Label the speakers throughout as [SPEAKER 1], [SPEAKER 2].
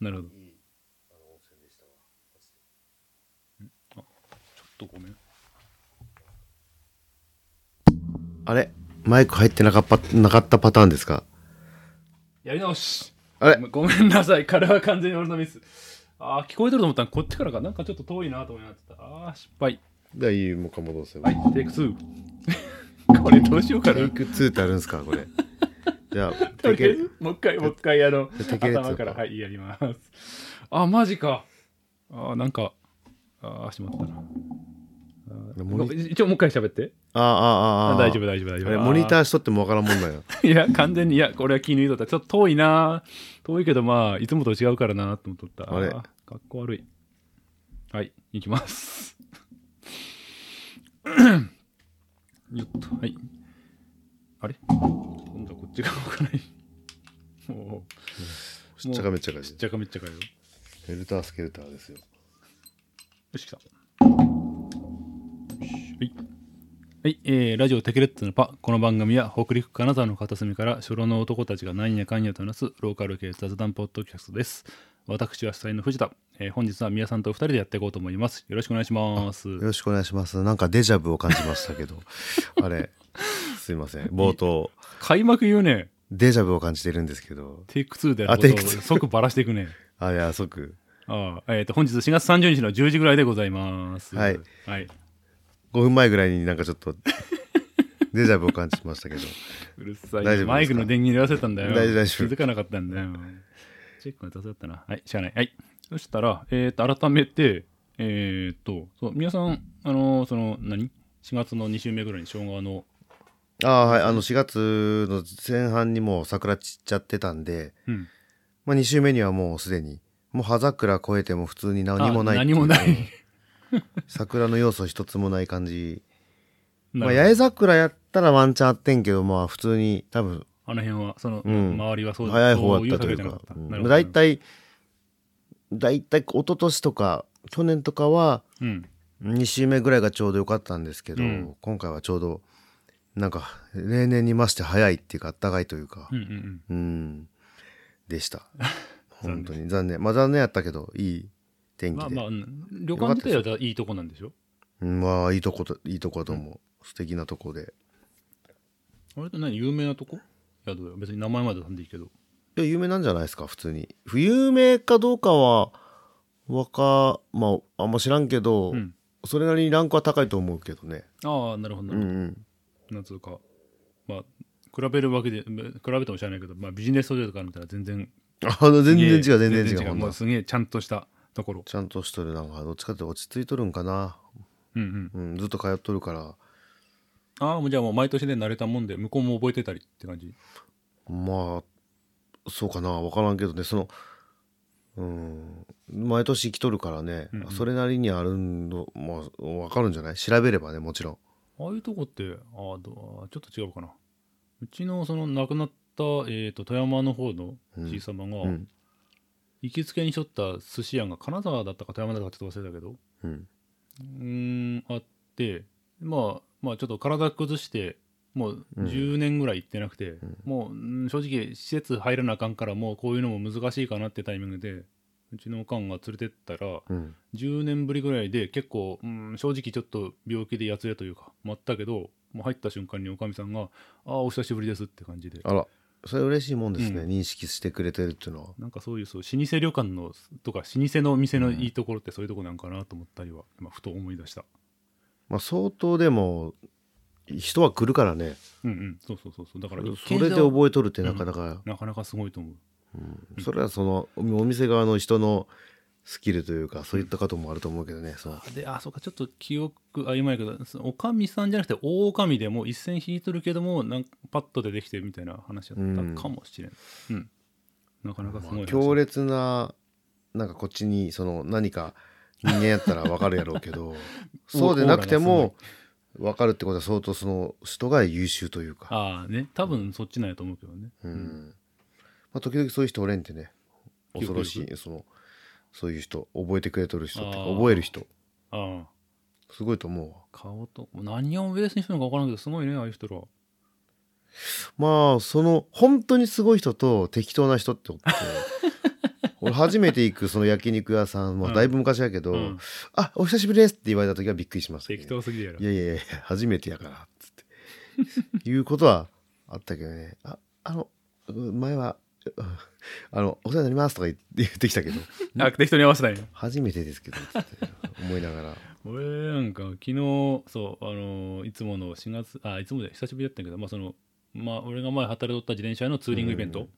[SPEAKER 1] なるほど。
[SPEAKER 2] いいあの温泉でしたわマジで
[SPEAKER 1] ちょっとごめん。
[SPEAKER 3] あれマイク入ってなかっぱなかったパターンですか
[SPEAKER 1] やり直し
[SPEAKER 3] あれ
[SPEAKER 1] ごめんごめんなさい。彼は完全に俺のミス。ああ、聞こえてると思ったらこっちからか。なんかちょっと遠いなと思いながらやってた。ああ、失敗。
[SPEAKER 3] じゃあいいもう一回戻せば。
[SPEAKER 1] はい、テイク2。こ れどうしようか
[SPEAKER 3] テ
[SPEAKER 1] な
[SPEAKER 3] イ。ク2ってあるんですかこれ。じゃあ、
[SPEAKER 1] と
[SPEAKER 3] テイ
[SPEAKER 1] りあえ
[SPEAKER 3] ク
[SPEAKER 1] ず もう一回、もう一回、あの、
[SPEAKER 3] テケレッツ
[SPEAKER 1] 頭から、はい、やります。あ、マジか。あ、なんか、あ、しまったな。あ
[SPEAKER 3] モニ
[SPEAKER 1] 一応もう一回喋って。
[SPEAKER 3] あああああ
[SPEAKER 1] あ
[SPEAKER 3] あ。
[SPEAKER 1] 大丈夫、大丈夫、大丈
[SPEAKER 3] あれ
[SPEAKER 1] 夫。
[SPEAKER 3] モニタ
[SPEAKER 1] ー
[SPEAKER 3] ーしとってもわからんもんだよ。
[SPEAKER 1] いや、完全に、いや、これは気抜いとった。ちょっと遠いな。遠いけど、まあ、いつもと違うからな、と思っとった。
[SPEAKER 3] あれ
[SPEAKER 1] かっこ悪い。はい、行きます。 よっと、はい。あれ今度はこっちが動かない。おう
[SPEAKER 3] しっちゃかめっちゃかで
[SPEAKER 1] しっちゃかめっちゃかよ。よ
[SPEAKER 3] ヘルタースケルターですよ。
[SPEAKER 1] し、来た。はい。はい、えーラジオテケレッツのパ。この番組は北陸金沢の片隅から初老の男たちがなんやかんやと話すローカル系雑談ポッドキャストです。私は主催の藤田。えー本日は宮さんと二人でやっていこうと思います。よろしくお願いします。
[SPEAKER 3] よろしくお願いします。なんかデジャブを感じましたけ ど。あれ、すいません。冒頭、
[SPEAKER 1] 開幕言うね。
[SPEAKER 3] デジャブを感じてるんですけど。
[SPEAKER 1] テイク2であるこ
[SPEAKER 3] あ
[SPEAKER 1] と
[SPEAKER 3] テイ
[SPEAKER 1] を
[SPEAKER 3] クツー
[SPEAKER 1] 即バラしていくね。
[SPEAKER 3] あ、いや、即。
[SPEAKER 1] ああえっ、と、本日4月30日の10時ぐらいでございます。
[SPEAKER 3] はい。
[SPEAKER 1] はい。
[SPEAKER 3] 5分前ぐらいになんかちょっと、デジャブを感じましたけど。
[SPEAKER 1] うるさい
[SPEAKER 3] 大丈夫で
[SPEAKER 1] な。
[SPEAKER 3] すか
[SPEAKER 1] マイクの電源入れ忘れたんだよ。
[SPEAKER 3] 大丈夫大丈夫
[SPEAKER 1] 気づかなかったんだよ。チェックの雑だったな。はい、しゃあない。はい。そしたら、えっ、と、改めて、えっ、と、そう、皆さん、あのーその、何 ?4 月の2週目ぐらいに生姜の、
[SPEAKER 3] ああ、はい。あの、4月の前半にもう桜散っちゃってたんで、
[SPEAKER 1] うん。
[SPEAKER 3] まあ、2週目にはもうすでに、もう葉桜越えても普通に何もない
[SPEAKER 1] あ何もない。
[SPEAKER 3] 桜の要素一つもない感じ。
[SPEAKER 1] ま
[SPEAKER 3] まあ、八重桜やったらワンチャンあってんけど、まあ、普通に多分、
[SPEAKER 1] あの辺は、その、
[SPEAKER 3] うん
[SPEAKER 1] 周りはそう
[SPEAKER 3] 早い方だった
[SPEAKER 1] そ
[SPEAKER 3] と
[SPEAKER 1] う
[SPEAKER 3] い
[SPEAKER 1] いううわけじゃな
[SPEAKER 3] か
[SPEAKER 1] かった。
[SPEAKER 3] うん
[SPEAKER 1] なる
[SPEAKER 3] まあ
[SPEAKER 1] ほど
[SPEAKER 3] 大体、大体、一昨年とか、去年とかは、
[SPEAKER 1] うん。
[SPEAKER 3] 2週目ぐらいがちょうど良かったんですけど、
[SPEAKER 1] うん
[SPEAKER 3] 今回はちょうど、なんか、例年に増して早いっていうか、あったかいというか
[SPEAKER 1] う、んうんうん。
[SPEAKER 3] うん、で した。本当に残念。まあ、残念やったけど、いい天気
[SPEAKER 1] まあ
[SPEAKER 3] で。
[SPEAKER 1] まあ、うん旅館自体はいいとこなんでしょ
[SPEAKER 3] うんまあ、いいとこと、いいとこだと思う。素敵なとこで。
[SPEAKER 1] あれって何有名なとこ宿よ。別に名前まではんでいいけど。
[SPEAKER 3] いや、有名なんじゃないですか、普通に。有名かどうかは、わか、まあ、あんま知らんけど、
[SPEAKER 1] うん。
[SPEAKER 3] それなりにランクは高いと思うけどね。
[SPEAKER 1] ああ、なるほどなるほど。
[SPEAKER 3] うんうん。
[SPEAKER 1] なんつうか、まあ、比べるわけで、ま比べても知らないけど、まあ、ビジネスホテルとか見たら全然、
[SPEAKER 3] あの、全然違う、全然違う、ほん
[SPEAKER 1] も
[SPEAKER 3] と
[SPEAKER 1] うすげえちゃんとしたところ。
[SPEAKER 3] ちゃんとしとる、なんか、どっちかって落ち着いとるんかな。
[SPEAKER 1] うんうん。
[SPEAKER 3] うん、ずっと通っとるから。
[SPEAKER 1] ああ、もうじゃあもう毎年で慣れたもんで、向こうも覚えてたりって感じ。
[SPEAKER 3] まあ、そうかな、わからんけどね、その、うん、毎年来とるからね、
[SPEAKER 1] うんうん
[SPEAKER 3] それなりにあるの、まあ、わかるんじゃない調べればね、もちろん。
[SPEAKER 1] ああいうとこって、ああどうあちょっと違うかな。うちの、その、亡くなった、えっ、と、富山の方の
[SPEAKER 3] うん
[SPEAKER 1] じいさまが、
[SPEAKER 3] うん。
[SPEAKER 1] 行きつけにしとった寿司屋が、金沢だったか富山だったかちょっと忘れたけど、
[SPEAKER 3] うん。
[SPEAKER 1] うーん、あって、まあ、まあ、ちょっと体崩して、もう
[SPEAKER 3] うん
[SPEAKER 1] 10年ぐらい行ってなくて、
[SPEAKER 3] ん
[SPEAKER 1] もううん正直、施設入らなあかんから、もうこういうのも難しいかなってタイミングで、うちのおかんが連れてったら、
[SPEAKER 3] うん。
[SPEAKER 1] 10年ぶりぐらいで、結構、うん、正直ちょっと病気でやつれというか、待ったけど、もう入った瞬間におかみさんが、ああ、お久しぶりですって感じで、
[SPEAKER 3] あら、それ嬉しいもんですね、
[SPEAKER 1] う
[SPEAKER 3] 認識してくれてるっていうのは。
[SPEAKER 1] なんかそういうそう老舗旅館のとか、老舗のお店のいいところってそういうとこなんかなと思ったりは、今ふと思い出した。
[SPEAKER 3] まあ、相当でも、人は来るからね、
[SPEAKER 1] うんうん、そうそうそうそう、だから、
[SPEAKER 3] それで覚えとるってなかなか、
[SPEAKER 1] なかなかすごいと思う。
[SPEAKER 3] それはその、おお店側の人のスキルというか、そういったこともあると思うけどね、その
[SPEAKER 1] で、あ、そうか、ちょっと記憶曖昧やけど、そのおかみさんじゃなくて、大おかみでもう一線引いとるけども、なんかパッと出てきてみたいな話だったかもしれん。うん。なかなかすごい話、
[SPEAKER 3] まあ強烈ななんかこっちにその何か人間やったらわかるやろうけ どそうでなくてもわかるってことは相当その人が優秀というか、
[SPEAKER 1] ああね、多分そっちなんやと思うけどね。
[SPEAKER 3] うんまあ、時々そういう人おれんってね
[SPEAKER 1] 記憶
[SPEAKER 3] 恐
[SPEAKER 1] 力
[SPEAKER 3] ろしいそのそういう人覚えてくれとる人って
[SPEAKER 1] あ
[SPEAKER 3] か
[SPEAKER 1] ー
[SPEAKER 3] 覚える人
[SPEAKER 1] ああ、
[SPEAKER 3] すごいと思うわ
[SPEAKER 1] 顔と、何をベースにしたのか分からんけど、すごいね、ああいう人ら。
[SPEAKER 3] まあその本当にすごい人と適当な人っておって俺初めて行くその焼肉屋さんもだいぶ昔やけど「
[SPEAKER 1] うん
[SPEAKER 3] あお久しぶりです」って言われた時はびっくりしました、
[SPEAKER 1] 適
[SPEAKER 3] ね、
[SPEAKER 1] 当すぎるやろ
[SPEAKER 3] いやいやいや初めてやからっつって いうことはあったけどね「ああの前は うんあのお世話になります」とか言って言ってきたけど
[SPEAKER 1] あ適当に合わせないの
[SPEAKER 3] 初めてですけどつって思いながら
[SPEAKER 1] 俺なんか昨日そうあのいつもの4月あいつもで久しぶりだったけどまあそのまあ俺が前働いとった自転車のツーリングイベント、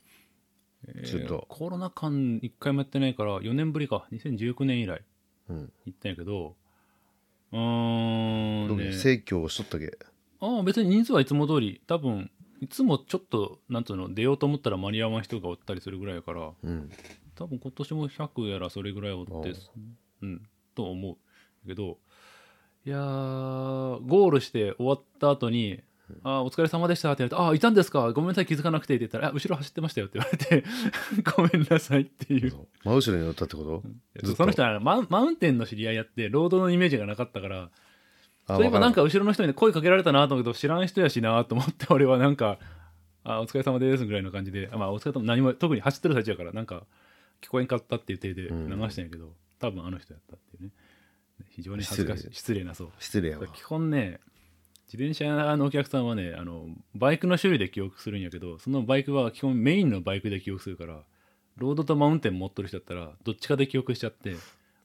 [SPEAKER 1] えー
[SPEAKER 3] ちょっと
[SPEAKER 1] コロナ禍一回もやってないから4年ぶりか2019年以来
[SPEAKER 3] うん、
[SPEAKER 1] 行ったんやけどうーん、
[SPEAKER 3] 僕ね
[SPEAKER 1] ね、
[SPEAKER 3] 生協をしとったけ
[SPEAKER 1] ああ別に人数はいつも通り多分いつもちょっとなんつうの出ようと思ったら間に合わん人がおったりするぐらいやから
[SPEAKER 3] うん
[SPEAKER 1] 多分今年も100やらそれぐらいお
[SPEAKER 3] お
[SPEAKER 1] っ
[SPEAKER 3] う
[SPEAKER 1] てうんと思うけどいやーゴールして終わった後に「あーお疲れ様でした」って言われて「あーいたんですかごめんなさい気づかなくて」って言ったらあ「後ろ走ってましたよ」って言われて 「ごめんなさい」っていう
[SPEAKER 3] そう真後ろに乗ったってことずっと
[SPEAKER 1] その人はマウンマウンテンの知り合いやって労働のイメージがなかったから
[SPEAKER 3] あ
[SPEAKER 1] そういえば
[SPEAKER 3] わら
[SPEAKER 1] なんか後ろの人に声かけられたなと思うけど知らん人やしなと思って俺はなんか「あお疲れ様です」ぐらいの感じであまあお疲れ様何も特に走ってる最中やからなんか聞こえんかったっていう手で流したんやけど、多分あの人やったっていうね非常に恥ずかしい
[SPEAKER 3] 失
[SPEAKER 1] 失礼なそう
[SPEAKER 3] 失礼やわ
[SPEAKER 1] 基本ね自転車のお客さんはねあのバイクの種類で記憶するんやけどそのバイクは基本メインのバイクで記憶するからロードとマウンテン持っとる人だったらどっちかで記憶しちゃって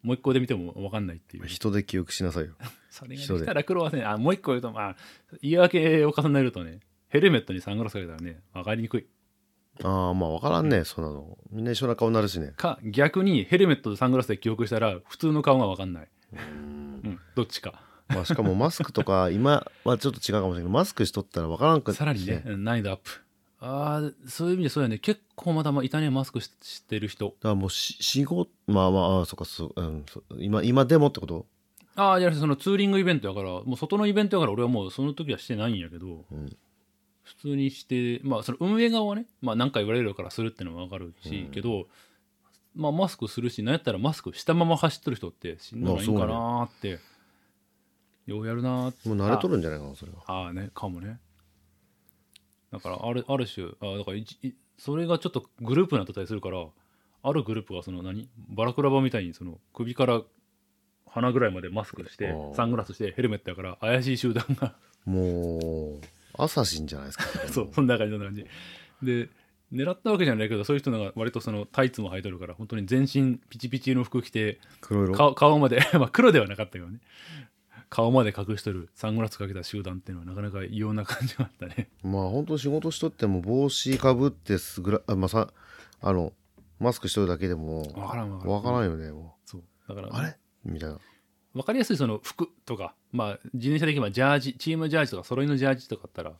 [SPEAKER 1] もう一個で見ても分かんないっていう
[SPEAKER 3] 人で記憶しなさいよ
[SPEAKER 1] それができたら苦労はせんあもう一個言うとまあ言い訳を重ねるとねヘルメットにサングラスかけたらね分かりにくい
[SPEAKER 3] ああまあ分からんねそんなのみんな一緒な顔になるしね
[SPEAKER 1] か逆にヘルメットとサングラスで記憶したら普通の顔が分かんない、うん、どっちか
[SPEAKER 3] まあしかもマスクとか今はちょっと違うかもしれないけどマスクしとったら分からんく
[SPEAKER 1] さらにね
[SPEAKER 3] だか
[SPEAKER 1] うん難易度アップあーそういう意味でそうやね結構まだまあいたねマスクししてる人
[SPEAKER 3] らもうし仕事まあまあああそっかそう、うん、そ今今でもってこと
[SPEAKER 1] ああじゃそのツーリングイベントやからもう外のイベントやから俺はもうその時はしてないんやけど、
[SPEAKER 3] ん
[SPEAKER 1] 普通にしてまあその運営側はね、まあ、何か言われるからするってのも分かるし、けど、まあ、マスクするし何やったらマスクしたまま走ってる人って死んだらいいんかなーって、ようやるなーって
[SPEAKER 3] もう慣れとるんじゃないかなそれは
[SPEAKER 1] ああねかもねだからあるある種あだからいちいそれがちょっとグループになってたりするからあるグループがその何バラクラバみたいにその首から鼻ぐらいまでマスクして
[SPEAKER 3] あー
[SPEAKER 1] サングラスしてヘルメットやから怪しい集団が
[SPEAKER 3] もう朝シンじゃない ですか
[SPEAKER 1] そうそんな感じそんな感じで狙ったわけじゃないけどそういう人が割とそのタイツも履いとるから本当に全身ピチピチの服着て
[SPEAKER 3] 黒色
[SPEAKER 1] 顔顔まで まあ黒ではなかったけどね顔まで隠しとるサングラスかけた集団っていうのはなかなか異様な感じがあったね
[SPEAKER 3] まあ本当仕事しとっても帽子かぶってすぐらあ,、まあ、さあのマスクしとるだけでも
[SPEAKER 1] わからんわからん
[SPEAKER 3] 分からんよねも
[SPEAKER 1] そうだから
[SPEAKER 3] うあれみたいな
[SPEAKER 1] 分かりやすいその服とかまあ自転車で言えばジャージチームジャージとか揃いのジャージとかあったら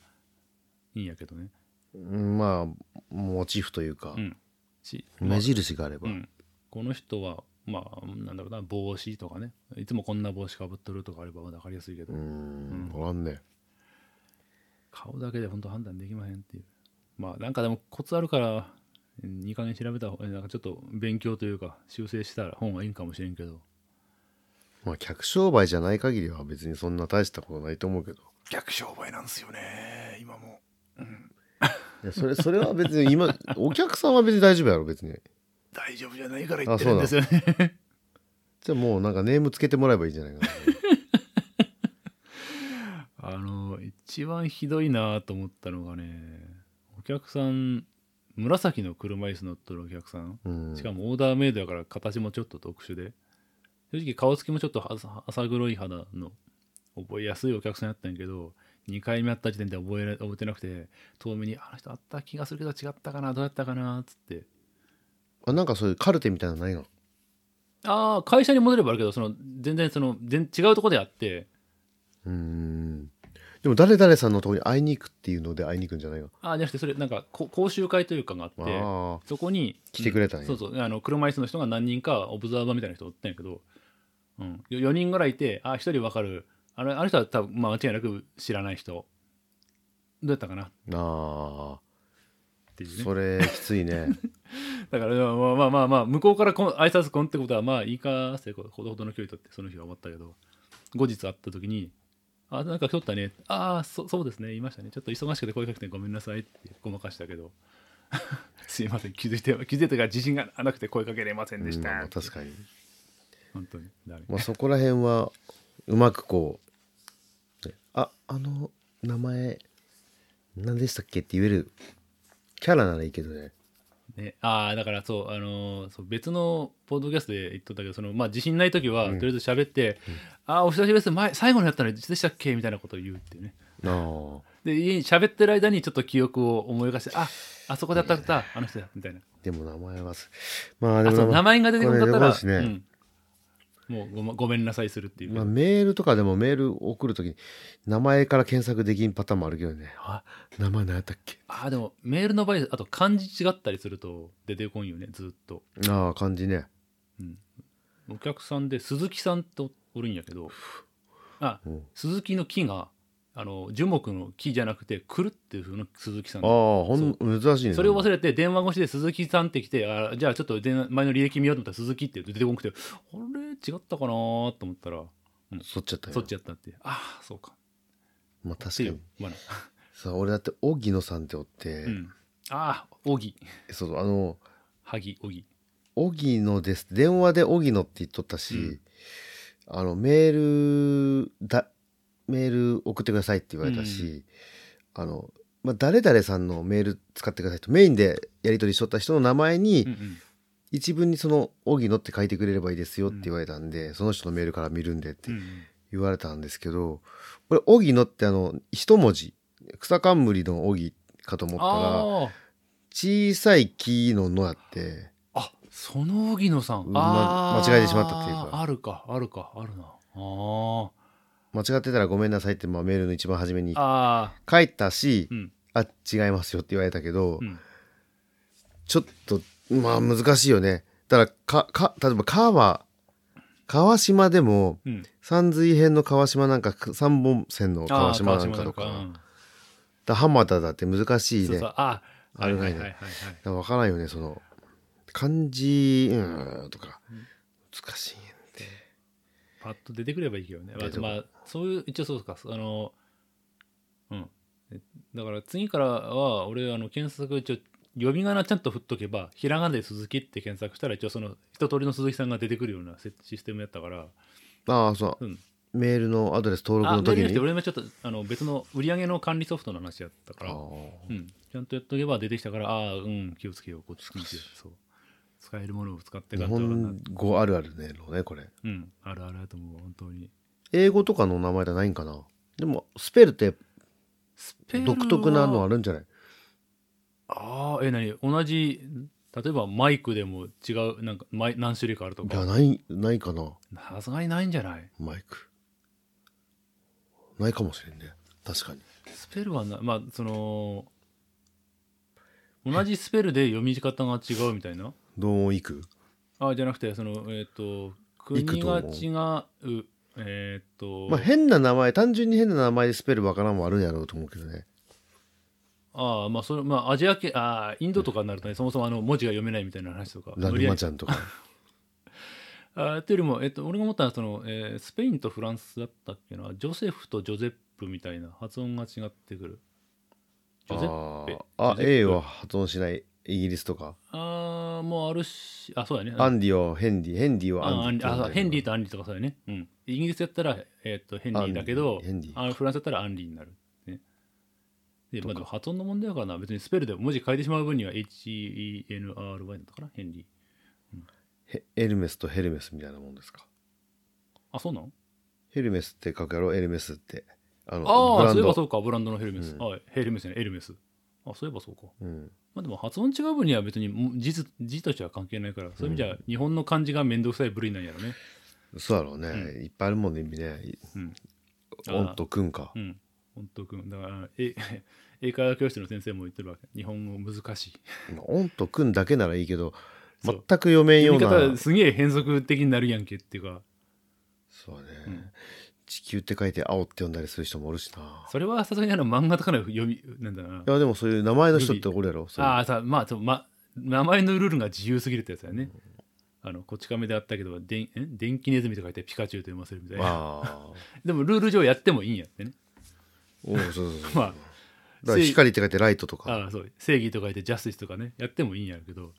[SPEAKER 1] いいんやけどね
[SPEAKER 3] うんまあモチーフというか、
[SPEAKER 1] うんし、まあ
[SPEAKER 3] 目印があれば、
[SPEAKER 1] うん、この人はまあなんだろうな帽子とかねいつもこんな帽子かぶっとるとかあれば分かりやすいけど、
[SPEAKER 3] うーん、わかんね
[SPEAKER 1] 顔だけで本当判断できまへんっていうまあなんかでもコツあるからうんいい加減調べた方がなんかちょっと勉強というか修正したら本がいいんかもしれんけど
[SPEAKER 3] まあ客商売じゃない限りは別にそんな大したことないと思うけど
[SPEAKER 1] 逆商売なんですよね今も
[SPEAKER 3] いやそれそれは別に今お客さんは別に大丈夫やろ別に
[SPEAKER 1] 大丈夫じゃないから
[SPEAKER 3] 言ってるんです
[SPEAKER 1] よね
[SPEAKER 3] じゃあもうなんかネームつけてもらえばいいんじゃないかな
[SPEAKER 1] あの一番ひどいなと思ったのがねお客さん紫の車椅子乗っとるお客さん、
[SPEAKER 3] うん
[SPEAKER 1] しかもオーダーメイドやから形もちょっと特殊で正直顔つきもちょっとはさ浅黒い肌の覚えやすいお客さんやったんやけど2回目会った時点で覚えら覚えてなくて遠目に「あの人あった気がするけど違ったかなどうやったかな」っつって
[SPEAKER 3] あなんかそういうカルテみたいなのないの
[SPEAKER 1] ああ会社に戻ればあるけどその全然その全違うとこであって
[SPEAKER 3] うーんでも誰々さんのとこに会いに行くっていうので会いに行くんじゃないの
[SPEAKER 1] ああじゃなくてそれなんかこ講習会というかがあって
[SPEAKER 3] ああ
[SPEAKER 1] そこに
[SPEAKER 3] 来てくれたんや
[SPEAKER 1] そうそうあの車椅子の人が何人かオブザーバーみたいな人おったんやけど、うん、4人ぐらいいてあ1人分かるあのあの人は多分、まあ、間違いなく知らない人どうやったかなっ
[SPEAKER 3] あ
[SPEAKER 1] ていう
[SPEAKER 3] ー
[SPEAKER 1] ね
[SPEAKER 3] それきついね
[SPEAKER 1] だからまあまあまあ、まあ、向こうからこん挨拶こんってことはまあいいかってほどほどの距離とってその日は思ったけど後日会った時に「あなんか今日ったね」ああそそうですね言いましたねちょっと忙しくて声かけてごめんなさいってごまかしたけど すいません気づいて気づいてから自信がなくて声かけれませんでした、
[SPEAKER 3] まあまあ確かに、
[SPEAKER 1] 本当に誰
[SPEAKER 3] まあ、そこら辺はうまくこうねああの名前何でしたっけって言えるキャラならいいけどね
[SPEAKER 1] ね、ああだからそう,、あのーそう別のポッドキャストで言っとったけどその、まあ、自信ない時は、とりあえず喋って「ああお久しぶりです前最後のやったのいつでしたっけ?」みたいなことを言うっていうね
[SPEAKER 3] ああ
[SPEAKER 1] で家に喋ってる間にちょっと記憶を思い浮かして「ああそこでやったやったあの人だ」みたいな
[SPEAKER 3] でも名前はすまあで
[SPEAKER 1] あ
[SPEAKER 3] も
[SPEAKER 1] そう名前が出てこなかった
[SPEAKER 3] これ
[SPEAKER 1] ら
[SPEAKER 3] です、ね
[SPEAKER 1] うん、もうご,、ごめんなさいするっていう、
[SPEAKER 3] まあ、メールとかでもメール送るときに名前から検索できんパターンもあるけどねあ名前何やったっけ
[SPEAKER 1] ああでもメールの場合あと漢字違ったりすると出てこんよねずっと
[SPEAKER 3] ああ漢字ね
[SPEAKER 1] お客さんで鈴木さんとおるんやけどあ、
[SPEAKER 3] うん
[SPEAKER 1] 鈴木の木があの樹木の木じゃなくて「来る」っていう風の鈴木さん
[SPEAKER 3] ああほん珍しいね
[SPEAKER 1] それを忘れて電話越しで鈴木さんって来てあじゃあちょっと電話前の履歴見ようと思ったら鈴木って出てこなくてあれ違ったかなと思ったら
[SPEAKER 3] そっちゃったよ
[SPEAKER 1] そっちやったってああそうか
[SPEAKER 3] まあ確
[SPEAKER 1] って
[SPEAKER 3] か
[SPEAKER 1] い
[SPEAKER 3] に
[SPEAKER 1] う罠
[SPEAKER 3] さあ俺だって荻野さんっておって、
[SPEAKER 1] うんああ荻
[SPEAKER 3] そうあの
[SPEAKER 1] 萩荻
[SPEAKER 3] 荻野です電話で荻野って言っとったし、
[SPEAKER 1] うん
[SPEAKER 3] あのメールだメール送ってくださいって言われたし、あの、まあ、誰々さんのメール使ってくださいとメインでやり取りしとった人の名前に、
[SPEAKER 1] うんうん
[SPEAKER 3] 一文にその「荻野」って書いてくれればいいですよって言われたんで、その人のメールから見るんでって
[SPEAKER 1] うんうん
[SPEAKER 3] 言われたんですけど、これ荻野ってあの一文字草冠の荻かと思ったら
[SPEAKER 1] ああ
[SPEAKER 3] 小さい木の「の」やって
[SPEAKER 1] あその荻野さん、
[SPEAKER 3] うん
[SPEAKER 1] あ
[SPEAKER 3] ま
[SPEAKER 1] ー
[SPEAKER 3] 間違えてしまったっていうか
[SPEAKER 1] あるかあるかあるなあ
[SPEAKER 3] 間違ってたらごめんなさいってまあメールの一番初めに
[SPEAKER 1] ーあ
[SPEAKER 3] 書いたし
[SPEAKER 1] ーうん
[SPEAKER 3] 「あ違いますよ」って言われたけど、
[SPEAKER 1] うん
[SPEAKER 3] ちょっとまあ難しいよね。だからかか例えば川川島でも
[SPEAKER 1] うん
[SPEAKER 3] 三髄編の川島なんか三本線の
[SPEAKER 1] あ
[SPEAKER 3] 川
[SPEAKER 1] ー
[SPEAKER 3] 島なんかとか。
[SPEAKER 1] 川島なんか
[SPEAKER 3] だ浜田だって難し
[SPEAKER 1] うん
[SPEAKER 3] い
[SPEAKER 1] そう
[SPEAKER 3] ね。
[SPEAKER 1] そ
[SPEAKER 3] だか
[SPEAKER 1] うあー
[SPEAKER 3] ある
[SPEAKER 1] は
[SPEAKER 3] が
[SPEAKER 1] い
[SPEAKER 3] い
[SPEAKER 1] は
[SPEAKER 3] ね
[SPEAKER 1] いはいはい
[SPEAKER 3] ら分からんよね、その、漢字、うーんとか、難しいね
[SPEAKER 1] パッと出てくればいいけどね、ま
[SPEAKER 3] 出て
[SPEAKER 1] あ、
[SPEAKER 3] こ
[SPEAKER 1] まあそういう一応そうかあのうんえだから次からは俺あの検索一応呼び仮名ちゃんと振っとけばひらがなで鈴木って検索したら一応その一通りの鈴木さんが出てくるようなせシステムやったから
[SPEAKER 3] ああ、そう、
[SPEAKER 1] うん
[SPEAKER 3] メールのアドレス登録
[SPEAKER 1] あ
[SPEAKER 3] の時
[SPEAKER 1] メールじゃなくて
[SPEAKER 3] に。
[SPEAKER 1] 俺もちょっとあの別の売り上げの管理ソフトの話やったから、
[SPEAKER 3] あ
[SPEAKER 1] うん、ちゃんとやっとけば出てきたからああうん気をつけようこっちにそう使えるものを使って
[SPEAKER 3] あ
[SPEAKER 1] か
[SPEAKER 3] 日
[SPEAKER 1] ってわかんな
[SPEAKER 3] 本語あるあるね、のね、これ。
[SPEAKER 1] うんあるあるだと思う本当に
[SPEAKER 3] 英語とかの名前じゃないんかな。でも、スペルって
[SPEAKER 1] スペルは
[SPEAKER 3] 独特なのあるんじゃない
[SPEAKER 1] ああえ何同じ例えばマイクでも違うなんかマイ何種類かあると
[SPEAKER 3] じゃ
[SPEAKER 1] か
[SPEAKER 3] ない、ないかな、
[SPEAKER 1] さすがにないんじゃない
[SPEAKER 3] マイク。ないかもしれんね。確かに。
[SPEAKER 1] スペルはなまあその同じスペルで読み方が違うみたいな
[SPEAKER 3] どうもいく
[SPEAKER 1] あじゃなくてそのえっ、と
[SPEAKER 3] いく
[SPEAKER 1] 国
[SPEAKER 3] と
[SPEAKER 1] が
[SPEAKER 3] 思
[SPEAKER 1] 違うえっ、と、
[SPEAKER 3] まあ、変な名前、単純に変な名前でスペルわからんもあるんやろうと思うけどね。
[SPEAKER 1] ああまあそれまあアジア系ああインドとかになるとね、そもそもあの文字が読めないみたいな話とか
[SPEAKER 3] ラ
[SPEAKER 1] 無
[SPEAKER 3] グ
[SPEAKER 1] 理や
[SPEAKER 3] マ
[SPEAKER 1] り
[SPEAKER 3] ちゃんとか。
[SPEAKER 1] あーというよりも、えっと、俺が思ったのはその、えースペインとフランスだったっけなジョセフとジョゼップみたいな発音が違ってくるジョゼッペ
[SPEAKER 3] あーあ
[SPEAKER 1] ジョゼップ
[SPEAKER 3] A は発音しないイギリスとか、
[SPEAKER 1] あーもうあるしあそうだね
[SPEAKER 3] アンディはヘンディヘンディは
[SPEAKER 1] あ
[SPEAKER 3] ア
[SPEAKER 1] アンリ
[SPEAKER 3] ンディ
[SPEAKER 1] あヘンリー
[SPEAKER 3] と
[SPEAKER 1] とアンリーとかそうだね、うん、イギリスやったら、えっとヘンリーだけど
[SPEAKER 3] アンリーヘンリー
[SPEAKER 1] あフランスやったらアンリーになる、ねでまあ、でも発音の問題だからな別にスペルで文字変えてしまう分には HENRY だったかなヘンリー
[SPEAKER 3] エルメスとヘルメスみたいなもんですか
[SPEAKER 1] あそうなの
[SPEAKER 3] ヘルメスって書くやろエルメスってあのブ
[SPEAKER 1] ああ
[SPEAKER 3] ラ
[SPEAKER 1] そうい
[SPEAKER 3] ン
[SPEAKER 1] えば
[SPEAKER 3] ド
[SPEAKER 1] そうかブランドのヘルメス、
[SPEAKER 3] うん
[SPEAKER 1] あヘルメスねエルメスあそういえばそうか
[SPEAKER 3] うん
[SPEAKER 1] まあ、でも発音違う分には別にも字ず字としては関係ないからそういう意味じゃ日本の漢字が面倒くさい部類なんやろね。
[SPEAKER 3] そうだろうね、
[SPEAKER 1] う
[SPEAKER 3] いっぱいあるもんね意味ね
[SPEAKER 1] うん。あー
[SPEAKER 3] オンとくんか
[SPEAKER 1] うん。本当くん。だからえ 英会話教室の先生も言ってるわけ。日本語難しい。
[SPEAKER 3] まあオンとくんだけならいいけど
[SPEAKER 1] そ
[SPEAKER 3] 全
[SPEAKER 1] う
[SPEAKER 3] く読めんよ
[SPEAKER 1] 読
[SPEAKER 3] う
[SPEAKER 1] み方
[SPEAKER 3] な
[SPEAKER 1] すげえ変則的になるやんけっていうか
[SPEAKER 3] そうね、
[SPEAKER 1] うん
[SPEAKER 3] 地球って書いて青って読んだりする人もおるしな。
[SPEAKER 1] それはさすがにあの漫画とかの読みなんだろうない
[SPEAKER 3] やでもそういう名前の人っておるやろそういう
[SPEAKER 1] ああさまあそうま名前のルールが自由すぎるってやつだよね。あのこち亀であったけどでんん電気ネズミと書いてピカチュウと読ませるみたいな。
[SPEAKER 3] ああ
[SPEAKER 1] でもルール上やってもいいんやってね。
[SPEAKER 3] おうそうそうそう
[SPEAKER 1] まあ
[SPEAKER 3] だから光って書いてライトとか。
[SPEAKER 1] ああそう正義と書いてジャスティスとかねやってもいいんやけど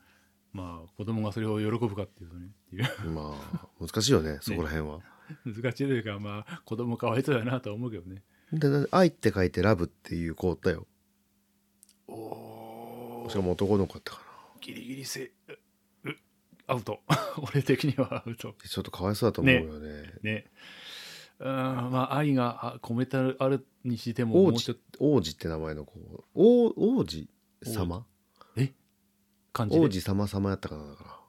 [SPEAKER 1] まあ子供がそれを喜ぶかっていうとねっていう
[SPEAKER 3] まあ、難しいよね、そこら辺は。
[SPEAKER 1] 難しいというかまあ子供かわいそうやなとは思うけどね
[SPEAKER 3] でだって愛って書いてラブっていう子だよ。
[SPEAKER 1] おお
[SPEAKER 3] しかも男の子だったか
[SPEAKER 1] ギリギリせううアウト 俺的にはアウト
[SPEAKER 3] ら。ちょっとかわいそうだと思うよね。
[SPEAKER 1] ねうんまあ愛があ込めてあるにしてもも
[SPEAKER 3] 王
[SPEAKER 1] うちょっ
[SPEAKER 3] 子、王子って名前の子。王王子様
[SPEAKER 1] と感じで
[SPEAKER 3] 王子様様やったかなだから。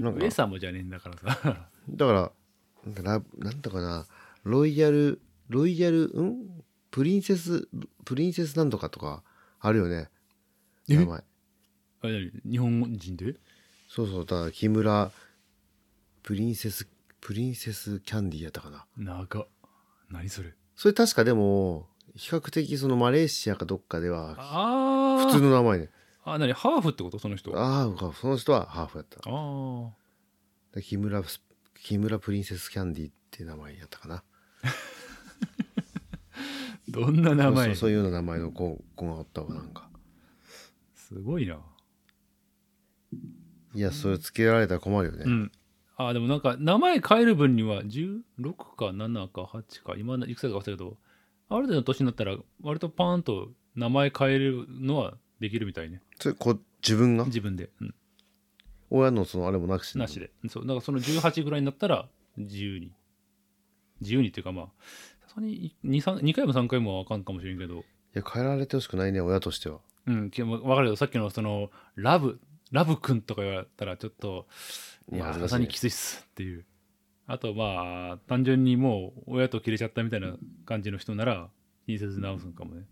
[SPEAKER 3] なんか
[SPEAKER 1] 上様じゃねえんだからさ
[SPEAKER 3] だからなんかラなんだかなロイヤルロイヤルんプリンセスプリンセスなんとかとかあるよね
[SPEAKER 1] え
[SPEAKER 3] 名前
[SPEAKER 1] あれ何日本人で
[SPEAKER 3] そうそうだから木村プリンセスプリンセスキャンディーやったかな
[SPEAKER 1] 長っ何それ
[SPEAKER 3] それ確かでも比較的そのマレーシアかどっかでは
[SPEAKER 1] ああ
[SPEAKER 3] 普通の名前ね
[SPEAKER 1] あ何ハーフってことその人あ
[SPEAKER 3] ああその人はハーフやっただか
[SPEAKER 1] あー
[SPEAKER 3] ら木村ス木村プリンセスキャンディーって名前やったかな
[SPEAKER 1] どんな名前
[SPEAKER 3] そうそうそういうような名前の子子がおったわなんか
[SPEAKER 1] すごいな、
[SPEAKER 3] いやそれつけられたら困るよね、
[SPEAKER 1] うんあーでもなんか名前変える分には16か7か8か今いくつか忘れたけどある程度の年になったら割とパーンと名前変えるのはできるみたいね
[SPEAKER 3] それこ自分が
[SPEAKER 1] 自分で、うん、
[SPEAKER 3] 親のそのあれもなくし
[SPEAKER 1] なしでそうだからその18ぐらいになったら自由に自由にっていうかまあさすがに 2, 2回も3回もはあかんかもしれんけど
[SPEAKER 3] いや変えられてほしくないね親としては
[SPEAKER 1] うん、き分かるけどさっきのそのラブラブくんとか言われたらちょっとい
[SPEAKER 3] まあ
[SPEAKER 1] や
[SPEAKER 3] 難しい
[SPEAKER 1] さすがにきついっすっていうあとまあ単純にもう親と切れちゃったみたいな感じの人なら親切に直すんかもね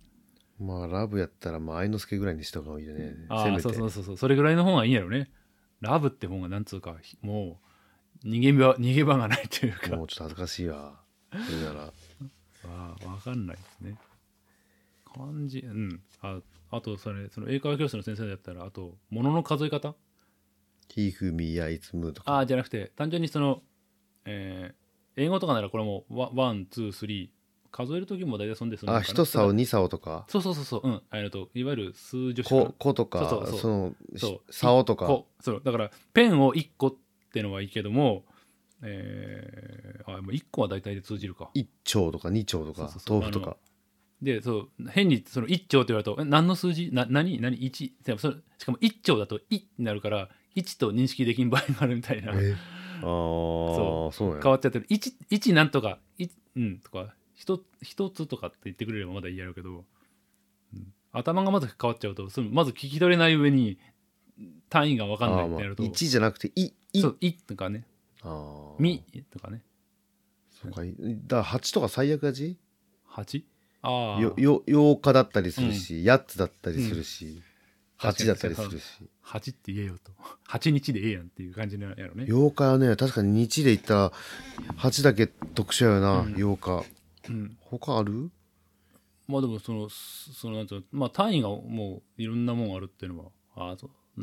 [SPEAKER 3] まあラブやったらまあ愛之助ぐらいにしとかもいいよね
[SPEAKER 1] あ
[SPEAKER 3] せめ
[SPEAKER 1] あ
[SPEAKER 3] て
[SPEAKER 1] そうそうそうそうそれぐらいの方がいいんやろねラブって方がなんつうかひもう逃げ場逃げ場がないというか
[SPEAKER 3] もうちょっと恥ずかしいわそれなら
[SPEAKER 1] ああ分かんないですね漢字うんああとそれその英会話教室の先生だったらあとものの数え方
[SPEAKER 3] 「ひふみやいつむ」とか
[SPEAKER 1] ああじゃなくて単純にその、えー英語とかならこれもワワンツースリー数える時も大体そんでその
[SPEAKER 3] あ一
[SPEAKER 1] さ
[SPEAKER 3] 竿二竿とか
[SPEAKER 1] そうそうそうそううんあのといわゆる数助詞か
[SPEAKER 3] 子子とか
[SPEAKER 1] そうそうそう
[SPEAKER 3] その
[SPEAKER 1] そう
[SPEAKER 3] 竿とか
[SPEAKER 1] こうそうだからペンを1個ってのはいいけどもえー、あもう1個は大体で通じるか
[SPEAKER 3] 一丁とか二丁と
[SPEAKER 1] そう
[SPEAKER 3] か
[SPEAKER 1] そうそう
[SPEAKER 3] 豆腐とか
[SPEAKER 1] でそう変にその1兆って言われるとえ何の数字な何何1でもそれしかも1兆だと1になるから1と認識できん場合があるみたいな
[SPEAKER 3] えああそうそうなん
[SPEAKER 1] 変
[SPEAKER 3] や
[SPEAKER 1] わっちゃってる一一なんとかいうんとか一一つとかって言ってくれればまだいいやろうけど、うん頭がまず変わっちゃうとそのまず聞き取れない上に単位が分かんない
[SPEAKER 3] あ
[SPEAKER 1] っ
[SPEAKER 3] ー
[SPEAKER 1] て
[SPEAKER 3] ま
[SPEAKER 1] な
[SPEAKER 3] あ
[SPEAKER 1] ると「
[SPEAKER 3] 一じゃなくて「い」「い
[SPEAKER 1] そうい」とかね」
[SPEAKER 3] あ
[SPEAKER 1] 「
[SPEAKER 3] ー
[SPEAKER 1] み」とかね
[SPEAKER 3] そうかいだから八とか最悪やじ
[SPEAKER 1] 「八」ああ
[SPEAKER 3] よよ8日だったりするし、八8つだったりするし、
[SPEAKER 1] 確か
[SPEAKER 3] 8
[SPEAKER 1] に
[SPEAKER 3] だったりするし
[SPEAKER 1] 「八」って言えよと 「八日でええやん」っていう感じのやろね、
[SPEAKER 3] 8日はね確かに日で言ったら8だけ特殊やよな、8日
[SPEAKER 1] うん、
[SPEAKER 3] 他ある
[SPEAKER 1] まあでもそのすそのなんていうのまあ単位がもういろんなもんあるっていうのはああそうう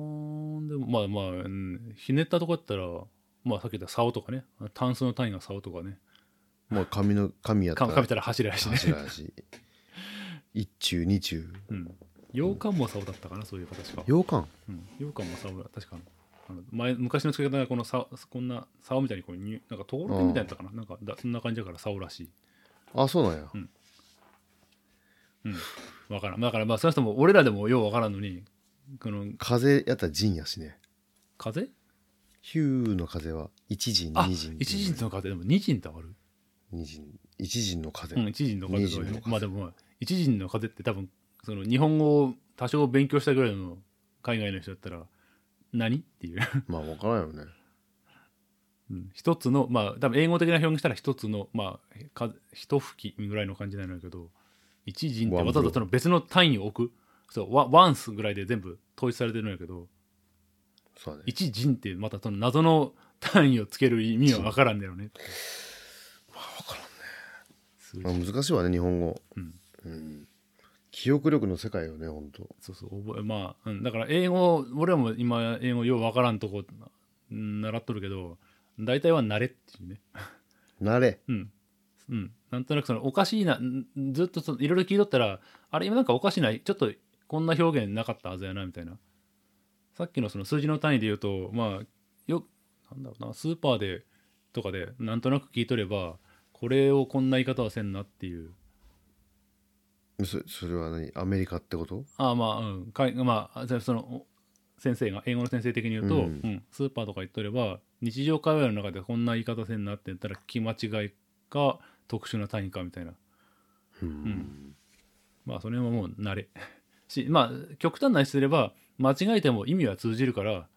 [SPEAKER 1] んうーんでもまあまあ、うん、ひねったとこやったらまあさっき言った竿とかね単数の単位が竿とかね
[SPEAKER 3] もう紙の紙やった
[SPEAKER 1] かかめ
[SPEAKER 3] ら
[SPEAKER 1] たら走りやしね、
[SPEAKER 3] 柱やし一中二中
[SPEAKER 1] うん、洋館も竿だったかなそういう形か、
[SPEAKER 3] 8日
[SPEAKER 1] うん、洋館も竿だ確かあの前昔の付け方がこの竿こんな竿みたいにこうにゅなんかところてんみたいだったかななんかだそんな感じだから竿らしい
[SPEAKER 3] あそうなんや、
[SPEAKER 1] わからんだからまあその人も俺らでもようわからんのにこの
[SPEAKER 3] 風やったら陣やしね
[SPEAKER 1] 風
[SPEAKER 3] ヒューの風は一陣
[SPEAKER 1] あ
[SPEAKER 3] 二陣
[SPEAKER 1] 一陣の風でも二陣ってある
[SPEAKER 3] 二陣一陣の風、
[SPEAKER 1] うん、一陣の風と
[SPEAKER 3] 二陣の風
[SPEAKER 1] まあでも一陣の風って多分その日本語を多少勉強したぐらいの海外の人だったら何って いう、
[SPEAKER 3] まあ分からんよね
[SPEAKER 1] うん一つのまあ多分英語的な表現したら一つのまあか一吹きぐらいの感じなんだけど一陣ってわざわざその別の単位を置くそうワワンスぐらいで全部統一されてるんだけど
[SPEAKER 3] そうだね
[SPEAKER 1] 一陣ってまたその謎の単位をつける意味は分からんだよね。まあ分から
[SPEAKER 3] ま
[SPEAKER 1] ん
[SPEAKER 3] あ
[SPEAKER 1] ね。
[SPEAKER 3] 難しいわね日本語
[SPEAKER 1] うん
[SPEAKER 3] うん記憶力の世界よね本当
[SPEAKER 1] そうそう覚えまあ、うん、だから英語俺らも今英語ようわからんとこうん習っとるけど大体は慣れっていうね
[SPEAKER 3] 慣れ
[SPEAKER 1] うんうん、なんとなくそのおかしいなんずっとそのいろいろ聞いとったらあれ今なんかおかしいなちょっとこんな表現なかったはずやなみたいなさっきのその数字の単位で言うとまあよなんだろうなスーパーでとかでなんとなく聞いとればこれをこんな言い方はせんなっていう
[SPEAKER 3] そそれは何アメリカってこと
[SPEAKER 1] ああまあうんかいまあじゃあそのお先生が英語の先生的に言うと、
[SPEAKER 3] う
[SPEAKER 1] うんんスーパーとか行っとれば日常会話の中でこんな言い方せんなって言ったら気間違いか特殊な単位かみたいな
[SPEAKER 3] うん、
[SPEAKER 1] まあそれはもう慣れ しまあ極端な話すれば間違えても意味は通じるから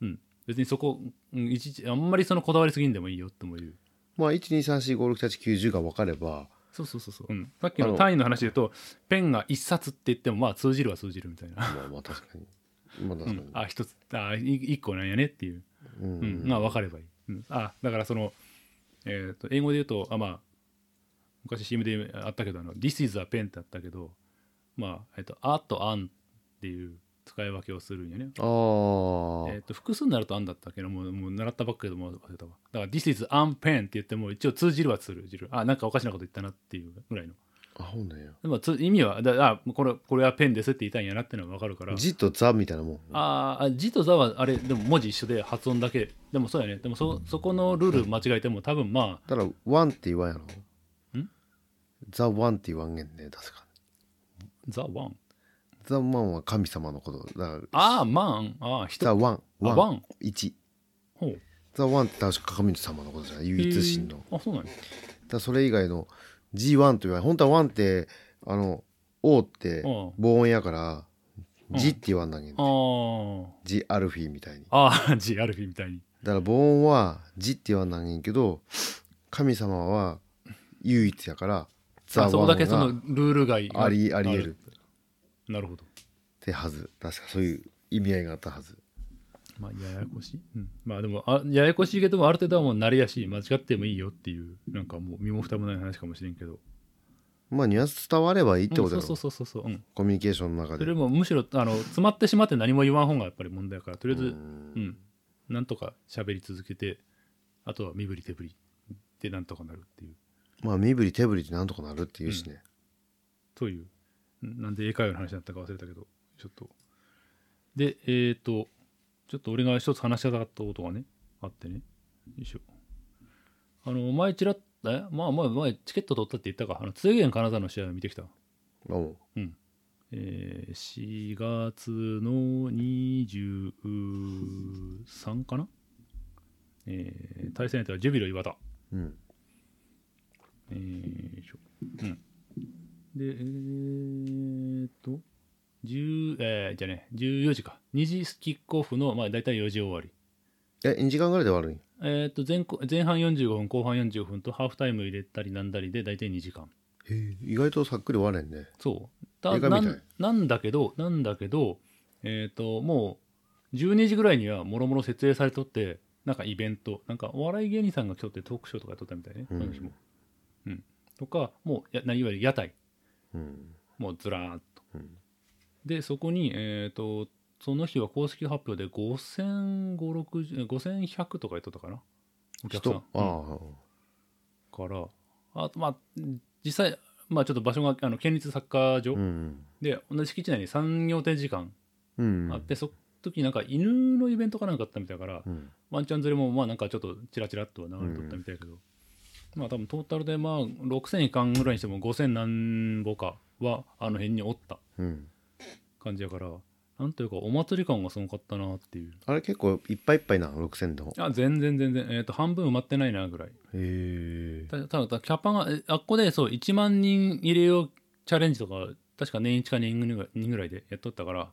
[SPEAKER 1] うん別にそこ、うん、いちいちあんまりそのこだわりすぎんでもいいよっても言う
[SPEAKER 3] まあ12345678910が分かれば
[SPEAKER 1] そうそうそうそう、うん、さっきの単位の話で言うとペンが一冊って言ってもまあ通じるは通じるみたいな、
[SPEAKER 3] まあまあ確かにまあ確
[SPEAKER 1] う
[SPEAKER 3] かに、
[SPEAKER 1] ん、あ一つあい一個なんやねっていう
[SPEAKER 3] うん
[SPEAKER 1] うん、まあ分かればいい、うん、あだからその、えー、と英語で言うとあまあ昔 CM であったけどあの「This is a pen」ってあったけどまあ、えっと「あ」と「あん」っていう使い分けをするんよね、
[SPEAKER 3] あー、
[SPEAKER 1] えっと複数になると「あん」だったけどもうもう習ったばっかりでもう忘れたわだから「This is an pen」って言っても一応通じるは通じるあなんかおかしなこと言ったなっていうぐらいの
[SPEAKER 3] あほんなんや
[SPEAKER 1] でもつ意味はだあこれこれはペンですって言いたいんやなっていうのは分かるから
[SPEAKER 3] 字とザみたいなもん
[SPEAKER 1] あーあ、字と座はあれ、でも文字一緒で発音だけ。でもそうやね。でもそ、そこのルール間違えても多分まあ、
[SPEAKER 3] だからワンって言わんやろ
[SPEAKER 1] ん
[SPEAKER 3] ザワンって言わんげんね確か
[SPEAKER 1] ザワン。
[SPEAKER 3] ザワンは神様のことだから
[SPEAKER 1] ああ、マン。ああ、
[SPEAKER 3] ザ
[SPEAKER 1] 人。
[SPEAKER 3] ワン
[SPEAKER 1] あ
[SPEAKER 3] ワン
[SPEAKER 1] ワン
[SPEAKER 3] 1
[SPEAKER 1] ほう。
[SPEAKER 3] ザワンって確か神様のことじゃない唯一神のだか
[SPEAKER 1] へーあ、そうなんや。
[SPEAKER 3] らそれ以外の G1 と言わない本当はワンってあの O っ
[SPEAKER 1] う
[SPEAKER 3] て
[SPEAKER 1] ん
[SPEAKER 3] 母音やから
[SPEAKER 1] うん
[SPEAKER 3] G って言わんなんげん
[SPEAKER 1] あ
[SPEAKER 3] ね G アルフィーみたいに
[SPEAKER 1] あ。ああ、ジアルフィみたいに。
[SPEAKER 3] だから母音は「字」って言わなんねんけど神様は唯一やから「ザ・
[SPEAKER 1] あそこ
[SPEAKER 3] ワ
[SPEAKER 1] だ
[SPEAKER 3] ン」
[SPEAKER 1] けその
[SPEAKER 3] が
[SPEAKER 1] ルール外が
[SPEAKER 3] ありありえるっ
[SPEAKER 1] なるほど。
[SPEAKER 3] てはず確かそういう意味合いがあったはず
[SPEAKER 1] まあ、ややこしい。うん。まあでも、あややこしいけども、ある程度はもう慣れやし、間違ってもいいよっていう、なんかもう身も蓋もない話かもしれんけど。
[SPEAKER 3] まあニュアンス伝わればいいって
[SPEAKER 1] う
[SPEAKER 3] こ
[SPEAKER 1] ん、そ
[SPEAKER 3] とや
[SPEAKER 1] う
[SPEAKER 3] ろ、
[SPEAKER 1] そうそうそうそう。うん。
[SPEAKER 3] コミュニケーションの中
[SPEAKER 1] そ
[SPEAKER 3] で
[SPEAKER 1] れもむしろあの詰まってしまって何も言わん方がやっぱり問題だからとりあえず
[SPEAKER 3] う
[SPEAKER 1] うんん、なんとか喋り続けてあとは身振り手振りでなんとかなるっていう
[SPEAKER 3] まあ身振り手振りってなんとかなるっていうしね、
[SPEAKER 1] といううんなんで英会話の話だったか忘れたけどちょっとでえっ、とちょっと俺が一つ話したかったことがねあってねよいしょあの前ちらっえまあまあ前チケット取ったって言ったかあの津芸金沢の試合を見てきた
[SPEAKER 3] まあも
[SPEAKER 1] えー4月の23かな、えー対戦相手はジュビロ磐田、
[SPEAKER 3] ううん
[SPEAKER 1] えーよいしょうん、でえー、っと10、えーじゃあね14時か2時キックオフの、まあ、大体4時終わり
[SPEAKER 3] え2時間ぐらいで終わるん
[SPEAKER 1] えー、っと前後前半45分後半45分とハーフタイム入れたりなんだりで大体2時間
[SPEAKER 3] へえ意外とさっくり終われんね
[SPEAKER 1] そう
[SPEAKER 3] 映
[SPEAKER 1] だ
[SPEAKER 3] 画み
[SPEAKER 1] ない
[SPEAKER 3] た
[SPEAKER 1] んなんだけどなんだけどえっ、ともう12時ぐらいにはもろもろ設営されとってなんかイベントなんかお笑い芸人さんが今日ってトークショーとかやっとったみたいね、
[SPEAKER 3] うん
[SPEAKER 1] その日も、うん、とかもうやないわゆる屋台
[SPEAKER 3] うん
[SPEAKER 1] もうずらーっと、
[SPEAKER 3] うん
[SPEAKER 1] でそこにえっ、とその日は公式発表で5560 5100とか言っとったかなお客さん
[SPEAKER 3] 人ああ、
[SPEAKER 1] からあとまあ実際まあちょっと場所があの県立サッカー場、
[SPEAKER 3] うん
[SPEAKER 1] で同じ敷地内に産業展示館
[SPEAKER 3] うん
[SPEAKER 1] あって、その時なんか犬のイベントかなんかあったみたいだから、
[SPEAKER 3] うん
[SPEAKER 1] ワンちゃん連れもまあなんかちょっとチラチラっとは流れとったみたいだけど、まあ多分トータルでまあ6000いかんぐらいにしても5000何ぼかはあの辺におった
[SPEAKER 3] うん
[SPEAKER 1] 感じやからなんというかお祭り感がすごかったなっていう
[SPEAKER 3] あれ結構いっぱいいっぱいな6000でも
[SPEAKER 1] あ全然全然、えー、と半分埋まってないなぐらい
[SPEAKER 3] へえ
[SPEAKER 1] たただただキャパがえあっこでそう1万人入れようチャレンジとか確か年1か年2ぐらい人ぐらいでやっとったから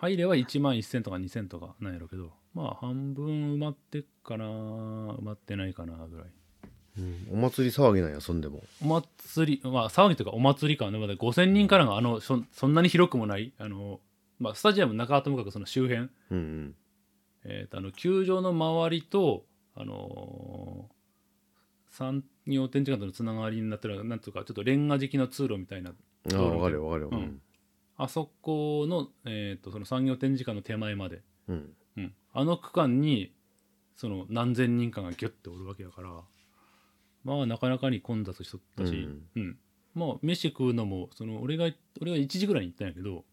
[SPEAKER 1] 入れは1万1000とか2000とかなんやろうけどまあ半分埋まってっかな埋まってないかなぐらい
[SPEAKER 3] うんお祭り騒ぎなんやそんでも
[SPEAKER 1] お祭りまあ騒ぎというかお祭り感でまだ5000人からがあのそそんなに広くもないあの、まあ、スタジアム中はともかくその周辺、
[SPEAKER 3] うんうん
[SPEAKER 1] えーとあの球場の周りとあのー産業展示館とのつながりになってるなんとかちょっとレンガ敷きの通路みたいな
[SPEAKER 3] ああ
[SPEAKER 1] 道路みたいな
[SPEAKER 3] 分かるよ分かるよ、
[SPEAKER 1] うんあそこの,、えー、とその産業展示館の手前まで、
[SPEAKER 3] うん
[SPEAKER 1] うん、あの区間にその何千人かがギュッておるわけやからまあなかなかに混雑しとったし、うんまあ飯食うのもその俺が俺が1時ぐらいに行ったんやけど、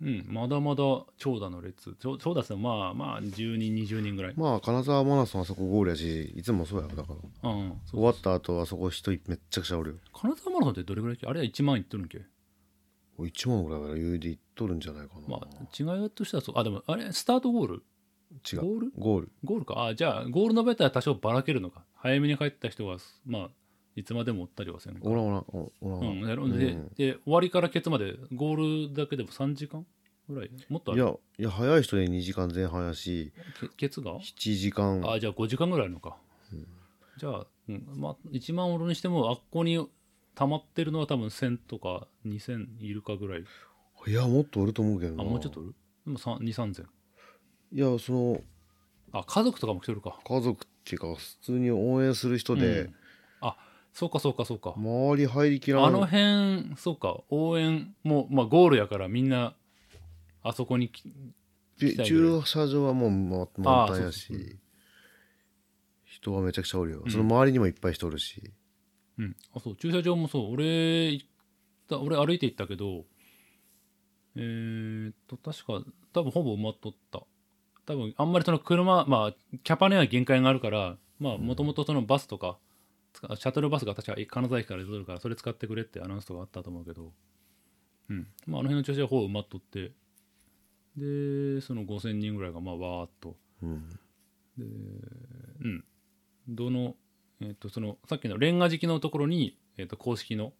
[SPEAKER 1] うん、まだまだ長蛇の列長長蛇さんまあまあ10人20人ぐらい、
[SPEAKER 3] まあ金沢マナさんあそこゴールやしいつもそうやだから
[SPEAKER 1] うん、
[SPEAKER 3] 終
[SPEAKER 1] そう
[SPEAKER 3] わった後あそこ人めっちゃくちゃおるよ
[SPEAKER 1] 金沢マラソンってどれぐらいあれは1万いっとるんけ
[SPEAKER 3] 1万ぐらいから余裕で行っとるんじゃないかな、
[SPEAKER 1] まあ違いとしてはそうあでもあれスタートゴール
[SPEAKER 3] 違う
[SPEAKER 1] ゴール
[SPEAKER 3] ゴール
[SPEAKER 1] ゴールかあじゃあゴールのベタは多少ばらけるのか早めに帰った人がまあいつまでもおったりはせんのか
[SPEAKER 3] おらんおらんおおらんお
[SPEAKER 1] う
[SPEAKER 3] ら
[SPEAKER 1] ん
[SPEAKER 3] ん、
[SPEAKER 1] なるほどで
[SPEAKER 3] うん
[SPEAKER 1] で終わりからケツまでゴールだけでも3時間ぐらいもっとあ
[SPEAKER 3] い
[SPEAKER 1] る
[SPEAKER 3] やいや早い人で2時間前半やし
[SPEAKER 1] ケケツが
[SPEAKER 3] 7時間
[SPEAKER 1] あじゃあ5時間ぐらいあるのか、じゃあ、うんまあ、1万おるにしてもあっこに溜まってるのは多分1000とか2000いるかぐらい
[SPEAKER 3] いやもっとおると思うけど
[SPEAKER 1] あ
[SPEAKER 3] な
[SPEAKER 1] もうちょっとおるでも23000
[SPEAKER 3] いやその
[SPEAKER 1] あ家族とかも来てるか
[SPEAKER 3] 家族っていうか普通に応援する人で、
[SPEAKER 1] そうかそうかそうか、
[SPEAKER 3] 周り入りきらん
[SPEAKER 1] あの辺そうか応援もまあゴールやからみんなあそこにき
[SPEAKER 3] で
[SPEAKER 1] たいぐら
[SPEAKER 3] 駐車場はもうま
[SPEAKER 1] ああ
[SPEAKER 3] 満タンやし
[SPEAKER 1] そうそ
[SPEAKER 3] 人はめちゃくちゃおるよ、
[SPEAKER 1] うん
[SPEAKER 3] その周りにもいっぱい人おるし
[SPEAKER 1] うん、あそう駐車場もそう俺行った俺歩いて行ったけどえー、っと確か多分ほぼ埋まっとった多分あんまりその車まあキャパには限界があるからまあもともとそのバスとかつかシャトルバスが確か金沢駅から出てるからそれ使ってくれってアナウンスとかあったと思うけどうんまああの辺の駐車場ほぼ埋まっとってでその5000人ぐらいがまあわーっと
[SPEAKER 3] うん
[SPEAKER 1] うん、どの、えっとそのさっきのレンガ敷きのところに、えっと公式の、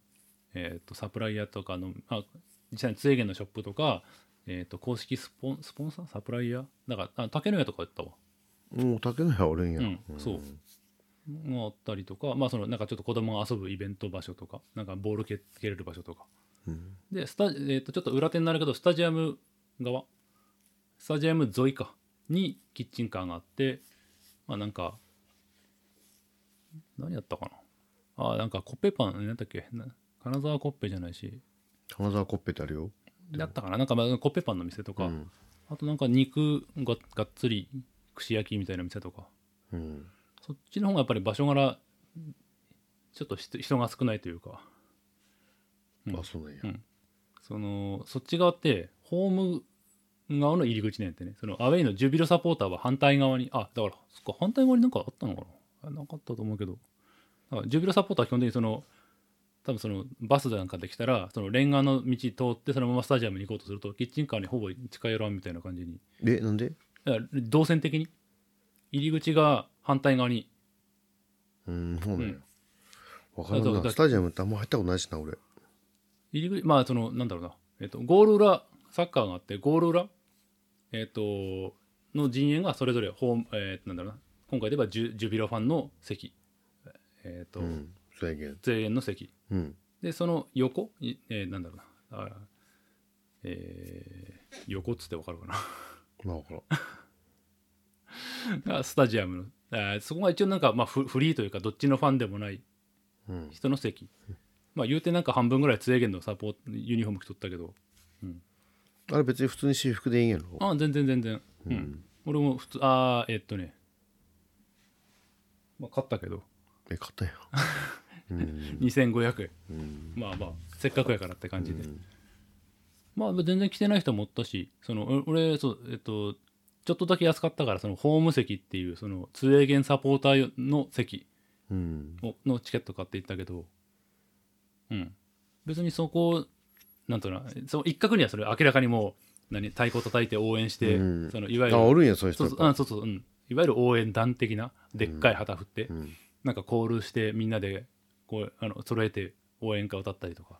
[SPEAKER 1] えっとサプライヤーとかのあ実際に津芸のショップとか、えっと公式スポンスポンサーサプライヤーだからあ竹の屋とかやったわ
[SPEAKER 3] もう竹の屋おるんや、
[SPEAKER 1] うんそうがあったりとかまあそのなんかちょっと子供が遊ぶイベント場所とかなんかボール蹴蹴れる場所とか
[SPEAKER 3] うん
[SPEAKER 1] でスタ、えー、とちょっと裏手になるけどスタジアム側スタジアム沿いかにキッチンカーがあってまあなんか何やったかなあーなんかコッペパン何だっけな金沢コッペじゃないし
[SPEAKER 3] 金沢コッペってあるよ
[SPEAKER 1] だったかななんかまあコッペパンの店とか、
[SPEAKER 3] うん
[SPEAKER 1] あとなんか肉ががっつり串焼きみたいな店とか
[SPEAKER 3] うん、
[SPEAKER 1] そっちの方がやっぱり場所柄ちょっと人人が少ないというかうん
[SPEAKER 3] あそうなんや、
[SPEAKER 1] うんそのそっち側ってホーム側の入り口なんやってねそのアウェイのジュビロサポーターは反対側にあだからそっか反対側になんかあったのかなあなかったと思うけどだからジュビロサポーターは基本的にその多分そのバスなんかできたらそのレンガの道通ってそのままスタジアムに行こうとするとキッチンカーにほぼ近寄らんみたいな感じに
[SPEAKER 3] えなんで
[SPEAKER 1] だから動線的に入り口が反対側に
[SPEAKER 3] うんそうなんや、わ
[SPEAKER 1] だ
[SPEAKER 3] から
[SPEAKER 1] だ
[SPEAKER 3] ん
[SPEAKER 1] だ
[SPEAKER 3] なスタジアムってあんま入ったことないしな俺
[SPEAKER 1] 入り口まあそのなんだろうな、えっとゴール裏サッカーがあってゴール裏、えっとの陣営がそれぞれホーム、えっとなんだろうな今回で言えばジュジュビロファンの席えっと、
[SPEAKER 3] うんそうやけん
[SPEAKER 1] 全員の席
[SPEAKER 3] うん
[SPEAKER 1] でその横、いえーなんだろうなあえー横っつってわかるか
[SPEAKER 3] まあわからん
[SPEAKER 1] な がスタジアムのあーそこが一応なんか、まあ、フフリーというかどっちのファンでもない
[SPEAKER 3] うん
[SPEAKER 1] 人の席まあ言うてなんか半分ぐらいツエゲンのサポートユニフォーム着とったけど
[SPEAKER 3] あれ別に普通に私服でいいんやろ
[SPEAKER 1] あ全然全然うん、俺も普通あーえっとねまあ買ったけど
[SPEAKER 3] え買ったんやうん
[SPEAKER 1] 2500円
[SPEAKER 3] うん
[SPEAKER 1] まあまあせっかくやからって感じで、まあ全然着てない人もおったしそのお俺そうえっとちょっとだけ安かったからそのホーム席っていうそのツエゲンサポーターの席
[SPEAKER 3] うん
[SPEAKER 1] をのチケット買っていったけどうん別にそこなんとなその一角にはそれ明らかにもう何太鼓叩いて応援して、
[SPEAKER 3] うん
[SPEAKER 1] そのいわゆ
[SPEAKER 3] あ
[SPEAKER 1] る
[SPEAKER 3] おるんやそういう人
[SPEAKER 1] そうそ
[SPEAKER 3] やっ
[SPEAKER 1] うあ
[SPEAKER 3] ぱ
[SPEAKER 1] そうそう、うん、いわゆる応援団的なでっかい旗振って、
[SPEAKER 3] うん
[SPEAKER 1] なんかコールしてみんなでこうあの揃えて応援歌歌ったりとか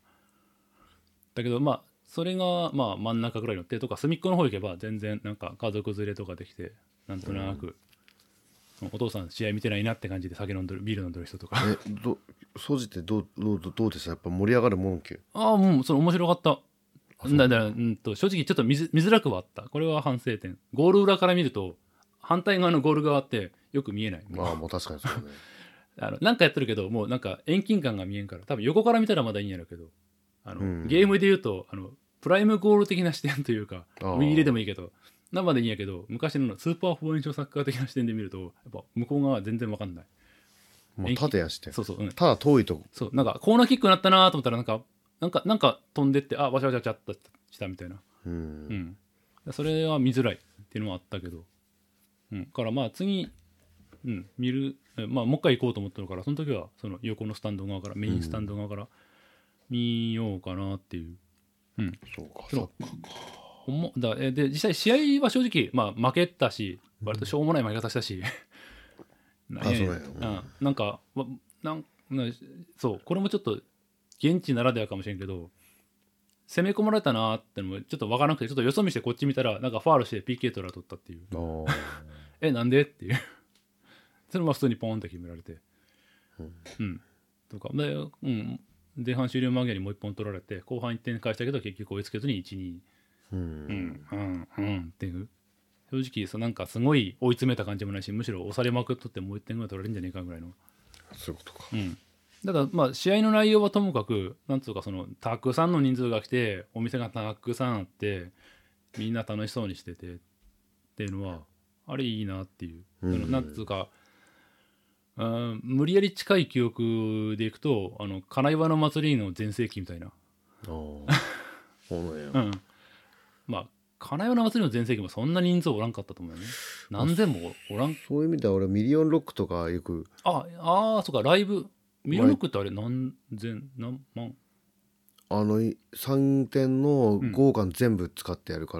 [SPEAKER 1] だけどまあそれがまあ真ん中ぐらいの手とか隅っこの方行けば全然なんか家族連れとかできてなんとなく、お父さん試合見てないなって感じで酒飲んでるビール飲んでる人と か
[SPEAKER 3] えど掃除ってどうどうどうどうでしたやっぱ盛り上がるもんけ
[SPEAKER 1] ああもうそれ面白かっただだうんと正直ちょっと見ず見づらくはあったこれは反省点ゴール裏から見ると反対側のゴール側ってよく見えない
[SPEAKER 3] まあもう確かにそうだ ね
[SPEAKER 1] あのなんかやってるけどもうなんか遠近感が見えんから多分横から見たらまだいいんやろうけどあの、
[SPEAKER 3] うん
[SPEAKER 1] ゲームで言うとあのプライムゴール的な視点というか
[SPEAKER 3] あー
[SPEAKER 1] ウィー入れでもいいけど生でいいんやけど昔のスーパーフォーエンションサッカー的な視点で見るとやっぱ向こう側は全然わかんない
[SPEAKER 3] もうただやんして
[SPEAKER 1] そうそう、うん、
[SPEAKER 3] ただ遠いとこ
[SPEAKER 1] そうなんかコーナーキックになったなと思ったらなんかなんかなんか飛んでってあわしゃわしゃわしゃっとしたみたいな
[SPEAKER 3] うん、
[SPEAKER 1] うん、それは見づらいっていうのもあったけど、うん、からまあ次、うん、見る、えまあ、もう一回行こうと思ってるからその時はその横のスタンド側からメインスタンド側から見ようかなっていう、うん、
[SPEAKER 3] そうか
[SPEAKER 1] そ
[SPEAKER 3] そう
[SPEAKER 1] ほんまだえで実際試合は正直、まあ、負けたし割としょうもない負け方したしなんやねん
[SPEAKER 3] あそうなんや
[SPEAKER 1] うんなんかわなんなそうこれもちょっと現地ならではかもしれんけど攻め込まれたなーってのもちょっと分からなくてちょっとよそ見してこっち見たらなんかファールして PK トラ取ったっていう
[SPEAKER 3] うああ
[SPEAKER 1] えなんでっていう それも普通にポンって決められて
[SPEAKER 3] うん
[SPEAKER 1] うんとかで、うん、前半終了間際にもう1本取られて後半1点返したけど結局追いつけずに12
[SPEAKER 3] う
[SPEAKER 1] うんんうんうんっていう正直そうなんかすごい追い詰めた感じもないしむしろ押されまくっとってもう1点ぐらい取られるんじゃねえかぐらいの
[SPEAKER 3] そういうことか
[SPEAKER 1] うん、ただまあ試合の内容はともかくなんつうかそのたくさんの人数が来てお店がたくさんあってみんな楽しそうにしててっていうのはあれいいなっていう、
[SPEAKER 3] うん
[SPEAKER 1] あのなんつうかうん無理やり近い記憶でいくとあの金岩の祭りの全盛期みたいな、
[SPEAKER 3] ああそうなんや
[SPEAKER 1] うん、まあ金岩の祭りの全盛期もそんな人数おらんかったと思うよね何千もおらん
[SPEAKER 3] そういう意味では俺ミリオンロックとかよく
[SPEAKER 1] ああーそうかライブミルノックってあれ何千何万
[SPEAKER 3] あのい3点の豪華全部使ってやるか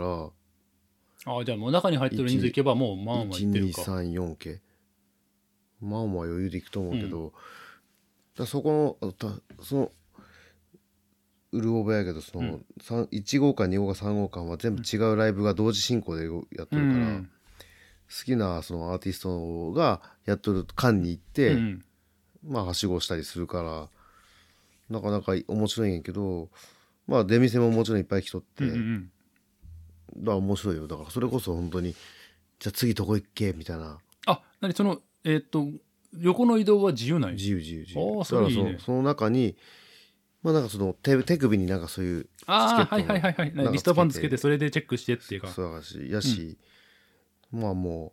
[SPEAKER 3] ら、
[SPEAKER 1] ああじゃあもう中に入ってる人数いけばもうまあまあいってるか。
[SPEAKER 3] 1234系まあまあ余裕でいくと思うけど、だからそこのあたそのうる覚えやけどそうの、
[SPEAKER 1] ん
[SPEAKER 3] 三1号館2号館3号館は全部違うライブが同時進行でやって
[SPEAKER 1] う
[SPEAKER 3] るから、
[SPEAKER 1] ん
[SPEAKER 3] 好きなそのアーティストがやっとる館に行って、
[SPEAKER 1] うん
[SPEAKER 3] まあはしごしたりするからなかなか面白いんやけどまあ出店ももちろんいっぱい来とって、
[SPEAKER 1] うんうん
[SPEAKER 3] だから面白いよだからそれこそ本当にじゃあ次どこ行っけみたいな
[SPEAKER 1] あなにそのえーっと横の移動は自由ない
[SPEAKER 3] 自由自由自
[SPEAKER 1] お
[SPEAKER 3] 由
[SPEAKER 1] ー
[SPEAKER 3] だ
[SPEAKER 1] そ
[SPEAKER 3] か
[SPEAKER 1] れ
[SPEAKER 3] ら
[SPEAKER 1] いい
[SPEAKER 3] そ
[SPEAKER 1] ね
[SPEAKER 3] のその中にまあなんかその手手首になんかそういう
[SPEAKER 1] ああはい
[SPEAKER 3] チケット
[SPEAKER 1] はいはいはい
[SPEAKER 3] なんか
[SPEAKER 1] リストバンドつけてそれでチェックしてっていうか
[SPEAKER 3] そうだしやし、まあも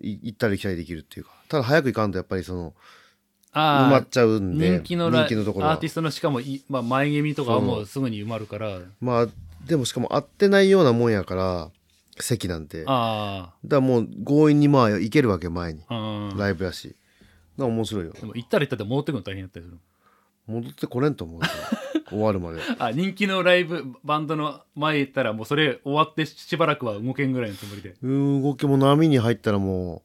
[SPEAKER 3] うい行ったり来たりできるっていうかただ早く行かんとやっぱりその埋ま
[SPEAKER 1] ああ
[SPEAKER 3] っちゃうんで
[SPEAKER 1] 人気のライ
[SPEAKER 3] 人気のところ
[SPEAKER 1] アー
[SPEAKER 3] は
[SPEAKER 1] ティストのしかもい、まあ、前気味とかは
[SPEAKER 3] そう
[SPEAKER 1] もうすぐに埋まるから
[SPEAKER 3] まあでもしかも合ってないようなもんやから席なんてだか
[SPEAKER 1] あ
[SPEAKER 3] らもう強引にまあ行けるわけ前に
[SPEAKER 1] あああ
[SPEAKER 3] ライブやしだから面白いよ
[SPEAKER 1] でも行ったら行ったって戻ってくるの大変だったりする
[SPEAKER 3] 戻ってこれんと思うよ 終わるまで
[SPEAKER 1] あ人気のライブバンドの前行ったらもうそれ終わってしばらくは動けんぐらいのつもりで
[SPEAKER 3] うん動きも波に入ったらも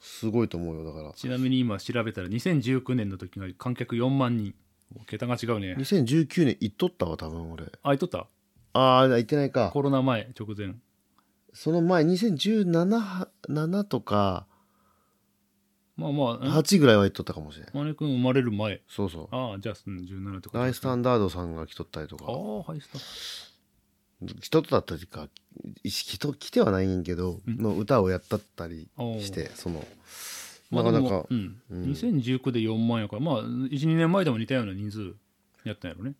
[SPEAKER 3] うすごいと思うよだから
[SPEAKER 1] ちなみに今調べたら2019年の時が観客4万人桁が違うね
[SPEAKER 3] 2019年行っとったわ多分俺
[SPEAKER 1] あいとった
[SPEAKER 3] ああ行ってないか
[SPEAKER 1] コロナ前直前
[SPEAKER 3] その前2017は7とか
[SPEAKER 1] まあまあ
[SPEAKER 3] 8ぐらいは行っとったかもしれない
[SPEAKER 1] マネ君生まれる前
[SPEAKER 3] そうそ
[SPEAKER 1] ああじゃあうん17と
[SPEAKER 3] う
[SPEAKER 1] か
[SPEAKER 3] ライスタンダードさんが来とったりと
[SPEAKER 1] あ
[SPEAKER 3] か
[SPEAKER 1] あハイスタ
[SPEAKER 3] 人とだったりかい人来てはないんやけどの歌をやったったりしてそのなかな
[SPEAKER 1] で
[SPEAKER 3] か
[SPEAKER 1] もうん、
[SPEAKER 3] うん
[SPEAKER 1] 2019で4万やからまあ12年前でも似たような人数やったんやろね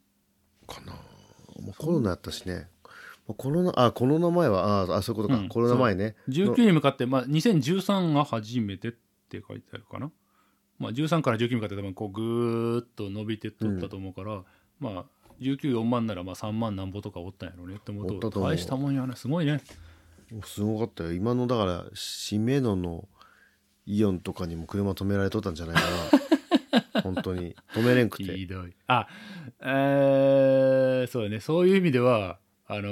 [SPEAKER 3] かなもうコロナやったしねまあコロナあコロナ前はあーあそういうことか、
[SPEAKER 1] うん
[SPEAKER 3] コロナ前ね
[SPEAKER 1] 19に向かって、まあ、2013が初めてって書いてあるかな、まあ、13から19に向かって多分こうぐーっと伸びてっとったと思うから、まあ194万ならまあ3万なんぼとかおったんやろうねって思
[SPEAKER 3] お
[SPEAKER 1] う
[SPEAKER 3] っ
[SPEAKER 1] と
[SPEAKER 3] たと思う
[SPEAKER 1] 大したもんやねすごいね
[SPEAKER 3] すごかったよ今のだから姫野のイオンとかにも車止められとったんじゃないか な本当に止めれんくて
[SPEAKER 1] ひどいあえー、そうねそういう意味ではあの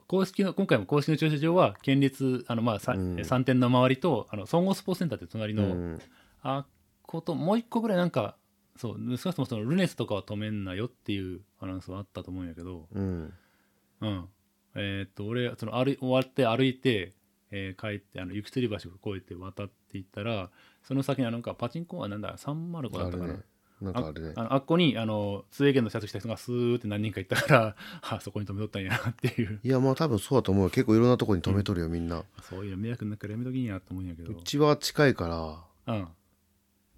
[SPEAKER 1] ー公式の今回も公式の駐車場は県立あのまあ、さ
[SPEAKER 3] うん
[SPEAKER 1] 3点の周りとあの総合スポーツセンターって隣
[SPEAKER 3] う
[SPEAKER 1] の、
[SPEAKER 3] ん
[SPEAKER 1] あこともう一個ぐらいなんかそう少なくともそのルネスとかは止めんなよっていうアナウンスはあったと思うんやけど、
[SPEAKER 3] うん
[SPEAKER 1] うん、えーっと俺その歩い終わって歩いて、えー帰ってあの行きつり橋を越えて渡っていったらその先にあのなんかパチンコはなんだ305だ
[SPEAKER 3] あ
[SPEAKER 1] っ
[SPEAKER 3] れ
[SPEAKER 1] たかな、
[SPEAKER 3] ねなんかあれね
[SPEAKER 1] あのあっこにあの通営権のシャツ着た人がスーって何人か行ったから あそこに止めとったんやなっていう
[SPEAKER 3] いやまあ多分そうだと思うよ結構いろんなとこに止めとるよみんな、
[SPEAKER 1] そういうの迷惑になるからやめときんやと思うんやけど
[SPEAKER 3] うちは近いから
[SPEAKER 1] うん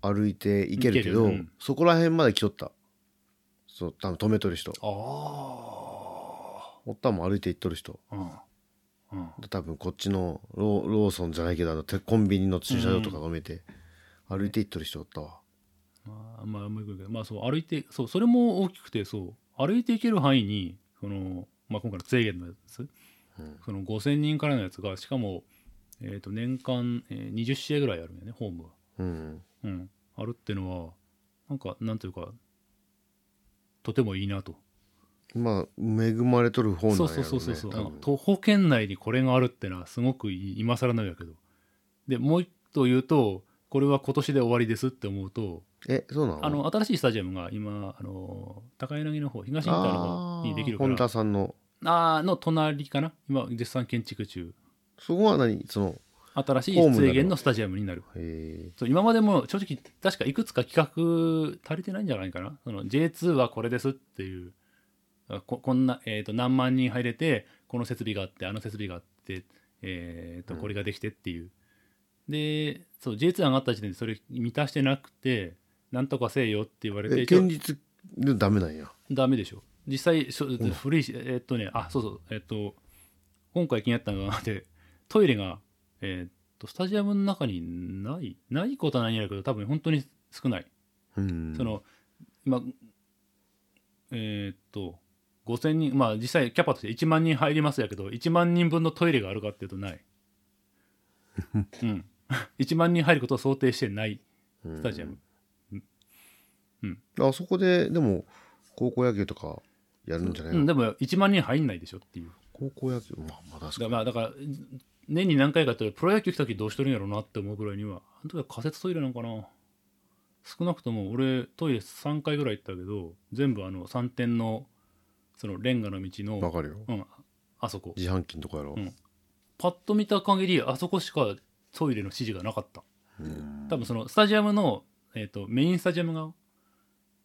[SPEAKER 3] 歩いて行けるけど
[SPEAKER 1] 行けるうん
[SPEAKER 3] そこら辺まで来とったそう多分止めとる人
[SPEAKER 1] あ
[SPEAKER 3] おったんも歩いて行っとる人
[SPEAKER 1] あうんうん
[SPEAKER 3] 多分こっちのローローソンじゃないけどあのてコンビニの駐車場とか止めて、歩いて行っとる人おったわ
[SPEAKER 1] まああんまりよくないけどまあそう歩いてそうそれも大きくてそう歩いていける範囲にその、まあ、今回の制限のやつ
[SPEAKER 3] うん
[SPEAKER 1] その5,000人からのやつがしかも、えー、と年間、えー20試合ぐらいあるんだよねホームは、
[SPEAKER 3] うん
[SPEAKER 1] うん、あるってのはなんかなんというかとてもいいなと
[SPEAKER 3] まあ恵まれとる方なんや
[SPEAKER 1] そ
[SPEAKER 3] ろ
[SPEAKER 1] う
[SPEAKER 3] ね
[SPEAKER 1] そうそうそうそう、
[SPEAKER 3] 多
[SPEAKER 1] なん
[SPEAKER 3] 分
[SPEAKER 1] か徒歩圏内にこれがあるってのはすごくいい今更なわけどでもう一度言うとこれは今年で終わりですって思うと
[SPEAKER 3] えそうなの
[SPEAKER 1] あの新しいスタジアムが今あの高柳の方東インターの方にできるか
[SPEAKER 3] あー
[SPEAKER 1] ら
[SPEAKER 3] 本田さんの
[SPEAKER 1] あーの隣かな今絶賛建築中
[SPEAKER 3] そこは何その
[SPEAKER 1] 新しい
[SPEAKER 3] ホームだろ
[SPEAKER 1] 制限のスタジアムになる
[SPEAKER 3] へ
[SPEAKER 1] そう今までも正直確かいくつか企画足りてないんじゃないかなその J2 はこれですっていうあここんな、えー、と何万人入れてこの設備があってあの設備があって、えー、と
[SPEAKER 3] うん
[SPEAKER 1] これができてっていう、でそう J2 上がった時点でそれ満たしてなくてなんとかせえよって言われ
[SPEAKER 3] え
[SPEAKER 1] て
[SPEAKER 3] え現実でダメなんや
[SPEAKER 1] ダメでしょ実際しょ
[SPEAKER 3] ん
[SPEAKER 1] 古いしえーっとねあそうそうえーっと今回気になったのがでトイレがえーっとスタジアムの中にないないことはないんやけど多分本当に少ない、
[SPEAKER 3] うん
[SPEAKER 1] その今えーっと5000人まあ実際キャパとして1万人入りますやけど1万人分のトイレがあるかっていうと ないうん1万人 入ることを想定してないスタジアム、
[SPEAKER 3] あそこででも高校野球とかやるんじゃない
[SPEAKER 1] うん
[SPEAKER 3] の、
[SPEAKER 1] でも1万人入んないでしょっていう
[SPEAKER 3] 高校野球まあまあ確か
[SPEAKER 1] だ
[SPEAKER 3] に
[SPEAKER 1] まあだから年に何回かやってプロ野球来た時どうしとるんやろうなって思うぐらいにはあの時は仮設トイレなんかな少なくとも俺トイレ3回ぐらい行ったけど全部あの3点のそのレンガの道
[SPEAKER 3] わ
[SPEAKER 1] の、
[SPEAKER 3] かるよ
[SPEAKER 1] うん、あそこ
[SPEAKER 3] 自販機のとこやろ
[SPEAKER 1] うんパッと見た限りあそこしかトイレの指示がなかった
[SPEAKER 3] うん
[SPEAKER 1] 多分そのスタジアムの、えー、とメインスタジアムが、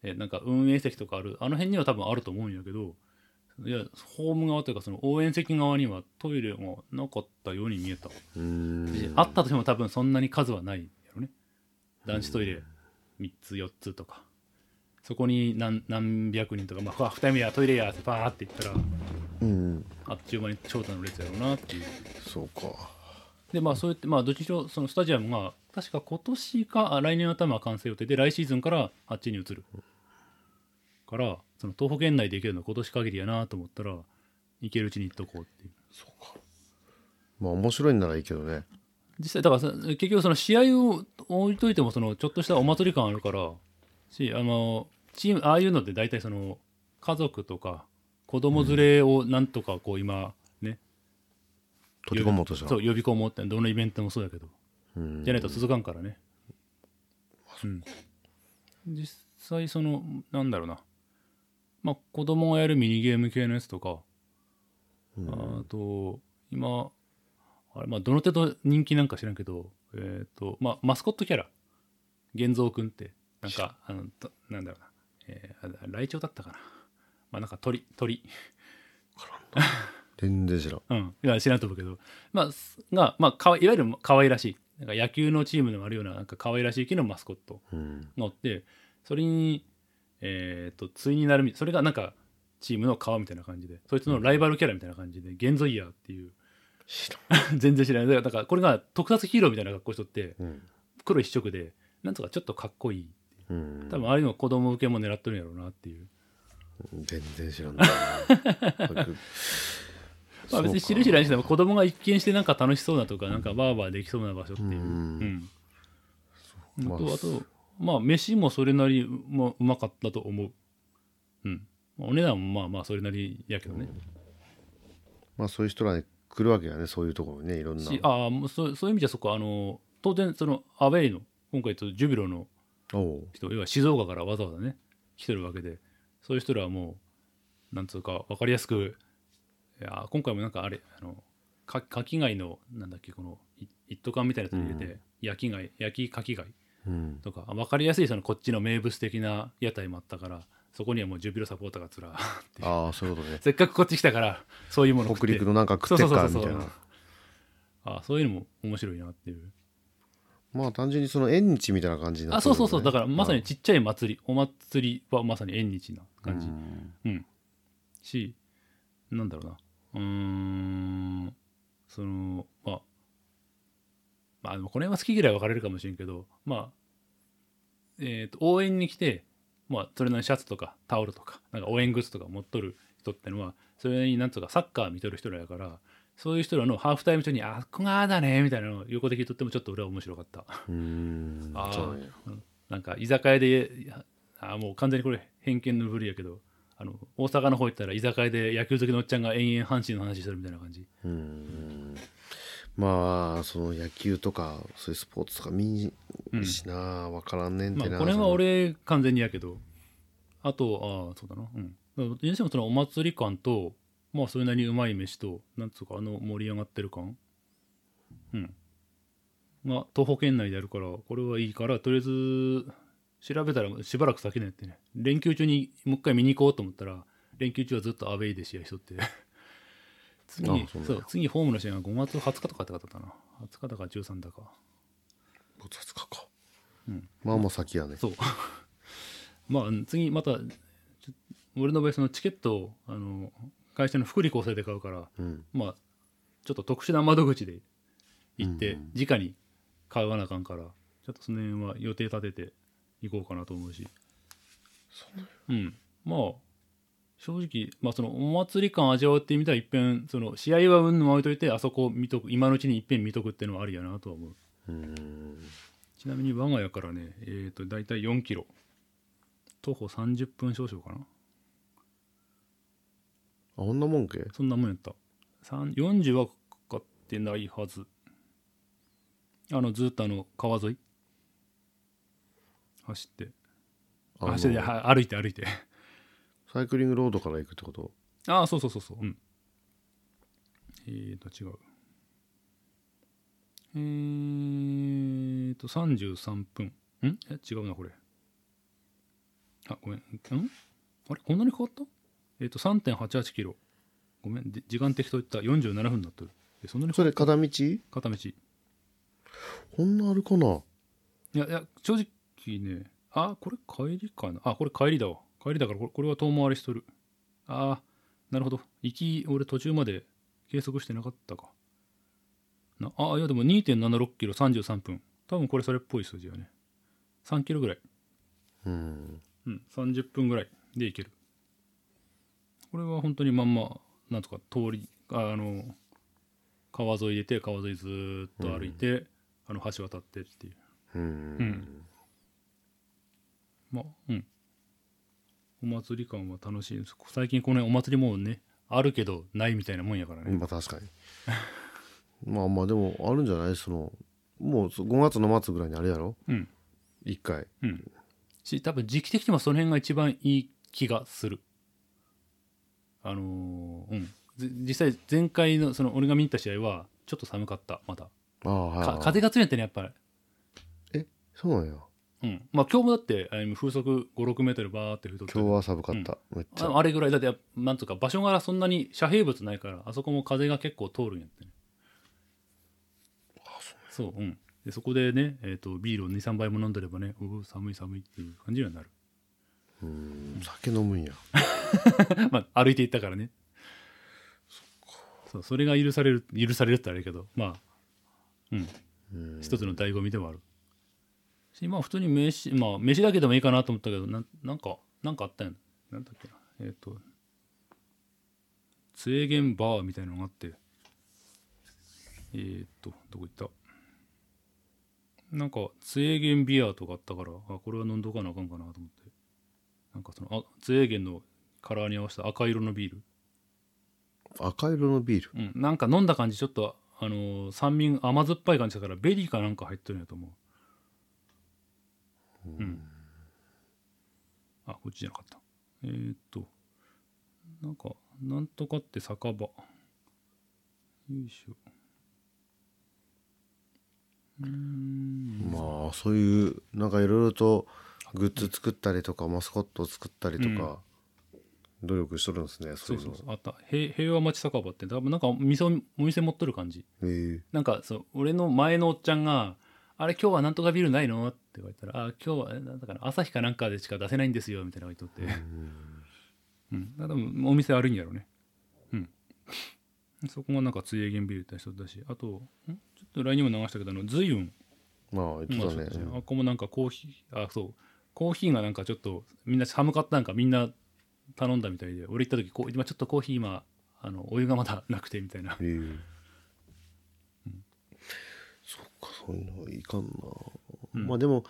[SPEAKER 1] えーなんか運営席とかあるあの辺には多分あると思うんやけどいやホーム側というかその応援席側にはトイレがなかったように見えた、
[SPEAKER 3] うん
[SPEAKER 1] あったとしても多分そんなに数はないやろね男子トイレ3つ4つとかそこに何何百人とか、まあ、2人目はトイレやってバーって行ったら
[SPEAKER 3] うん
[SPEAKER 1] あっちゅう間に翔太の列やろうなっていう
[SPEAKER 3] そうか
[SPEAKER 1] でまあそうやってまあどっちにしろそのスタジアムが確か今年かあ来年の頭は完成予定で来シーズンからあっちに移るからその東北圏内で行けるのは今年限りやなと思ったら行けるうちに行っとこうっていう
[SPEAKER 3] そうかまあ面白いんならいいけどね
[SPEAKER 1] 実際だからさ結局その試合を置いといてもそのちょっとしたお祭り感あるからしあのチームああいうのって大体その家族とか子供連れをなんとかこう今ね、
[SPEAKER 3] 閉じ込もうとしたら
[SPEAKER 1] そう呼び込もうってどのイベントもそうだけど
[SPEAKER 3] うん
[SPEAKER 1] じゃないと続かんからね。うん、実際そのなんだろうな、まあ、子供がやるミニゲーム系のやつとか、あと今あれ、まあ、どの程度人気なんか知らんけど、えーとまあ、マスコットキャラ玄三君ってなんかあのとなんだろうな、えーあライチョウだったかな、まあ、なんか鳥鳥。
[SPEAKER 3] 全然知らん
[SPEAKER 1] うん、いや知らんと思うけど、まあ、すが、まあ、かわいいわゆる可愛らしいなんか野球のチームでもあるようななんか可愛らしい系のマスコット
[SPEAKER 3] うん
[SPEAKER 1] がおってそれに、えー、と対になるみそれがなんかチームの顔みたいな感じでそいつのライバルキャラみたいな感じでゲンゾイヤーっていう
[SPEAKER 3] 知ら
[SPEAKER 1] 全然知らないだからこれが特撮ヒーローみたいな格好しとって
[SPEAKER 3] んうん
[SPEAKER 1] 黒一色でなんとかちょっとかっこいい
[SPEAKER 3] うん
[SPEAKER 1] 多分ああいうの子供受けも狙っとるんやろうなっていう、
[SPEAKER 3] 全然知らんな
[SPEAKER 1] まあ、別に知る知らないしても子供が一見してなんか楽しそうなとかなんかバーバーできそうな場所っていう、
[SPEAKER 3] うん
[SPEAKER 1] うん、あ
[SPEAKER 3] まあ
[SPEAKER 1] とあとまあ飯もそれなりうまうまかったと思ううんまあお値段もまあまあそれなりやけどね、
[SPEAKER 3] まあそういう人らに来るわけやねそういうところにねいろんな
[SPEAKER 1] しああもうそうそういう意味じゃそこあの当然そのアウェイの今回とジュビロの
[SPEAKER 3] おう
[SPEAKER 1] 人要は静岡からわざわざね来てるわけでそういう人らはもうなんつうか分かりやすくいやー今回もなんかあれあのかカキ貝のなんだっけこのい一斗缶みたいなやつに入れて、焼き貝焼きカキ貝
[SPEAKER 3] うん
[SPEAKER 1] とか分かりやすいそのこっちの名物的な屋台もあったからそこにはもうジュビロサポーターがつら ーって
[SPEAKER 3] ああそういうことね
[SPEAKER 1] せっかくこっち来たからそういうもの食っ
[SPEAKER 3] 北
[SPEAKER 1] て
[SPEAKER 3] 陸のなんか食ってっか
[SPEAKER 1] そうそう
[SPEAKER 3] みたい
[SPEAKER 1] そうそう
[SPEAKER 3] な
[SPEAKER 1] あーそういうのも面白いなっていう
[SPEAKER 3] まあ単純にその縁日みたいな感じにな
[SPEAKER 1] あ
[SPEAKER 3] って
[SPEAKER 1] そ
[SPEAKER 3] る
[SPEAKER 1] う
[SPEAKER 3] よね
[SPEAKER 1] そうそうだからまさにちっちゃい祭りお祭りはまさに縁日な感じ、
[SPEAKER 3] うん
[SPEAKER 1] しなんだろうなうーんそのまあまあでもこの辺は好き嫌い分かれるかもしれんけどまあえーと応援に来て、まあ、それなりにシャツとかタオルとかなんか応援グッズとか持っとる人ってのはそれなりになんとかサッカー見とる人らやからそういう人らのハーフタイム中に「あこがーだね」みたいなのを横で聞いとってもちょっと俺は面白かった。
[SPEAKER 3] うーん
[SPEAKER 1] あー
[SPEAKER 3] そうね
[SPEAKER 1] なんか居酒屋でいやあーもう完全にこれ偏見のぶりやけどあの大阪の方行ったら居酒屋で野球好きのおっちゃんが延々阪神の話してるみたいな感じ
[SPEAKER 3] うーんまあその野球とかそういうスポーツとか見んしな、わからんねんっ
[SPEAKER 1] ま
[SPEAKER 3] て
[SPEAKER 1] あ
[SPEAKER 3] な、
[SPEAKER 1] これは俺完全にやけどあとああそうだなうんだからどうしてもそのお祭り感とまあそれなりにうまい飯となんつうかあの盛り上がってる感うんが徒歩圏内であるからこれはいいからとりあえず調べたらしばらく先ねってね連休中にもう一回見に行こうと思ったら連休中はずっとアウェイで試合しとって 次
[SPEAKER 3] あ
[SPEAKER 1] に
[SPEAKER 3] そうなん
[SPEAKER 1] そ
[SPEAKER 3] や
[SPEAKER 1] う次ホームの試合が5月20日とかって方だったな20日だか13だか
[SPEAKER 3] 5月かか、
[SPEAKER 1] うん
[SPEAKER 3] まあもう先やね
[SPEAKER 1] そう まあ次またちょ俺の場合そのチケットをあの会社の福利厚生で買うから
[SPEAKER 3] うん
[SPEAKER 1] まあちょっと特殊な窓口で行って、
[SPEAKER 3] うんうん
[SPEAKER 1] 直に買わなあかんからちょっとその辺は予定立てて行こうかなと思うしうんまあ正直、まあ、そのお祭り感味わってみたら一遍その試合はうんぬん置いといてあそこを見とく今のうちに一遍見とくっていうのはありやなとは思う
[SPEAKER 3] うーん
[SPEAKER 1] ちなみに我が家からね、えっ、ー、と、大体4キロ。徒歩30分少々かな。
[SPEAKER 3] あこんなもんけ
[SPEAKER 1] そんなもんやった。3 40はかかってないはず。あの、ずっとあの、川沿い走って。
[SPEAKER 3] あの
[SPEAKER 1] 走って、は歩いて歩いて。
[SPEAKER 3] サイクリングロードから行くってこと
[SPEAKER 1] ああ、そうそうそうそう。うん。えーと、違う。えーと、33分。んえ、違うな、これ。あ、ごめん。んあれこんなに変わったえーと、3.88キロ。ごめん。で時間的といった47分になってる。え、そんなに
[SPEAKER 3] それ片道
[SPEAKER 1] 片道。い
[SPEAKER 3] こんなあるかな
[SPEAKER 1] や、いや、正直ね。あ、これ帰りかな。あ、これ帰りだわ。帰りだから、これこれは遠回りしとる。ああ、なるほど。行き、俺途中まで計測してなかったか。なあ、いやでも2.76キロ33分。多分これそれっぽい数字よね。3キロぐらい。
[SPEAKER 3] うん
[SPEAKER 1] うん、30分ぐらいで行ける。これは本当にまんま、なんとか通り、ああの、川沿い出て、川沿いずーっと歩いて、あの橋渡ってっていう。
[SPEAKER 3] うん、
[SPEAKER 1] んまあ、うん。お祭り感は楽しいです。最近この辺お祭りもうね、あるけどないみたいなもんやからね。
[SPEAKER 3] まあ確かに まあまあでもあるんじゃないそのもう5月の末ぐらいにあれやろ
[SPEAKER 1] うん
[SPEAKER 3] 一回
[SPEAKER 1] し多分時期的にもその辺が一番いい気がするあのーうんぜ実際前回のその俺が見に行った試合はちょっと寒かったまだ
[SPEAKER 3] ああはい
[SPEAKER 1] か
[SPEAKER 3] はい
[SPEAKER 1] 風が強いんやってねやっぱり
[SPEAKER 3] そうなんや
[SPEAKER 1] うんまあ今日もだってあの風速56メートルバーって吹いとって
[SPEAKER 3] 今日は寒かった、めっちゃ
[SPEAKER 1] ああれぐらいだってやっぱなんとか場所柄そんなに遮蔽物ないからあそこも風が結構通るんやってねそううんでそこでね、えー、とビールを23杯も飲んでればねうう寒い寒いっていう感じにはなる
[SPEAKER 3] うん酒飲むんや
[SPEAKER 1] まあ歩いていったからねそうそれが許される許されるってあれやけどまあうん
[SPEAKER 3] うん
[SPEAKER 1] 一つの醍醐味ではあるしまあ普通に飯まあ飯だけでもいいかなと思ったけどなんなんかなんかあったんやなんだっけなえっ、と制限バーみたいなのがあってえっ、とどこ行ったなんか制限ビアとかあったからあこれは飲んどかなあかんかなと思ってなんかそのあ制限のカラーに合わせた赤色のビール
[SPEAKER 3] 赤色のビール
[SPEAKER 1] うん、なんか飲んだ感じちょっと、あのー酸味甘酸っぱい感じだからベリーかなんか入ってるんやと思ううん、あこっちじゃなかったえー、っとなんかなんとかって酒場よいしょうーん
[SPEAKER 3] まあそういうなんかいろいろとグッズ作ったりとかマスコットを作ったりとか、努力しとるんですねそ
[SPEAKER 1] そうう
[SPEAKER 3] いう
[SPEAKER 1] そう
[SPEAKER 3] の
[SPEAKER 1] そうあった平平和町酒場って多分なんかお店お店持っとる感じ
[SPEAKER 3] えー
[SPEAKER 1] なんかそう俺の前のおっちゃんが「あれ今日はなんとかビールないの?」って言われたら「あ今日はえなんだかな朝日かなんかでしか出せないんですよ」みたいなのが言っとって、うん、だから多分お店悪いんやろうねうんそこがなんか水泳源ビールって人だしあとんちょっと LINE にも流したけどあの随分
[SPEAKER 3] まあ言ってたね、
[SPEAKER 1] あここもなんかコーヒーあそうコーヒーがなんかちょっとみんな寒かったんかみんな頼んだみたいで俺行った時こう今ちょっとコーヒー今あのお湯がまだなくてみたいな
[SPEAKER 3] ええそっかそういうのはいかんな、
[SPEAKER 1] ん
[SPEAKER 3] まあでも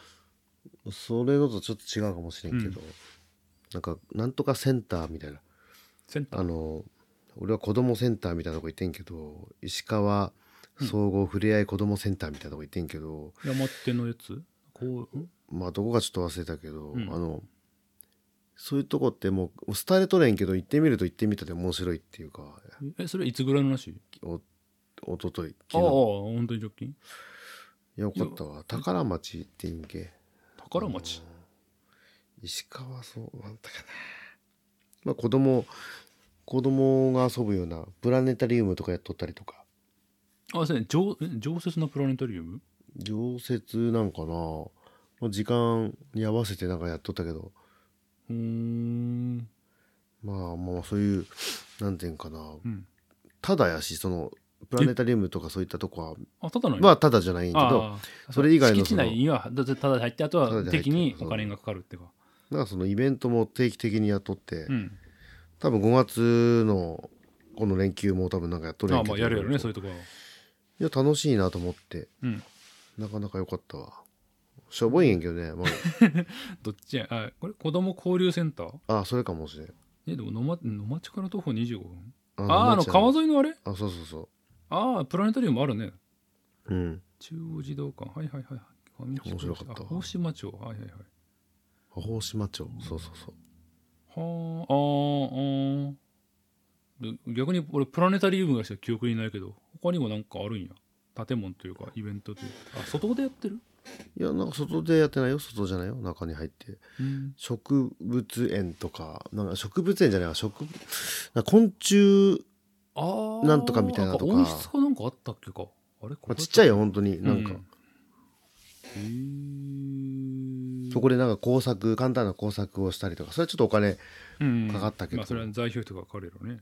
[SPEAKER 3] それのとちょっと違うかもしれんけど、なんかなんとかセンターみたいな
[SPEAKER 1] センタ
[SPEAKER 3] あ
[SPEAKER 1] ー
[SPEAKER 3] の俺は子どもセンターみたいなとこ行ってんけど石川総合ふれあい子どもセンターみたいなとこ行ってんけど、
[SPEAKER 1] 山手のやつこう、ん
[SPEAKER 3] まあどこかちょっと忘れたけど、
[SPEAKER 1] うん
[SPEAKER 3] あのそういうとこってもう廃れとれんけど行ってみると行ってみたで面白いっていうか
[SPEAKER 1] えそれいつぐらいの話
[SPEAKER 3] おおととい
[SPEAKER 1] ああ
[SPEAKER 3] 昨日
[SPEAKER 1] 本当に直近
[SPEAKER 3] よかったわ宝町行ってんけ
[SPEAKER 1] 宝町
[SPEAKER 3] 石川そうなんだかなまあ子供子供が遊ぶようなプラネタリウムとかやっとったりとか
[SPEAKER 1] あそうね常え常設のプラネタリウム
[SPEAKER 3] 常設なんかな、まあ、時間に合わせてなんかやっとったけど
[SPEAKER 1] うーん
[SPEAKER 3] まあまあそういうなんていうんかな、
[SPEAKER 1] ん
[SPEAKER 3] ただやしそのプラネタリウムとかそういったとこは
[SPEAKER 1] あただの
[SPEAKER 3] まあただじゃないんやけど
[SPEAKER 1] ああ
[SPEAKER 3] それ以外の
[SPEAKER 1] 敷地
[SPEAKER 3] その
[SPEAKER 1] 内にはだってただ入ってあと
[SPEAKER 3] ただ
[SPEAKER 1] は
[SPEAKER 3] で入って
[SPEAKER 1] 敵にお金がかかるってか
[SPEAKER 3] なんかそのイベントも定期的にやっとって、
[SPEAKER 1] うん
[SPEAKER 3] 多分5月のこの連休も多分なんかやっとるん
[SPEAKER 1] ああ
[SPEAKER 3] やけど
[SPEAKER 1] まあやるやるねそういうとこは、
[SPEAKER 3] いや楽しいなと思って
[SPEAKER 1] うん、
[SPEAKER 3] なかなか良かったわしょぼいんやけどね、ま
[SPEAKER 1] どっちやあこれ子供交流センター
[SPEAKER 3] あ、あそれかもしれん
[SPEAKER 1] えでも野間野町から徒歩25分
[SPEAKER 3] あ
[SPEAKER 1] あああの川
[SPEAKER 3] あ
[SPEAKER 1] 沿いのあれ
[SPEAKER 3] そうそうそ
[SPEAKER 1] ああプラネタリウムあるね
[SPEAKER 3] ううん
[SPEAKER 1] 中央児童館はいはいはいはい
[SPEAKER 3] 面白かった
[SPEAKER 1] あ大島町はいはいはい
[SPEAKER 3] 大島町そうそうそう
[SPEAKER 1] はああーあーで逆に俺プラネタリウムがしか記憶にないけど他にもなんかあるんや建物というかイベントというかあ外でやってる
[SPEAKER 3] いやなんか外でやってないよ外じゃないよ中に入って
[SPEAKER 1] うん
[SPEAKER 3] 植物園とかなんか植物園じゃないわ植なんか昆虫、
[SPEAKER 1] ああ
[SPEAKER 3] なんとかみたいなとか
[SPEAKER 1] 温室かなんかあったっけかあれこ
[SPEAKER 3] まあ、
[SPEAKER 1] れ
[SPEAKER 3] ちっちゃいよ本当になんか、
[SPEAKER 1] うへえ
[SPEAKER 3] そこでなんか工作簡単な工作をしたりとかそれはちょっとお金
[SPEAKER 1] か
[SPEAKER 3] かかったけど
[SPEAKER 1] まあ、それは財費とかかかるよね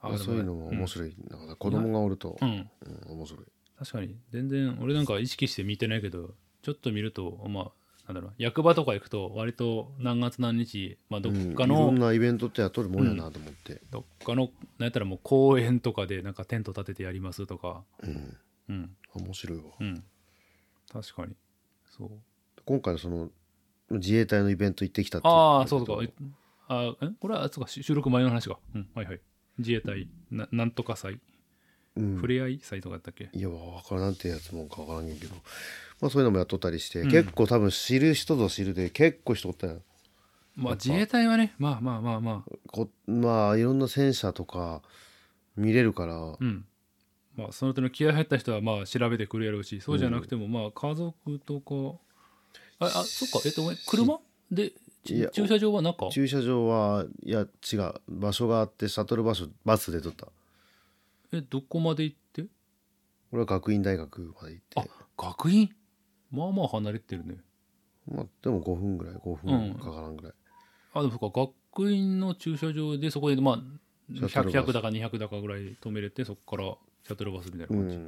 [SPEAKER 1] あ
[SPEAKER 3] そういうのも面
[SPEAKER 1] い、
[SPEAKER 3] 白い、なんか子供がおると
[SPEAKER 1] う、んうん
[SPEAKER 3] うん面白い
[SPEAKER 1] 確かに全然俺なんか意識して見てないけどちょっと見るとまあなんだろう役場とか行くと割と何月何日、まあ、どっか
[SPEAKER 3] うんい
[SPEAKER 1] の、
[SPEAKER 3] ろんなイベントってやっとるもんやなと思って、
[SPEAKER 1] どっかのなんやったらもう公園とかでなんかテント立ててやりますとか
[SPEAKER 3] うん
[SPEAKER 1] うん
[SPEAKER 3] 面白いわ
[SPEAKER 1] うん確かにそう
[SPEAKER 3] 今回のその自衛隊のイベント行ってきたって言った
[SPEAKER 1] ああ
[SPEAKER 3] けど
[SPEAKER 1] そうとかえあえこれはそうか収録前の話かうんはいはい自衛隊ななんとか祭、
[SPEAKER 3] うん
[SPEAKER 1] ふれあい祭とかだったっけ
[SPEAKER 3] いやわからんなんてやつもんかわからんけど、まあ、そういうのもやっとったりして、結構多分知る人ぞ知るで結構人おったよ
[SPEAKER 1] まあ自衛隊はねまあまあまあまあ
[SPEAKER 3] こまあいろんな戦車とか見れるから、
[SPEAKER 1] うんまあその点の気合入った人はまあ調べてくれやろうしそうじゃなくてもまあ家族とかああそっかえっとごめん車でち
[SPEAKER 3] いや
[SPEAKER 1] 駐車場は中
[SPEAKER 3] 駐車場はいや違う場所があってシャトルバスバスで撮った
[SPEAKER 1] えどこまで行って
[SPEAKER 3] 俺は学院大学まで行って
[SPEAKER 1] あ学院まあまあ離れてるね
[SPEAKER 3] まあでも5分ぐらい5
[SPEAKER 1] うん
[SPEAKER 3] 分かからんぐらい、
[SPEAKER 1] あでもそっか学院の駐車場でそこでまあ
[SPEAKER 3] シャトルバス
[SPEAKER 1] 100, 100だか200だかぐらい止めれてそこからシャトルバスみたいな
[SPEAKER 3] う
[SPEAKER 1] 感じ、
[SPEAKER 3] ん、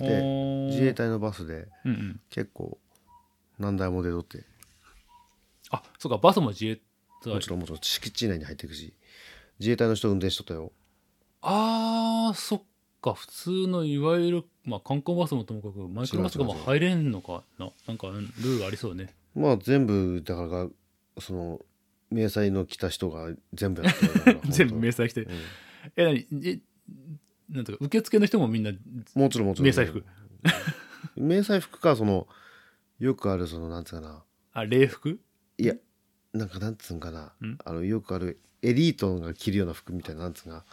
[SPEAKER 1] あー
[SPEAKER 3] 自衛隊のバスで
[SPEAKER 1] うんうん
[SPEAKER 3] 結構何台も出とって
[SPEAKER 1] あそっかバスも自衛隊
[SPEAKER 3] もちろんもちろん敷地内に入っていくし自衛隊の人運転しとったよ
[SPEAKER 1] あーそっか普通のいわゆる、まあ、観光バスもともかくマイクロバスがまあ
[SPEAKER 3] 違う違う違う
[SPEAKER 1] 入れんのかななんかうんルールありそうね
[SPEAKER 3] まあ全部だからがその迷彩の来た人が全部やっ てるから本 当
[SPEAKER 1] 全部迷彩して、え何えなんとか受付の人もみんな
[SPEAKER 3] もちろんもちろん
[SPEAKER 1] 迷彩服
[SPEAKER 3] 迷彩服かそのよくあるそのなんつうかな
[SPEAKER 1] あ礼服
[SPEAKER 3] いやなんかなんつうんかな、
[SPEAKER 1] うん
[SPEAKER 3] あのよくあるエリートが着るような服みたいななんつうか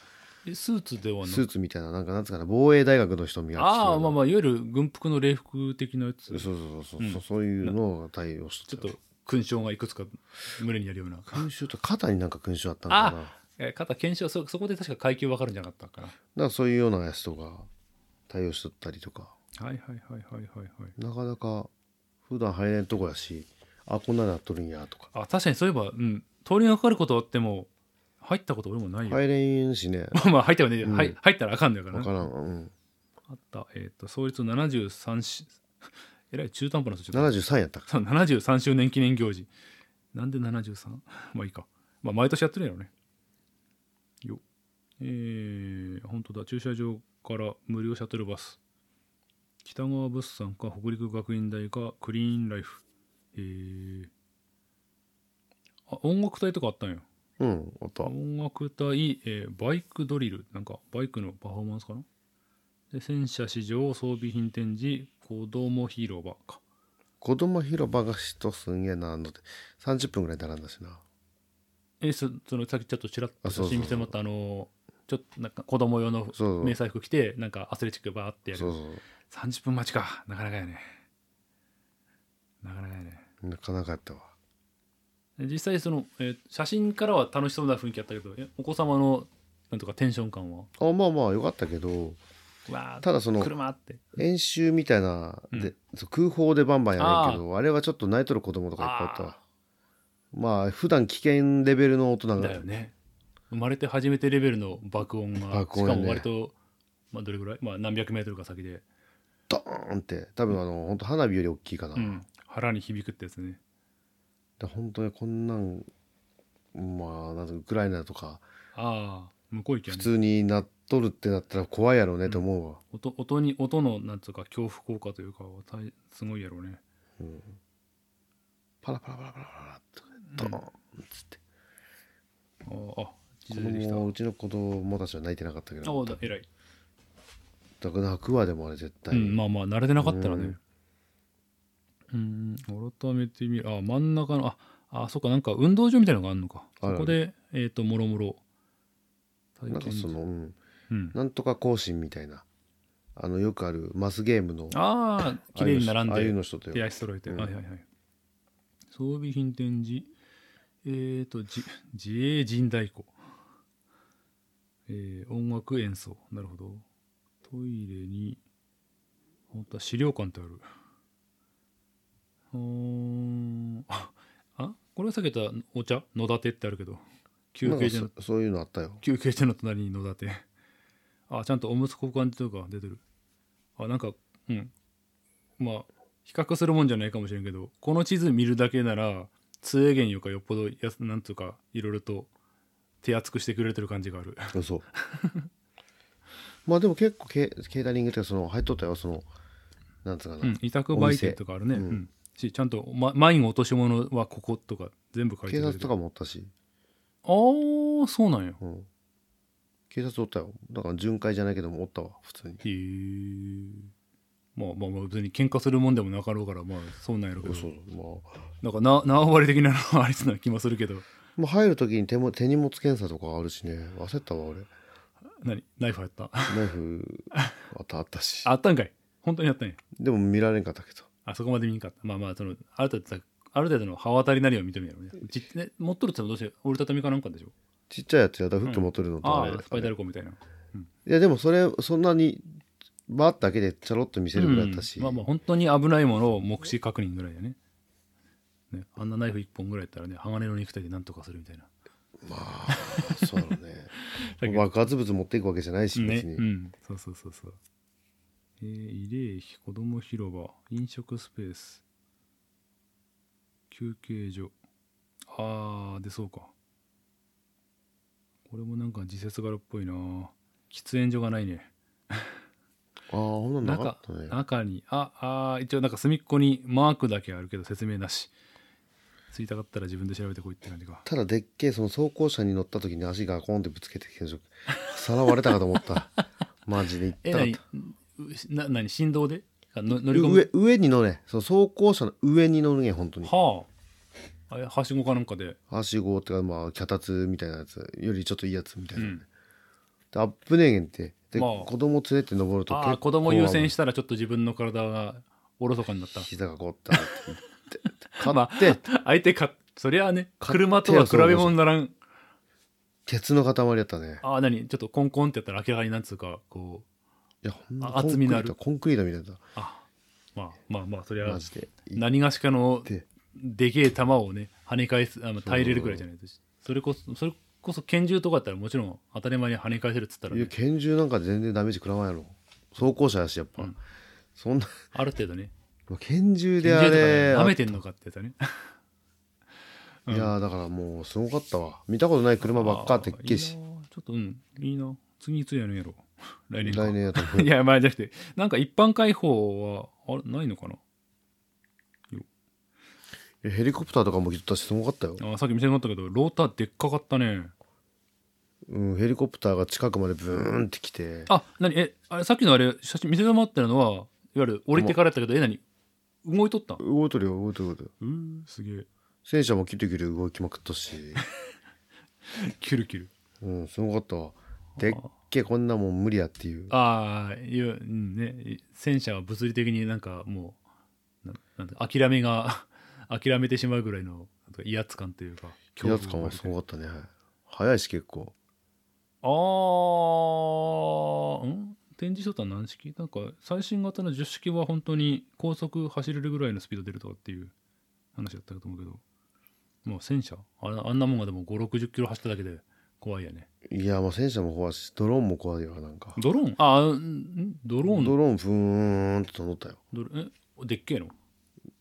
[SPEAKER 1] えスーツではな
[SPEAKER 3] ス
[SPEAKER 1] く
[SPEAKER 3] ーツみたいななんかなんつうかな防衛大学の人みたいな
[SPEAKER 1] ああまあ
[SPEAKER 3] あ
[SPEAKER 1] まあいわゆる軍服の礼服的なやつ
[SPEAKER 3] そうそうそうそう、
[SPEAKER 1] うん
[SPEAKER 3] そういうのを対応し
[SPEAKER 1] ち
[SPEAKER 3] と
[SPEAKER 1] ょっ
[SPEAKER 3] った
[SPEAKER 1] と勲章がいくつか胸にあるような。
[SPEAKER 3] 勲章と肩になんか勲章あったんだなだか
[SPEAKER 1] あえ肩検証そそこで確か階級分かるんじゃなかったかな。
[SPEAKER 3] らそういうようなやつとか対応しとったりとか
[SPEAKER 1] はいはいはいはいはいはい。
[SPEAKER 3] なかなか普段入れんとこやしあこんなのやっとるんやとか
[SPEAKER 1] あ確かにそういえば、うん、通りがかかることはあっても入ったこと俺もないよ。
[SPEAKER 3] 入れんしね
[SPEAKER 1] まあ入ったよね、
[SPEAKER 3] うん
[SPEAKER 1] はい。入ったらあかんのやから
[SPEAKER 3] 分
[SPEAKER 1] な。
[SPEAKER 3] からん、うん、
[SPEAKER 1] あった。えっ、と創立73しえらい中途半端な数字だ
[SPEAKER 3] 73やったか
[SPEAKER 1] そう73周年記念行事なんで 73? まあいいか、まあ、毎年やってるんやろねよえー、本当だ駐車場から無料シャトルバス北川物産か北陸学院大かクリーンライフえー、あ音楽隊とかあったんや
[SPEAKER 3] うんあった
[SPEAKER 1] 音楽隊、えーバイクドリルなんかバイクのパフォーマンスかなで戦車市場装備品展示子供広場か
[SPEAKER 3] 子供広場が人すんげえ並んどって30分ぐらい並んだしな
[SPEAKER 1] えそそのさっきちょっとちらっと
[SPEAKER 3] あそうそう
[SPEAKER 1] 写真見てもらったあのちょっとなんか子供用の
[SPEAKER 3] そう
[SPEAKER 1] 迷彩服着てなんかアスレチックバーってや
[SPEAKER 3] そう
[SPEAKER 1] る
[SPEAKER 3] そ
[SPEAKER 1] 30分待ちかなかなかやねなかなかやね
[SPEAKER 3] うなかなかやったわ
[SPEAKER 1] で実際その、えー写真からは楽しそうな雰囲気あったけどえお子様のなんとかテンション感は
[SPEAKER 3] あまあまあよかったけど
[SPEAKER 1] わー
[SPEAKER 3] ただその
[SPEAKER 1] 車って
[SPEAKER 3] 演習みたいな
[SPEAKER 1] うん
[SPEAKER 3] で、そう空砲でバンバンやねんけどあれはちょっと泣いとる子供とかいっぱいいたわ
[SPEAKER 1] あ
[SPEAKER 3] まあ普段危険レベルの大人
[SPEAKER 1] ー
[SPEAKER 3] が
[SPEAKER 1] だよね生まれて初めてレベルの爆音が
[SPEAKER 3] 爆
[SPEAKER 1] し
[SPEAKER 3] 音
[SPEAKER 1] か
[SPEAKER 3] やね
[SPEAKER 1] も割と、まあ、どれぐらい、まあ、何百メートルか先で、
[SPEAKER 3] ドーンって多分あの本当花火より大きいかな、
[SPEAKER 1] うん、腹に響くってやつね
[SPEAKER 3] で本当にこんなんまあなんかウクライナとか
[SPEAKER 1] ああ向こう行きゃ
[SPEAKER 3] 普
[SPEAKER 1] ね
[SPEAKER 3] 通になっとるってなったら怖いやろうねと思うわ、
[SPEAKER 1] 音音に音のなんつうか恐怖効果というかは大すごいやろうね
[SPEAKER 3] パラパラパラパラパラってドーンっつって、
[SPEAKER 1] あーあ地
[SPEAKER 3] 子
[SPEAKER 1] 図出てきた
[SPEAKER 3] 供うちの子供たちは泣いてなかったけ
[SPEAKER 1] あ
[SPEAKER 3] ど
[SPEAKER 1] あだ偉い、
[SPEAKER 3] だから泣くわでもあれ絶
[SPEAKER 1] う
[SPEAKER 3] 対、
[SPEAKER 1] ん、まあまあ慣れてなかったらねうん改めて見るあ真ん中のああそっかなんか運動場みたいなのがあるのか
[SPEAKER 3] あ
[SPEAKER 1] そ
[SPEAKER 3] るある
[SPEAKER 1] こでえっ、ともろもろ体
[SPEAKER 3] なんかその、うん
[SPEAKER 1] うん、
[SPEAKER 3] なんとか行進みたいなあのよくあるマスゲームの
[SPEAKER 1] ああ綺麗に並ん
[SPEAKER 3] ああいう
[SPEAKER 1] で
[SPEAKER 3] の人と
[SPEAKER 1] 手
[SPEAKER 3] よ
[SPEAKER 1] 足揃えて、
[SPEAKER 3] うん
[SPEAKER 1] はいはいはい装備品展示えっ、とじ自衛人太鼓えー音楽演奏なるほどトイレに本当は資料館ってあるうーんああこれは避けたお茶野立てってあるけど休
[SPEAKER 3] なん
[SPEAKER 1] 憩
[SPEAKER 3] か
[SPEAKER 1] 所の
[SPEAKER 3] そそういうのあ ったよ
[SPEAKER 1] 休憩所の隣に野立てあちゃんとおむつ交換所とか出てるあなんかうんまあ比較するもんじゃないかもしれんけどこの地図見るだけなら通営源よりかよっぽどやすなんとかいろいろと手厚くしてくれてる感じがある
[SPEAKER 3] 嘘まあでも結構ケケータリングっていうかその入っとったよそのなんつうかな、
[SPEAKER 1] うん委託売店とかあるね
[SPEAKER 3] お店
[SPEAKER 1] う
[SPEAKER 3] うん
[SPEAKER 1] んしちゃんと、ま、マイン落とし物はこことか全部書いて
[SPEAKER 3] 警
[SPEAKER 1] くれ
[SPEAKER 3] 察
[SPEAKER 1] て
[SPEAKER 3] と
[SPEAKER 1] るあ
[SPEAKER 3] かもおったし、
[SPEAKER 1] あーそうなんや
[SPEAKER 3] うん、警察おったよだから巡回じゃないけどもおったわ普通に
[SPEAKER 1] へえまあまあまあ別に喧嘩するもんでもなかろうからまあそうなんやろうけど
[SPEAKER 3] そうまあ
[SPEAKER 1] なんかな縄張り的なのはありそうな気もするけど
[SPEAKER 3] もう入る時に手も手荷物検査とかあるしね焦ったわ俺
[SPEAKER 1] 何ナイフあったあ
[SPEAKER 3] ナ イフあったあったし
[SPEAKER 1] あったんかい本当にあったんや
[SPEAKER 3] でも見られんかったけど
[SPEAKER 1] あそこまで見んかったまあまあそのある程度ある程度の刃渡りなりを認めやろうねじね持っとるって言ってもどうして折りたたみかなんかでしょ
[SPEAKER 3] ちっちゃいやつやだフック持ってるのと
[SPEAKER 1] あ
[SPEAKER 3] あれ、
[SPEAKER 1] あスパイダルコみたいない
[SPEAKER 3] やでもそれそんなにバーッだけでちょろっと見せるぐらいだったし、
[SPEAKER 1] うんまあまあ本当に危ないものを目視確認ぐらいだよねねあんなナイフ1本ぐらいやったらね鋼の肉体でなんとかするみたいな
[SPEAKER 3] まあそう だろう
[SPEAKER 1] け
[SPEAKER 3] ね
[SPEAKER 1] ど
[SPEAKER 3] 爆発物持っていくわけじゃないし
[SPEAKER 1] ね
[SPEAKER 3] 別に、
[SPEAKER 1] うんそうそうそうそうえー、慰霊碑子ども広場飲食スペース休憩所あーでそうかこれもなんか自節柄っぽいな喫煙所がないね
[SPEAKER 3] ああほんなんなか
[SPEAKER 1] 中
[SPEAKER 3] ったね
[SPEAKER 1] 中にああー一応なんか隅っこにマークだけあるけど説明なしついたかったら自分で調べてこいって感じか
[SPEAKER 3] ただでっけえその走行車に乗った時に足がコンってぶつけてきてさらわれたかと思った マジで
[SPEAKER 1] え
[SPEAKER 3] 言ったかっ
[SPEAKER 1] 何な
[SPEAKER 3] た
[SPEAKER 1] 何振動であの乗り込む
[SPEAKER 3] 上上に乗れその走行車の上に乗るね本当に
[SPEAKER 1] はああれはしごかなんかで
[SPEAKER 3] はしごってかまあ脚立みたいなやつよりちょっといいやつみたいな、
[SPEAKER 1] うん
[SPEAKER 3] でアップねえげんってで、
[SPEAKER 1] まあ
[SPEAKER 3] 子供連れて登ると
[SPEAKER 1] ああ子供優先
[SPEAKER 3] し
[SPEAKER 1] したらちょっと自分の体がおろそかになった
[SPEAKER 3] 膝がこうって なって買
[SPEAKER 1] ま
[SPEAKER 3] って、
[SPEAKER 1] あ相手かそりゃあね
[SPEAKER 3] 買って
[SPEAKER 1] 車とは比べ物にならん
[SPEAKER 3] 鉄の塊やったね
[SPEAKER 1] ああ何ちょっとコンコンってやったら明らかになんつうかこう
[SPEAKER 3] いやほん
[SPEAKER 1] あ厚みのある
[SPEAKER 3] コンクリートコンクリートみたい
[SPEAKER 1] あまあまあまあそり
[SPEAKER 3] だ
[SPEAKER 1] ゃ
[SPEAKER 3] マジで
[SPEAKER 1] 何がしかの
[SPEAKER 3] で
[SPEAKER 1] でけえ球をね跳ね返すあの耐えれるくらいじゃないとしそれこそそれこそ拳銃とかだったらもちろん当たり前に跳ね返せるっつったら
[SPEAKER 3] い
[SPEAKER 1] ね、
[SPEAKER 3] や拳銃なんか全然ダメージ食らわんやろ走行車やしやっぱ、そんな
[SPEAKER 1] ある程度ね
[SPEAKER 3] 拳銃であ
[SPEAKER 1] 拳銃とか
[SPEAKER 3] れ、
[SPEAKER 1] 舐めてんのかってやつだね。うん
[SPEAKER 3] いやーだからもうすごかったわ見たことない車ばっかってっけ
[SPEAKER 1] あ
[SPEAKER 3] し
[SPEAKER 1] ーいいなちょっとうん、いいな。次いつやるんやろ。 来年か。
[SPEAKER 3] 来年やと思う
[SPEAKER 1] いや、まあじゃなくて、なんか一般開放は、あれ、ないのか
[SPEAKER 3] いやヘリコプターとかも来とったしすごかったよ、
[SPEAKER 1] なあさっき見せなかったけど、ローターでっかかったね。
[SPEAKER 3] うん、ヘリコプターが近くまでブーンって来て
[SPEAKER 1] あ、なに、え、あれ、さっきのあれ、写真見せなかったのは、いわゆる降りてからやったけど、え、なに、動いとったう
[SPEAKER 3] 動いとるよ動いとる動いとる
[SPEAKER 1] ー、すげえ。
[SPEAKER 3] 戦車もキュルキュル動きまくっとし
[SPEAKER 1] キュルキュル。
[SPEAKER 3] うんすごかったわでっけこんなもん無理やっていう
[SPEAKER 1] ああ、いや、うんね、い戦車は物理的になんかもう、ななんて諦めが、諦めてしまうぐらいのなんか威圧感というか、
[SPEAKER 3] 気圧感はすごかったねはい早いし結構
[SPEAKER 1] あーん展示しとったの何式なんか最新型の10式は本当に高速走れるぐらいのスピード出るとかっていう話だったと思うけどもう戦車あれあんなもんがでも5 6 0キロ走っただけで怖いやね
[SPEAKER 3] いやまあ戦車も怖いしドローンも怖いよなんか
[SPEAKER 1] ドローンあーんドローン
[SPEAKER 3] ドローンふーんって飛んどったよ
[SPEAKER 1] ドロえでっけえの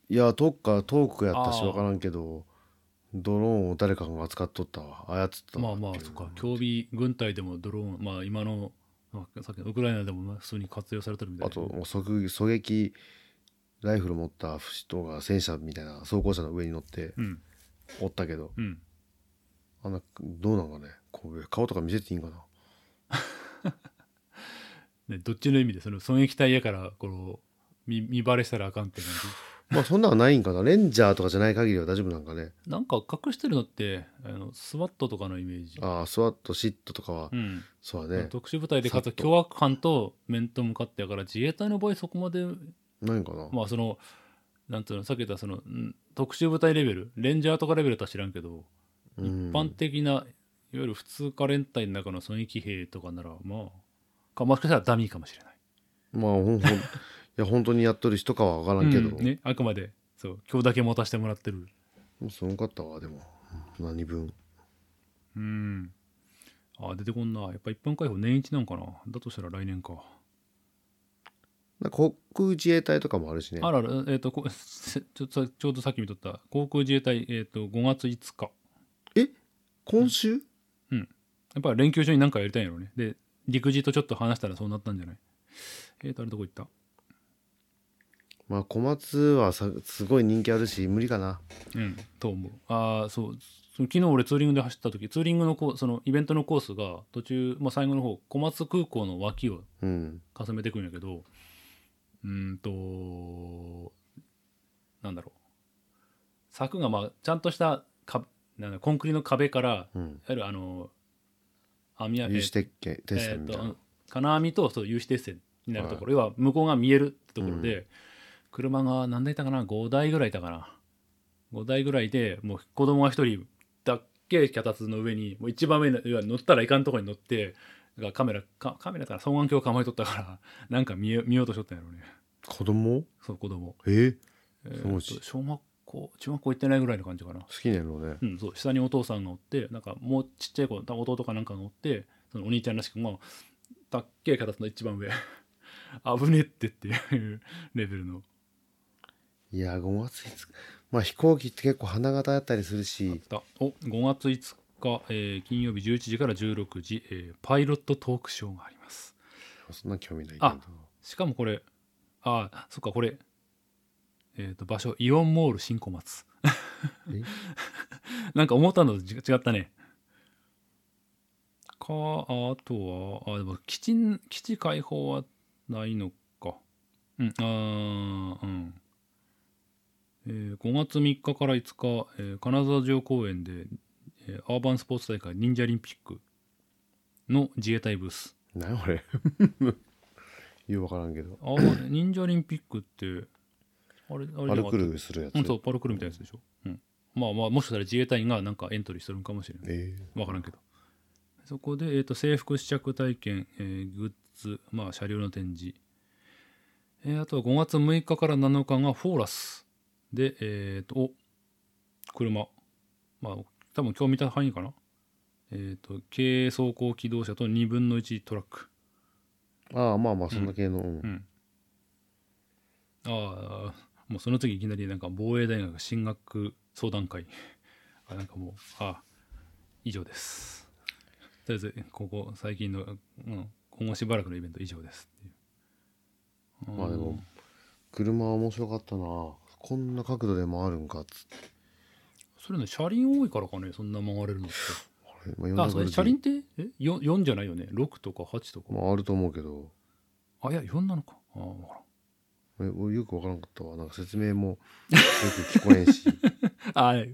[SPEAKER 3] いや遠くか遠くやった
[SPEAKER 1] あ
[SPEAKER 3] し
[SPEAKER 1] ー
[SPEAKER 3] 分からんけどドローンを誰かが扱っとったわ操っとった
[SPEAKER 1] ま
[SPEAKER 3] わ
[SPEAKER 1] あまあ
[SPEAKER 3] ってい
[SPEAKER 1] そっか競技軍隊でもドローンまあ今のまあさっきのウクライナでもまあ普通に活用されてるみたい
[SPEAKER 3] あ
[SPEAKER 1] な
[SPEAKER 3] ともう狙撃狙撃ライフル持った人が戦車みたいな装甲車の上に乗って
[SPEAKER 1] うん
[SPEAKER 3] おったけど
[SPEAKER 1] うん
[SPEAKER 3] あんなどうなんかねこう顔とか見せていいんかな
[SPEAKER 1] ね、どっちの意味でその損益体やからこの見見バレしたらあかんって感
[SPEAKER 3] まあそんなんはないんかなレンジャーとかじゃない限りは大丈夫なんかね
[SPEAKER 1] じなんか隠してるのってあのスワットとかのイメージ、
[SPEAKER 3] ああスワットシットとかは、
[SPEAKER 1] うん
[SPEAKER 3] そうだね
[SPEAKER 1] 特殊部隊でか
[SPEAKER 3] サ
[SPEAKER 1] つ
[SPEAKER 3] ッと
[SPEAKER 1] 凶悪犯と面と向かってやから自衛隊の場合そこまで
[SPEAKER 3] ないんかな、
[SPEAKER 1] まあそのなんつうのさっき言ったそのん特殊部隊レベルレンジャーとかレベルとは知らんけど、
[SPEAKER 3] うん
[SPEAKER 1] 一般的ないわゆる普通科連隊の中の損益兵とかならまあかもしかしたらダミーかもしれない。
[SPEAKER 3] まあほんほんいや本当にやっとる人かは分からんけど、
[SPEAKER 1] うんね、あくまでそう今日だけ持たせてもらってる。
[SPEAKER 3] もうすごかったわでもうん何分
[SPEAKER 1] うん。あ、出てこんな。やっぱ一般開放年一なんかな。だとしたら来年か。
[SPEAKER 3] なんか航空自衛隊とかもあるしね
[SPEAKER 1] あらら、え っ、とこせちょ、さちょうどさっき見とった、航空自衛隊、えっ、と、5月5日。
[SPEAKER 3] 今週、
[SPEAKER 1] やっぱ連休中に何かやりたいんやろうね。で、陸自とちょっと話したらそうなったんじゃないえっ、と、あれどこ行った
[SPEAKER 3] まあ小松はさすごい人気あるし無理かな
[SPEAKER 1] うん、と思う。ああ、そう。その昨日俺ツーリングで走った時ツーリングのコーそのイベントのコースが途中、まあ、最後の方小松空港の脇を
[SPEAKER 3] うん
[SPEAKER 1] 重めていくんやけどうーんとなんだろう柵がまあちゃんとしたかなんだコンクリの壁からいわ
[SPEAKER 3] うん
[SPEAKER 1] ゆるあの網や
[SPEAKER 3] 有刺鉄拳
[SPEAKER 1] え
[SPEAKER 3] 鉄
[SPEAKER 1] ー
[SPEAKER 3] 線みたいな、
[SPEAKER 1] えーと金網とそう有刺鉄線になるところ、要は向こうが見えるってところで、車が何台いたかな5台ぐらいいたかな5台ぐらいでもう子供が1人だっけ脚立の上にもう一番上の要は乗ったらいかんところに乗ってだからカメラかカメラから双眼鏡を構えとったから なんか見え見ようとしとったんやろうね
[SPEAKER 3] 子供
[SPEAKER 1] そう子供、
[SPEAKER 3] えー
[SPEAKER 1] えー
[SPEAKER 3] すごいし
[SPEAKER 1] と小学校中学校行ってないぐらいの感じかな
[SPEAKER 3] 好きなのね
[SPEAKER 1] うん、そう下にお父さんがおってなんかもうちっちゃい子多分弟かなんかがおってそのお兄ちゃんらしくもたっけえ形の一番上 危ねえってっていう レベルの
[SPEAKER 3] いや5月5日まあ飛行機って結構花形だったりするし
[SPEAKER 1] だお5月5日、えー金曜日11時から16時、えーパイロットトークショーがあります
[SPEAKER 3] そんな興味ないけ
[SPEAKER 1] あしかもこれあーそっかこれえっ、と場所イオンモール新小松
[SPEAKER 3] え
[SPEAKER 1] なんか思ったのと違違ったねかあとはあでも基地基地開放はないのかうんあーうんえー5月3日から5日、えー金沢城公園で、えーアーバンスポーツ大会忍者オリンピックの自衛隊ブース
[SPEAKER 3] ど何俺 よう分からんけど
[SPEAKER 1] あ忍者オリンピックってあれあれじゃ
[SPEAKER 3] ア
[SPEAKER 1] な
[SPEAKER 3] ル
[SPEAKER 1] かっ
[SPEAKER 3] ク
[SPEAKER 1] た
[SPEAKER 3] ルするやつ、
[SPEAKER 1] うんそうパルクールみたいなやつでしょ、うん、まあまあもしかしたら自衛隊がなんかエントリーしてるんかもしれない
[SPEAKER 3] え
[SPEAKER 1] 分からんけどそこで、えー、と制服試着体験、えーグッズ、まあ、車両の展示、えーあとは5月6日から7日がフォーラスでえっ、とお車まあ多分今日見た範囲かなえっ、と軽走行機動車と2分の1トラック
[SPEAKER 3] ーああまあまあそんな系の、うん
[SPEAKER 1] ああもうその次いきなりなんか防衛大学進学相談会 あなんかもうあ以上ですとりあえずここ最近の、うん、今後しばらくのイベント以上ですっていう
[SPEAKER 3] まあでも車は面白かったなこんな角度でもあるんかっつって
[SPEAKER 1] それね車輪多いからかねそんな曲がれるのって
[SPEAKER 3] あれまあ
[SPEAKER 1] あそれ
[SPEAKER 3] 400
[SPEAKER 1] 車輪ってえ 4, 4じゃないよね6とか8とか
[SPEAKER 3] まああると思うけど
[SPEAKER 1] あいや4なのかあ分からん
[SPEAKER 3] え俺よく分からんかったわなんか説明もよく聞こ えんし
[SPEAKER 1] あはい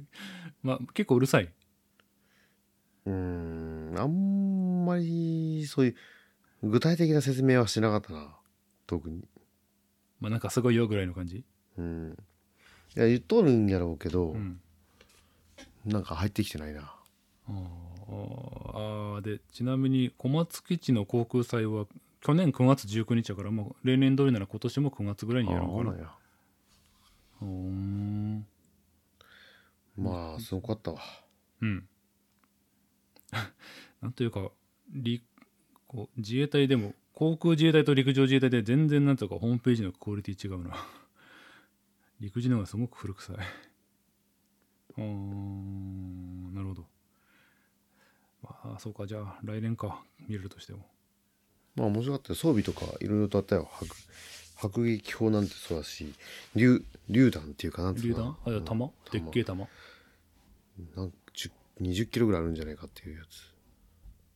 [SPEAKER 1] まあ結構うるさい。
[SPEAKER 3] うーんあんまりそういう具体的な説明はしなかったな特に
[SPEAKER 1] まあなんかすごいよぐらいの感じ。
[SPEAKER 3] うんいや言っとるんやろうけど、
[SPEAKER 1] うん。
[SPEAKER 3] なんか入ってきてないな
[SPEAKER 1] あーあーでちなみに小松基地の航空祭は去年9月19日だからもう例年通りなら今年も9月ぐらいにやろうかな
[SPEAKER 3] ああ。や
[SPEAKER 1] うーん。
[SPEAKER 3] まあすごかったわ
[SPEAKER 1] うん。 なんというかりこう自衛隊でも航空自衛隊と陸上自衛隊で全然なんとかホームページのクオリティ違うな。 陸自の方がすごく古臭い。 うーん、なるほど。まあ、そうか、じゃあ来年か、見れるとしても。
[SPEAKER 3] まあ面白かったよ装備とかいろいろとあったよ迫迫撃砲なんてそうだし榴榴弾っていうかなんてい
[SPEAKER 1] 榴
[SPEAKER 3] うか
[SPEAKER 1] 弾
[SPEAKER 3] な
[SPEAKER 1] あ、いや弾でっけえ
[SPEAKER 3] 弾
[SPEAKER 1] 弾。
[SPEAKER 3] なん10 20キロぐらいあるんじゃないかっていうやつ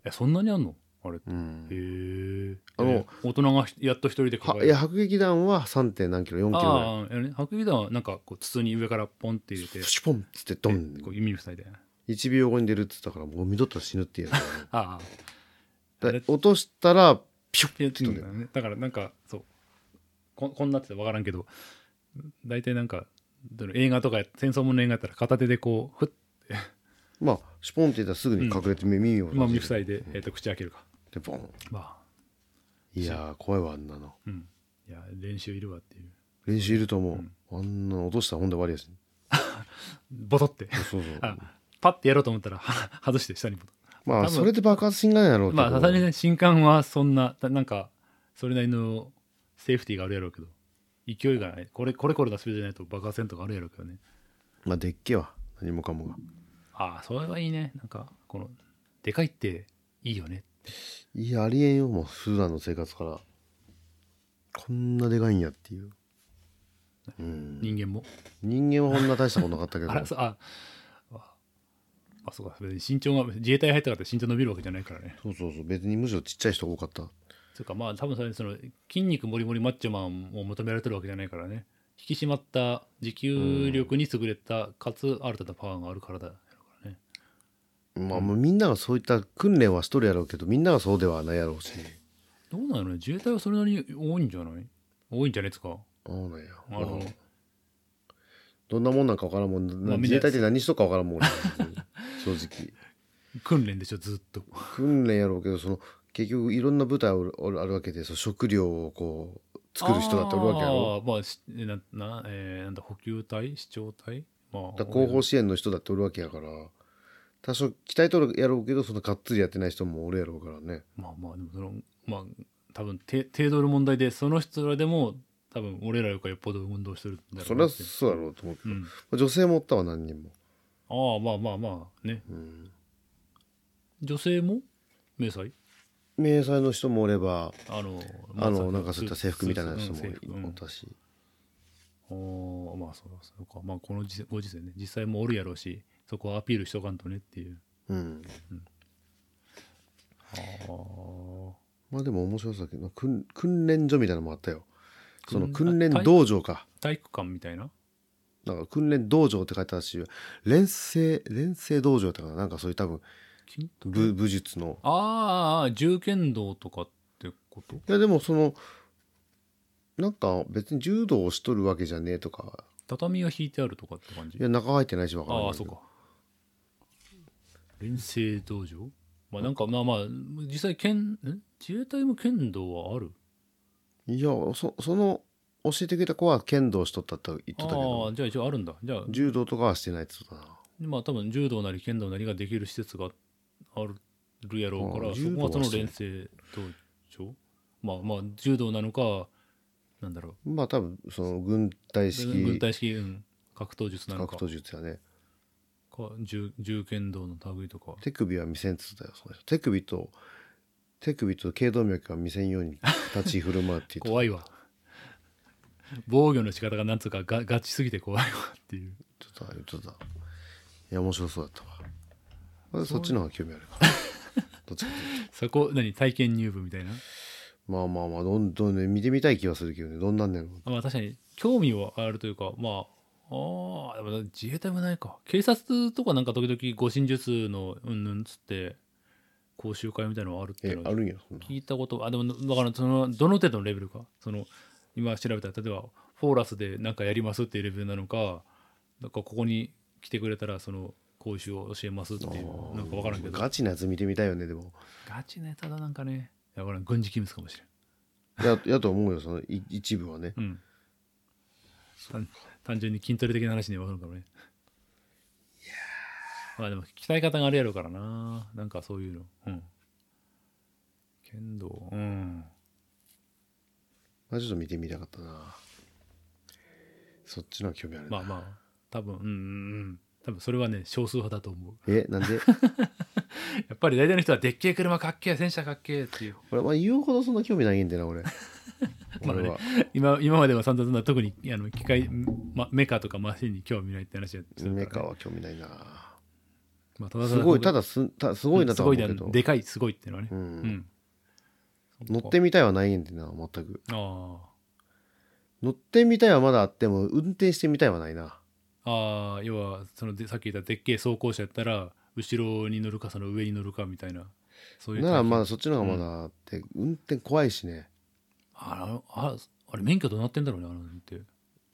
[SPEAKER 1] え、そんなにあんのあれって。
[SPEAKER 3] うん
[SPEAKER 1] へえ。
[SPEAKER 3] あの
[SPEAKER 1] え大人がやっと一人で
[SPEAKER 3] は
[SPEAKER 1] 抱え
[SPEAKER 3] いや迫撃弾は 3. 点何キロ4キロぐらい
[SPEAKER 1] ああ、やるね。白衣弾はなんかこう筒に上からポンって入れて、
[SPEAKER 3] シュポンっつってドン
[SPEAKER 1] こう弓塞いで。
[SPEAKER 3] 1秒後に出るっつったからもう二度と死ぬっていうやつだ
[SPEAKER 1] ああ。
[SPEAKER 3] だ
[SPEAKER 1] あ れ
[SPEAKER 3] 落としたらピュッ
[SPEAKER 1] いや
[SPEAKER 3] て飛んでる
[SPEAKER 1] だからなんかそうこんこんなって分からんけど大体なんかどの映画とか戦争もの映画やったら片手でこうふっ
[SPEAKER 3] まあシュポンって言ったらすぐに隠れて耳を
[SPEAKER 1] まあ耳
[SPEAKER 3] 閉じ
[SPEAKER 1] 塞い
[SPEAKER 3] る
[SPEAKER 1] で、えー、と口開けるか
[SPEAKER 3] でボン
[SPEAKER 1] まあ
[SPEAKER 3] いやー怖いわあんなの
[SPEAKER 1] うんいや練習いるわっていう
[SPEAKER 3] 練習いると思うあんな落としたらほんで終わりやし
[SPEAKER 1] ボトって
[SPEAKER 3] そうそう
[SPEAKER 1] あパッてやろうと思ったらは外して下にボト
[SPEAKER 3] ま
[SPEAKER 1] 多
[SPEAKER 3] あ
[SPEAKER 1] 分
[SPEAKER 3] それで爆発しんがないやろうけど
[SPEAKER 1] まあさすがにね新刊はそんなたなんかそれなりのセーフティーがあるやろうけど勢いがないこれこれこれなスピードじゃないと爆発せんとかあるやろうけどね
[SPEAKER 3] まあでっけえわ何もかもが
[SPEAKER 1] ああそれはいいねなんかこのでかいっていいよね
[SPEAKER 3] いやありえんよもう普段の生活からこんなでかいんやっていううん
[SPEAKER 1] 人間も
[SPEAKER 3] 人間はこんな大したことなかったけ ど
[SPEAKER 1] あらそうあああそうか別に身長が自衛隊入ったからって身長伸びるわけじゃないからね
[SPEAKER 3] そうそうそう別にむしろちっちゃい人多かった
[SPEAKER 1] つうかまあ多分それその筋肉もりもりマッチョマンを求められてるわけじゃないからね引き締まった持久力に優れたかつある程度パワーがある体だからね
[SPEAKER 3] まあ、もうみんながそういった訓練はしとるやろうけどみんながそうではないやろうし
[SPEAKER 1] どうなのね自衛隊はそれなりに多いんじゃない多いんじゃないですか
[SPEAKER 3] そうなんや
[SPEAKER 1] あの
[SPEAKER 3] まあどんなもんなんかわからんもん、
[SPEAKER 1] まあみんな
[SPEAKER 3] 自衛隊って何しとくかわからんもん俺正直
[SPEAKER 1] 訓練でしょずっと
[SPEAKER 3] 訓練やろうけどその結局いろんな部隊おるおるあるわけでその食料をこう作る人だっておるわけやろ
[SPEAKER 1] あーまあしなな,、えーなんだ補給隊市長隊まあ
[SPEAKER 3] だから後方支援の人だっておるわけやから多少鍛えとるやろうけどそのがっつりやってない人もおるやろうからね
[SPEAKER 1] まあまあでもそのまあ多分て程度の問題でその人らでも多分俺らよりかよっぽど運動してるんだろうな
[SPEAKER 3] そりゃ
[SPEAKER 1] って
[SPEAKER 3] そうやろうと思うけ
[SPEAKER 1] う
[SPEAKER 3] ど、
[SPEAKER 1] ん、
[SPEAKER 3] 女性もおったわ何人も、
[SPEAKER 1] ああまあまあまあね
[SPEAKER 3] うん、
[SPEAKER 1] 女性も迷彩
[SPEAKER 3] 迷彩の人もおれば
[SPEAKER 1] あの、ま
[SPEAKER 3] あの、なんか
[SPEAKER 1] ス
[SPEAKER 3] そういった制服みたいな
[SPEAKER 1] スス
[SPEAKER 3] 人も
[SPEAKER 1] うん制服うん
[SPEAKER 3] おったし、
[SPEAKER 1] ああまあそうだそうかまあこの時ご時世ね実際もおるやろうしそこはアピールしとかんとねっていう
[SPEAKER 3] うん。
[SPEAKER 1] ああ
[SPEAKER 3] まあでも面白そうだけど、訓訓練所みたいなのもあったよ。その
[SPEAKER 1] 訓
[SPEAKER 3] 訓
[SPEAKER 1] 練
[SPEAKER 3] 練道場か。
[SPEAKER 1] 体育館みたいな
[SPEAKER 3] なんか訓練道場って書いてあるし、連成、連成道場とかな、なんかそういう多分
[SPEAKER 1] 筋
[SPEAKER 3] 武武術の。
[SPEAKER 1] ああああ銃剣道とかってこと
[SPEAKER 3] いやでもその、なんか別に柔道をしとるわけじゃねえとか、
[SPEAKER 1] 畳が引いてあるとかって感じ
[SPEAKER 3] いや中入ってないしわからない
[SPEAKER 1] ああ
[SPEAKER 3] け
[SPEAKER 1] そ
[SPEAKER 3] ど。
[SPEAKER 1] うか連成道場まあなんかまあまあ実際剣ん自衛隊も剣道はある
[SPEAKER 3] いや、そその、教えてくれた子は剣道しとったって言っ
[SPEAKER 1] あ
[SPEAKER 3] とったけど
[SPEAKER 1] あ、じゃあ一応あるんだじゃあ
[SPEAKER 3] 柔道とかはしてないって言ってたな。
[SPEAKER 1] まあ多分柔道なり剣道なりができる施設があるやろうから
[SPEAKER 3] ああ
[SPEAKER 1] そこはその
[SPEAKER 3] 柔道はそう
[SPEAKER 1] 連成道場まあまあ柔道なのかなんだろ
[SPEAKER 3] まあ多分その軍
[SPEAKER 1] う
[SPEAKER 3] 隊
[SPEAKER 1] 軍
[SPEAKER 3] 式
[SPEAKER 1] 隊式、うん、格闘術なの
[SPEAKER 3] 格
[SPEAKER 1] か
[SPEAKER 3] 闘術やね
[SPEAKER 1] か銃銃剣道の類とか
[SPEAKER 3] 手首は未せんつだよその人手首と手首と頸動脈は見せんように立ち振る舞うって言って
[SPEAKER 1] 怖いわ防御の仕方がなんつうかがガチすぎて怖いわっていう
[SPEAKER 3] 言ってた言ってたいや面白そうだったわまあそっちの方が興味あるから どっちかっていう
[SPEAKER 1] そこ何体験入部みたいな
[SPEAKER 3] とまあまあまあどんどんね見てみたい気はするけどねどんなんねんの
[SPEAKER 1] あまあ確かに興味はあるというかまあああでも自衛隊もないか警察とかなんか時々護身術のうんぬんつって講習会みたいなのあるってい
[SPEAKER 3] え
[SPEAKER 1] うの
[SPEAKER 3] あ
[SPEAKER 1] は
[SPEAKER 3] るんやそんな
[SPEAKER 1] 聞いたことあでもだからそのどの程度のレベルかその今調べたら例えばフォーラスで何かやりますっていうレベルなのかなんかここに来てくれたらその講習を教えますっていうなんか分からんけど
[SPEAKER 3] ガチなやつ見てみたいよねでも
[SPEAKER 1] ガチなやつはなんかねいやこれ軍事機密かもしれん
[SPEAKER 3] ややと思うよそのい一部はね
[SPEAKER 1] うん単単純に筋トレ的な話に分かるからねまあでも鍛え方があれやろうからななんかそういうのうん剣道うん
[SPEAKER 3] まあちょっと見てみたかったなそっちの方が興味あるな、
[SPEAKER 1] まあまあ多分うんうんうん多分それはね少数派だと思う
[SPEAKER 3] えなん で
[SPEAKER 1] やっぱり大体の人はでっけえ車かっけえ戦車かっけえって いう
[SPEAKER 3] 俺まあ言うほどそんな興味ないんだ よな俺
[SPEAKER 1] まあね
[SPEAKER 3] 俺は
[SPEAKER 1] 今今までは散々な特にあの機械、ま、メカとかマシンに興味ないって話やってたからね
[SPEAKER 3] メカは興味ないな
[SPEAKER 1] まあ、ただ
[SPEAKER 3] すごいた
[SPEAKER 1] だ
[SPEAKER 3] だすたすごいなとは思うけ
[SPEAKER 1] すごい
[SPEAKER 3] ど
[SPEAKER 1] なでかいすごいっていうのはね
[SPEAKER 3] う
[SPEAKER 1] うんん
[SPEAKER 3] 乗ってみたいはないんでな全く
[SPEAKER 1] あ
[SPEAKER 3] 乗ってみたいはまだあっても運転してみたいはないな
[SPEAKER 1] あああ要はそのでさっき言ったでっけえ装甲車やったら後ろに乗るかその上に乗るかみたいなそういう
[SPEAKER 3] ならま
[SPEAKER 1] あ
[SPEAKER 3] だそっちの方がまだあって、運転怖いしね
[SPEAKER 1] あああれ免許どうなってんだろうねあの辺って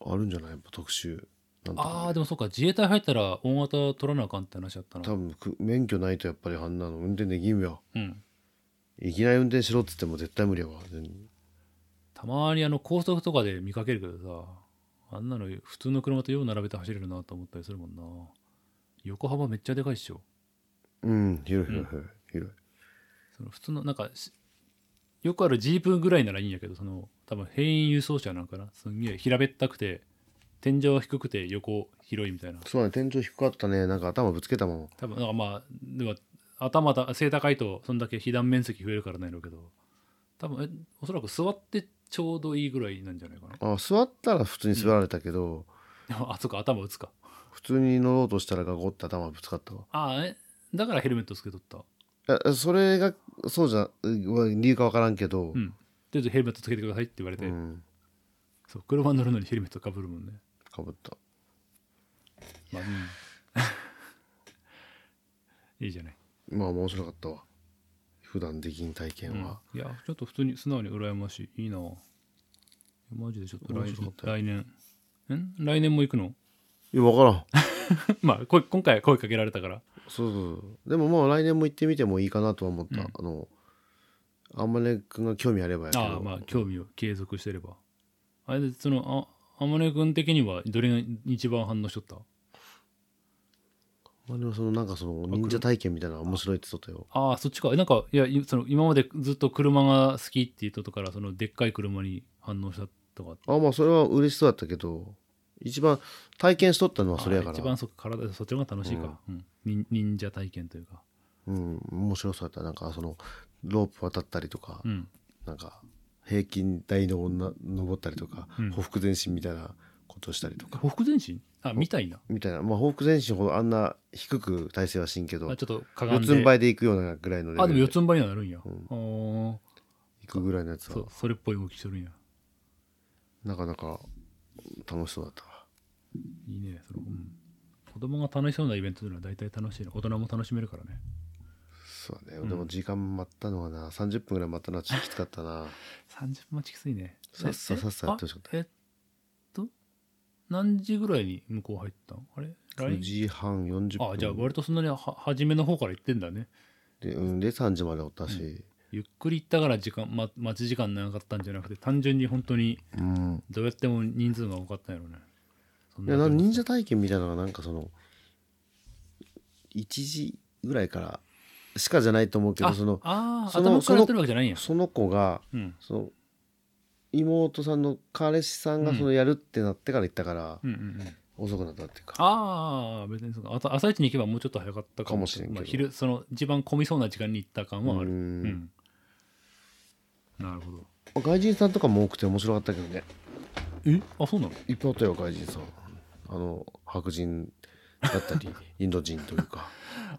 [SPEAKER 3] あるんじゃないやっぱ特集なんと
[SPEAKER 1] あ
[SPEAKER 3] か
[SPEAKER 1] あでもそうか自衛隊入ったら大型取らなあかんって話だったな
[SPEAKER 3] 多分く免許ないとやっぱりあんなの運転できんよ
[SPEAKER 1] うん
[SPEAKER 3] いきなり運転しろっつっても絶対無理やわ全然
[SPEAKER 1] たまにあの高速とかで見かけるけどさあんなの普通の車とよう並べて走れるなと思ったりするもんな横幅めっちゃでかいっしょ
[SPEAKER 3] うん広い広い広い、広い
[SPEAKER 1] その普通のなんかしよくあるジープぐらいならいいんやけどその多分兵員輸送車なんかなすんげえ平べったくて天井は低くて横広いみたいな
[SPEAKER 3] そうだね天井低かったねなんか頭ぶつけたもん
[SPEAKER 1] 多分なんかまあでは頭だ背高いとそんだけ被弾面積増えるからなんやろうけど多分えおそらく座ってちょうどいいぐらいなんじゃないかな
[SPEAKER 3] あ座ったら普通に座られたけど、
[SPEAKER 1] でもあそっか頭打つか
[SPEAKER 3] 普通に乗ろうとしたらガゴって頭ぶつかったわ
[SPEAKER 1] ああえだからヘルメットつけとった
[SPEAKER 3] あそれがそうじゃうん理由かわからんけど、
[SPEAKER 1] うんとりあえずヘルメットつけてくださいって言われて、
[SPEAKER 3] うん
[SPEAKER 1] そう車乗るのにヘルメットかぶるもんね
[SPEAKER 3] かぶった
[SPEAKER 1] まあ、うん いいじゃない、
[SPEAKER 3] まあ面白かったわ普段できん体験は、
[SPEAKER 1] いやちょっと普通に素直に羨ましいいいなマジでちょっと
[SPEAKER 3] 面
[SPEAKER 1] 来
[SPEAKER 3] 白かった
[SPEAKER 1] 来年ん来年も行くの
[SPEAKER 3] いや分からん
[SPEAKER 1] まあこい今回は声かけられたから
[SPEAKER 3] そうそうそうでもまあ来年も行ってみてもいいかなとは思った、
[SPEAKER 1] うん
[SPEAKER 3] あのあんまね君が興味あればやけど
[SPEAKER 1] ああまあ興味を継続してればあれでそのあ天音君的にはどれが一番反応しとった
[SPEAKER 3] あんまりそのなんかその忍者体験みたいなの面白いって言ってたよ
[SPEAKER 1] ああそっちかえなんかいやいその今までずっと車が好きって言っとったからそのでっかい車に反応したとか
[SPEAKER 3] あまあそれは嬉しそうだったけど一番体験しとったのはそれやか
[SPEAKER 1] あ
[SPEAKER 3] ら
[SPEAKER 1] 一番そっか体そっちの方が楽しいか、うん忍忍者体験というか
[SPEAKER 3] うん面白そうだったなんかそのロープ渡ったりとか、
[SPEAKER 1] うん
[SPEAKER 3] なんか平均台の女登ったりとか、
[SPEAKER 1] うん
[SPEAKER 3] 匍匐前進みたいなことしたりとか
[SPEAKER 1] 匍匐前進あみたいな
[SPEAKER 3] みたいなまあ匍匐前進ほどあんな低く体勢はしんけど
[SPEAKER 1] あちょっとかが
[SPEAKER 3] 四
[SPEAKER 1] ん
[SPEAKER 3] つん
[SPEAKER 1] で
[SPEAKER 3] 這いで行くようなぐらいのレ
[SPEAKER 1] あで
[SPEAKER 3] ベル
[SPEAKER 1] も四
[SPEAKER 3] で
[SPEAKER 1] つん這いになるんや、
[SPEAKER 3] ん
[SPEAKER 1] あー
[SPEAKER 3] 行くぐらいのやつ
[SPEAKER 1] そ
[SPEAKER 3] は
[SPEAKER 1] うそれっぽい動きしてるんや
[SPEAKER 3] なかなか楽しそうだったわ
[SPEAKER 1] いいねその、うん、子供が楽しそうなイベントというのは大体楽しいの大人も楽しめるからね
[SPEAKER 3] そうだね、でも時間待ったのはな30分ぐらい待ったのはちょっときつかったな
[SPEAKER 1] 30分待ちきついね
[SPEAKER 3] さっさ
[SPEAKER 1] え
[SPEAKER 3] さっさやってほしかっ
[SPEAKER 1] あ
[SPEAKER 3] た
[SPEAKER 1] えっと何時ぐらいに向こう入ったのあれ
[SPEAKER 3] 9
[SPEAKER 1] ?LINE?
[SPEAKER 3] 時半40分
[SPEAKER 1] あじゃあ割とそんなには初めの方から行ってんだね
[SPEAKER 3] で,、うん、で3時までおったし、
[SPEAKER 1] ゆっくり行ったから時間、ま、待ち時間長かったんじゃなくて単純に本当に
[SPEAKER 3] うん、
[SPEAKER 1] どうやっても人数が多かったんやろうねそん
[SPEAKER 3] いやな
[SPEAKER 1] でも
[SPEAKER 3] 忍者体験みたいなのがなんかその1時ぐらいからしかじゃないと思うけど
[SPEAKER 1] あ
[SPEAKER 3] その
[SPEAKER 1] あー
[SPEAKER 3] その
[SPEAKER 1] 頭からやってるわけじゃないんや
[SPEAKER 3] その子が
[SPEAKER 1] うん
[SPEAKER 3] その妹さんの彼氏さん
[SPEAKER 1] う
[SPEAKER 3] が
[SPEAKER 1] ん
[SPEAKER 3] そのやるってなってから行ったから、
[SPEAKER 1] うんうんうん、
[SPEAKER 3] 遅くなったっていうか
[SPEAKER 1] ああ別にそうかあと朝一に行けばもうちょっと早かったかもしれない
[SPEAKER 3] かもしれ
[SPEAKER 1] ま
[SPEAKER 3] んけど
[SPEAKER 1] あ、昼その一番混みそうな時間に行った感はある
[SPEAKER 3] うーん
[SPEAKER 1] うんなるほど
[SPEAKER 3] 外人さんとかも多くて面白かったけどね
[SPEAKER 1] えあそうなの
[SPEAKER 3] いっぱいあったよ外人さんあの白人だった りインド人というか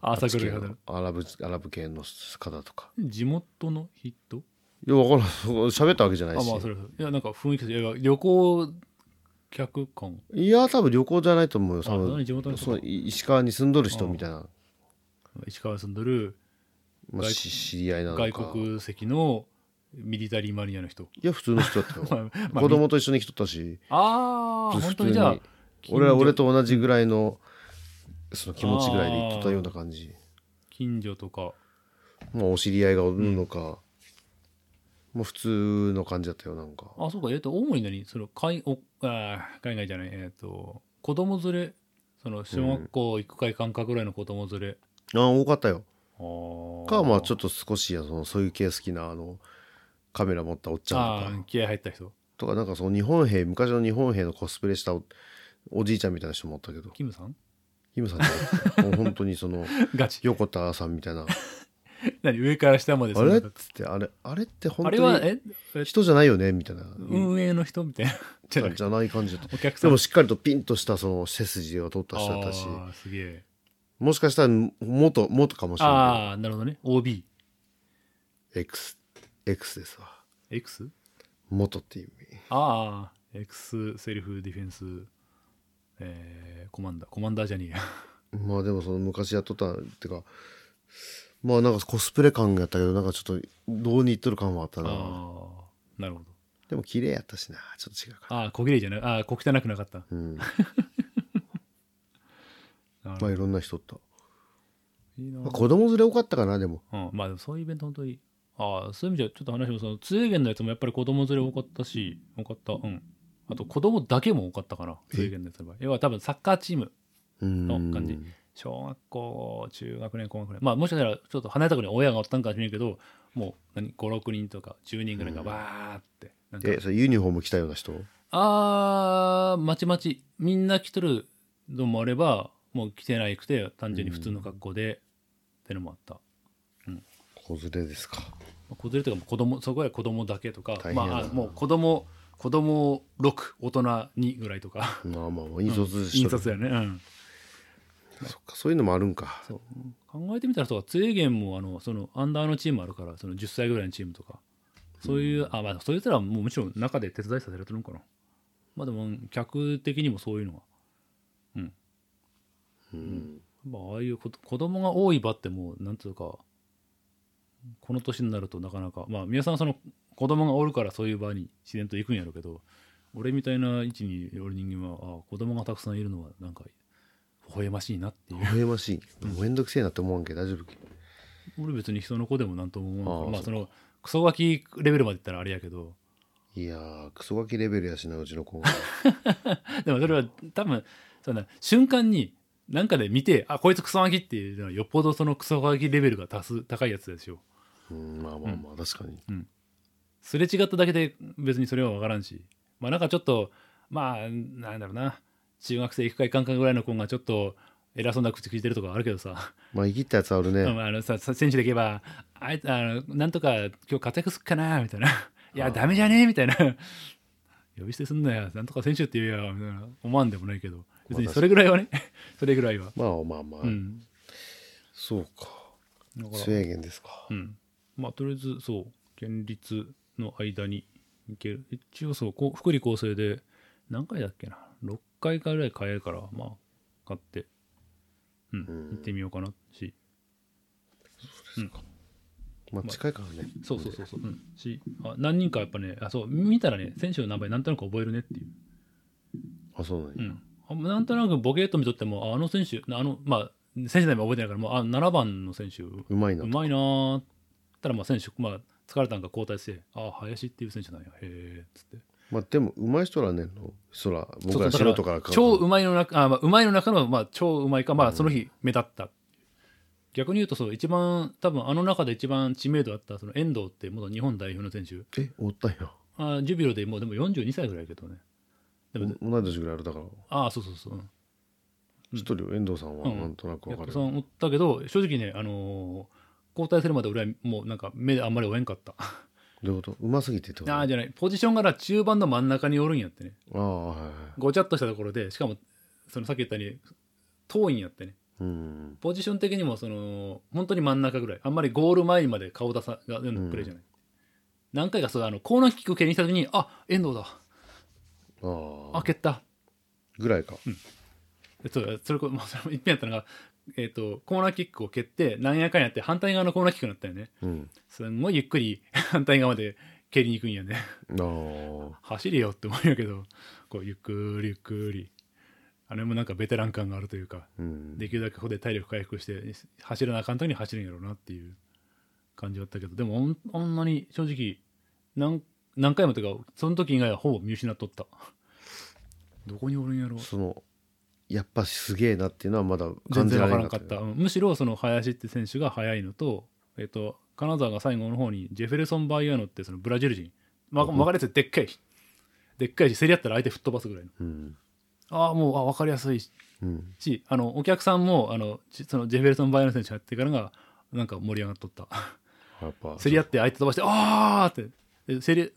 [SPEAKER 1] 朝
[SPEAKER 3] 地
[SPEAKER 1] 倉
[SPEAKER 3] 球
[SPEAKER 1] が
[SPEAKER 3] のアラブアラブ系の方とか
[SPEAKER 1] 地元の人
[SPEAKER 3] いや分からん喋ったわけじゃない
[SPEAKER 1] あ
[SPEAKER 3] し、
[SPEAKER 1] まあそれはいやなんか雰囲気としていや旅行客感
[SPEAKER 3] いや多分旅行じゃないと思うよ
[SPEAKER 1] あ
[SPEAKER 3] 多分
[SPEAKER 1] 何地元の人か
[SPEAKER 3] そうい石川に住んどる人みたいな、
[SPEAKER 1] 石川に住んどる
[SPEAKER 3] まあ、し知り合いなのか
[SPEAKER 1] 外国籍のミリタリーマニアの人、
[SPEAKER 3] いや普通の人だったよ
[SPEAKER 1] まあ まあ
[SPEAKER 3] 子供と一緒に来とったし
[SPEAKER 1] ああ
[SPEAKER 3] 普通
[SPEAKER 1] 本当にじゃあ
[SPEAKER 3] に俺は
[SPEAKER 1] 近所
[SPEAKER 3] 俺と同じぐらいのその気持ちぐらいで行っとったような感じ
[SPEAKER 1] 近所とか
[SPEAKER 3] まあお知り合いがおるのか、もう普通の感じだったよなんか
[SPEAKER 1] あそうかえっ、と主に何その海おあー海外じゃないえっ、と子供連れその小学校行くか行かんかぐらいの子供連れ、
[SPEAKER 3] あ多かったよ
[SPEAKER 1] ああ
[SPEAKER 3] かま
[SPEAKER 1] ょ
[SPEAKER 3] あ
[SPEAKER 1] っ
[SPEAKER 3] ちょっと少しやそのそういう系好きなあのカメラ持ったおっちゃ
[SPEAKER 1] あ
[SPEAKER 3] んと
[SPEAKER 1] ー
[SPEAKER 3] か
[SPEAKER 1] 気合入った人
[SPEAKER 3] とかなんかその日本兵昔の日本兵のコスプレしたおおじいちゃんみたいな人もおったけど
[SPEAKER 1] キムさん
[SPEAKER 3] キムさんじゃなくてもう本当にその
[SPEAKER 1] ガチ
[SPEAKER 3] 横田さんみた いな「
[SPEAKER 1] 何上から下まで
[SPEAKER 3] あ
[SPEAKER 1] ん
[SPEAKER 3] れ?」
[SPEAKER 1] な
[SPEAKER 3] っつって「あれあれって
[SPEAKER 1] あ
[SPEAKER 3] 本
[SPEAKER 1] れは
[SPEAKER 3] 当に
[SPEAKER 1] ええ
[SPEAKER 3] 人じゃないよね」みたいな、
[SPEAKER 1] 運営の人みたいなじゃなく
[SPEAKER 3] じゃない感じだった
[SPEAKER 1] お客さ
[SPEAKER 3] で
[SPEAKER 1] ん
[SPEAKER 3] もしっかりとピンとしたその背筋を取った人だったし
[SPEAKER 1] あーすげえ
[SPEAKER 3] もしかしたら元元かもしれな
[SPEAKER 1] ああなるほどね OBX?
[SPEAKER 3] い X, X ですわ元っていう意味
[SPEAKER 1] ああ X セルフディフェンス、えー、コマンダーコマンダーじゃねえや
[SPEAKER 3] まあでもその昔やっとったってかまあなんかコスプレ感やったけどなんかちょっとどうにいっとる感はあった
[SPEAKER 1] あ
[SPEAKER 3] な
[SPEAKER 1] あなるほど
[SPEAKER 3] でも綺麗やったしなちょっと違うか
[SPEAKER 1] ああ小綺麗じゃないああ小汚くなかった
[SPEAKER 3] らうん
[SPEAKER 1] なるほ
[SPEAKER 3] まあ
[SPEAKER 1] ど
[SPEAKER 3] いろんな人おった、
[SPEAKER 1] いいな
[SPEAKER 3] まあ、子供連れ多かったかなでも
[SPEAKER 1] うん、まあでもそういうイベント本当にああそういう意味じゃちょっと話もその通元のやつもやっぱり子供連れ多かったし多かったうんあと子供だけも多かったかな
[SPEAKER 3] え
[SPEAKER 1] 通元のやつの場合要は多分サッカーチーム
[SPEAKER 3] うん
[SPEAKER 1] の感じ小学校中学年高学年まあもしかしたらちょっと離れたとこに親がおったんかもしれんけどもう何56人とか10人ぐらいがわーってなんか
[SPEAKER 3] えそれユニフォーム着たような人
[SPEAKER 1] あーまちまちみんな来とるのもあればもう来てないくて単純に普通の格好で、ってのもあった
[SPEAKER 3] 子連れですか
[SPEAKER 1] まあ子連れというかもう子供そこは子供だけとか
[SPEAKER 3] 大変
[SPEAKER 1] ま
[SPEAKER 3] やな
[SPEAKER 1] ああもう子供子供6大人2ぐらいとか
[SPEAKER 3] まあまあまあ引率し
[SPEAKER 1] 印
[SPEAKER 3] と
[SPEAKER 1] 刷
[SPEAKER 3] る、
[SPEAKER 1] だよね、うん、
[SPEAKER 3] そっかそういうのもあるんか
[SPEAKER 1] そう考えてみたらそうか杖源もあのそのアンダーのチームあるからその10歳ぐらいのチームとかそういう、あまあそういう人らはもうもちろん中で手伝いさせられてるのかなまあでも客的にもそういうのは
[SPEAKER 3] うん
[SPEAKER 1] まあ、ああいうこと子供が多い場ってもうなんていうかこの年になるとなかなかまあ皆さんはその子供がおるからそういう場に自然と行くんやろうけど俺みたいな位置におる人間はああ子供がたくさんいるのはなんか微笑ましいなっていう
[SPEAKER 3] 微笑ましいもうめんどくせえなって思わんけど大丈夫
[SPEAKER 1] 俺別に人の子でもなんとも思わんから
[SPEAKER 3] ああ
[SPEAKER 1] まあ
[SPEAKER 3] そ
[SPEAKER 1] そのクソガキレベルまでいったらあれやけど
[SPEAKER 3] いやークソガキレベルやしなうちの子が
[SPEAKER 1] でもそれは多分そんな瞬間になんかで見てあこいつクソガキっていうのはよっぽどそのクソガキレベルが多数高いやつでしょ
[SPEAKER 3] うんまあまあまあ確かに
[SPEAKER 1] すれ違っただけで別にそれは分からんしまあなんかちょっとまあなんだろうな中学生行くか行かんかぐらいの子がちょっと偉そうな口聞いてるとかあるけどさ、
[SPEAKER 3] まあ生きったやつあるね、
[SPEAKER 1] まああのささ選手でいけばあいつあのなんとか今日活躍すっかなみたいな「いやダメじゃねえ」みたいな「呼び捨てすんなよなんとか選手って言えよ」みたいな思わんでもないけど別にそれぐ らいはねそれぐらいは、
[SPEAKER 3] まあまあまあ、
[SPEAKER 1] うん
[SPEAKER 3] そうか
[SPEAKER 1] だから
[SPEAKER 3] スウェーゲンですか
[SPEAKER 1] うん、まあとりあえずそう県立の間に行ける一応そうこう福利厚生で何回だっけな6回かぐらい買えるからまあ買ってうん、
[SPEAKER 3] うん
[SPEAKER 1] 行ってみようかなし
[SPEAKER 3] まあ近いからね、
[SPEAKER 1] そうそうそうそう、うん、しあ何人かやっぱねあそう見たらね選手の名前なんとなく覚えるねっていう
[SPEAKER 3] あそうなん
[SPEAKER 1] う
[SPEAKER 3] や、
[SPEAKER 1] んあ、なんとなくボケーと見とってもああの選手あのまあ選手名も覚えてないからもうあ7番の選手
[SPEAKER 3] うまいな
[SPEAKER 1] うまいなーったらまあ選手、まあ、疲れたんか交代してああ林っていう選手なんやへえっつって
[SPEAKER 3] まあでもうまい人らねのそら
[SPEAKER 1] そう
[SPEAKER 3] 僕
[SPEAKER 1] だ
[SPEAKER 3] ら素
[SPEAKER 1] ら
[SPEAKER 3] 人から考え
[SPEAKER 1] 超うまいの中あ、まあ、うまいの中の、まあ、超うまいか、まあ、その日目立った、逆に言うとそう一番多分あの中で一番知名度あったその遠藤って元日本代表の選手
[SPEAKER 3] えおったんや
[SPEAKER 1] あジュビロでもうでも42歳ぐらいだけどねでも
[SPEAKER 3] 同い年ぐらいあるだから
[SPEAKER 1] ああそうそうそううん
[SPEAKER 3] 一人遠藤さんは
[SPEAKER 1] うん
[SPEAKER 3] なんとなくわか
[SPEAKER 1] 役
[SPEAKER 3] る
[SPEAKER 1] さんおったけど正直ねあのー交代するまで俺はもうなんか目であんまり追えんかった
[SPEAKER 3] どういうことうますぎてってこと
[SPEAKER 1] あ
[SPEAKER 3] あ
[SPEAKER 1] あじゃないポジションから中盤の真ん中におるんやってね
[SPEAKER 3] あはいはい
[SPEAKER 1] ごちゃっとしたところでしかもそのさっき言ったように遠いんやってね
[SPEAKER 3] うん
[SPEAKER 1] ポジション的にもその本当に真ん中ぐらいあんまりゴール前にまで顔出さが全部プレーじゃない、何回かそうあのコーナーキックを蹴りにした時にあ遠藤だ
[SPEAKER 3] あ
[SPEAKER 1] あ
[SPEAKER 3] あ
[SPEAKER 1] 蹴った
[SPEAKER 3] ぐらいか
[SPEAKER 1] でそうそれこ、まあ、それも一遍やったのが、えー、とコーナーキックを蹴ってなんやかんやって反対側のコーナーキックになったよね
[SPEAKER 3] うん
[SPEAKER 1] すんごいゆっくり 反対側まで蹴りに行くんやね
[SPEAKER 3] ああ
[SPEAKER 1] 走れよって思うんやけどこうゆっくりゆっくりあれもなんかベテラン感があるというか
[SPEAKER 3] うん
[SPEAKER 1] できるだけここで体力回復して走らなあかん時に走るんやろうなっていう感じだったけどでもほんあんなに正直何何回もというかその時以外はほぼ見失っとった どこにおるんやろ
[SPEAKER 3] そのやっぱすげえなっていうのはまだ
[SPEAKER 1] 全
[SPEAKER 3] 感じ
[SPEAKER 1] 然
[SPEAKER 3] ら
[SPEAKER 1] わ
[SPEAKER 3] れ
[SPEAKER 1] から
[SPEAKER 3] なんか
[SPEAKER 1] か
[SPEAKER 3] っ
[SPEAKER 1] ったた、うんむしろその林って選手が速いのと,、えっと金沢が最後の方にジェフェレソン・バイアーノってそのブラジル人ま曲がれてでっかいでっかいし競り合ったら相手吹っ飛ばすぐらいの
[SPEAKER 3] うん
[SPEAKER 1] ああもうあ分かりやすい
[SPEAKER 3] うん
[SPEAKER 1] しあのお客さんもあのちそのジェフェルソン・バイアーノ選手がやってからがなんか盛り上がっとった
[SPEAKER 3] やっぱ
[SPEAKER 1] 競り合って相手飛ばして「ああ!」ってで競り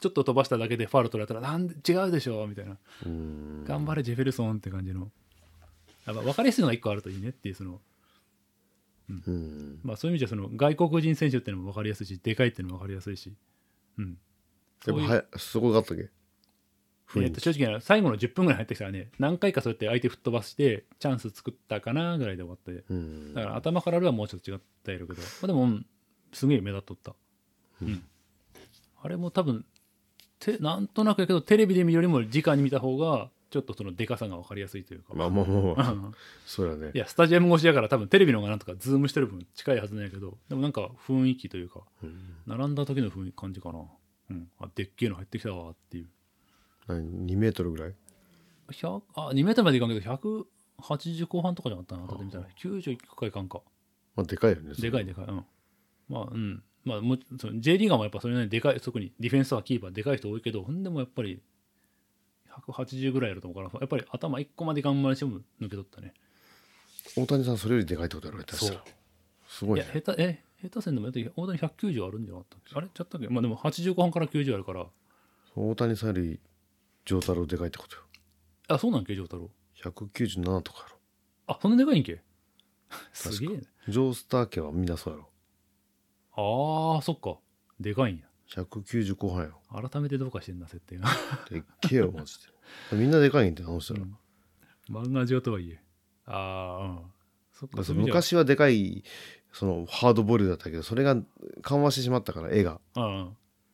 [SPEAKER 1] ちょっと飛ばしただけでファウル取られたら「なんで違うでしょ」みたいな
[SPEAKER 3] うん
[SPEAKER 1] 「頑張れジェフェルソン」って感じのやっぱ分かりやすいのが一個あるといいねっていうその、
[SPEAKER 3] うん
[SPEAKER 1] まあ、そういう意味じゃその外国人選手っていうのも分かりやすいしでかいっていうのも分かりやすいし、うん、
[SPEAKER 3] や
[SPEAKER 1] そ
[SPEAKER 3] っぱ
[SPEAKER 1] ういう
[SPEAKER 3] はやすごかったっけ雰
[SPEAKER 1] え
[SPEAKER 3] 囲
[SPEAKER 1] っと
[SPEAKER 3] 気
[SPEAKER 1] 正直な最後の10分ぐらい入ってきたらね何回かそうやって相手吹っ飛ばしてチャンス作ったかなぐらいで終わって。
[SPEAKER 3] うん
[SPEAKER 1] だから頭からあるはもうちょっと違ったやろうけど、まあ、でも、うんすげえ目立っとった、うんあれも多分てなんとなくやけどテレビで見るよりも直に見た方がちょっとそのでかさが分かりやすいというか、
[SPEAKER 3] まあまあまあまあ
[SPEAKER 1] うん
[SPEAKER 3] そうやね
[SPEAKER 1] いやスタジアム越しやから多分テレビの方がなんとかズームしてる分近いはずなんやけどでもなんか雰囲気というか
[SPEAKER 3] うん
[SPEAKER 1] 並んだ時の雰囲気感じかな、うん、あでっけえの入ってきたわっていう
[SPEAKER 3] 何2メートルぐらい
[SPEAKER 1] 100あ2メートルまでいかんけど180後半とかじゃなかったな後で見たら90いくかいかんか
[SPEAKER 3] まあでかいよね
[SPEAKER 1] でかいでかい。うん。まあ、うん。まあ、もうその J リーガーもやっぱそれなりにでかい、特にディフェンスはキーパーでかい人多いけど、ほんでもやっぱり180ぐらいやると思うから、やっぱり頭1個まで頑張りしても抜け取ったね。
[SPEAKER 3] 大谷さんそれよりでかいってことやろ下手したらすご
[SPEAKER 1] い
[SPEAKER 3] い
[SPEAKER 1] や、
[SPEAKER 3] ね
[SPEAKER 1] 下手、え、下手せんでもやっぱり大谷190あるんじゃなかったっけあれちゃったっけまあでも85半から90あるから、
[SPEAKER 3] 大谷さんより丈太郎でかいってことよ
[SPEAKER 1] あ、そうなんけ、丈太郎。
[SPEAKER 3] 197とかやろ
[SPEAKER 1] あ、そんなでかいんけ すげえね。
[SPEAKER 3] ジョースター家はみんなそうやろ
[SPEAKER 1] ああ、そっか。でかいんや。
[SPEAKER 3] 190後半やろ
[SPEAKER 1] 改めてどうかしてんな、設定が。
[SPEAKER 3] でっけえよマジ でみんなでかいんって話したら
[SPEAKER 1] 漫画上とはいえ。ああ、うん。そっ
[SPEAKER 3] だ
[SPEAKER 1] か、
[SPEAKER 3] って
[SPEAKER 1] そういう意味じゃ
[SPEAKER 3] 昔はでかいそのハードボイルドだったけどそれが緩和してしまったから絵が
[SPEAKER 1] ああ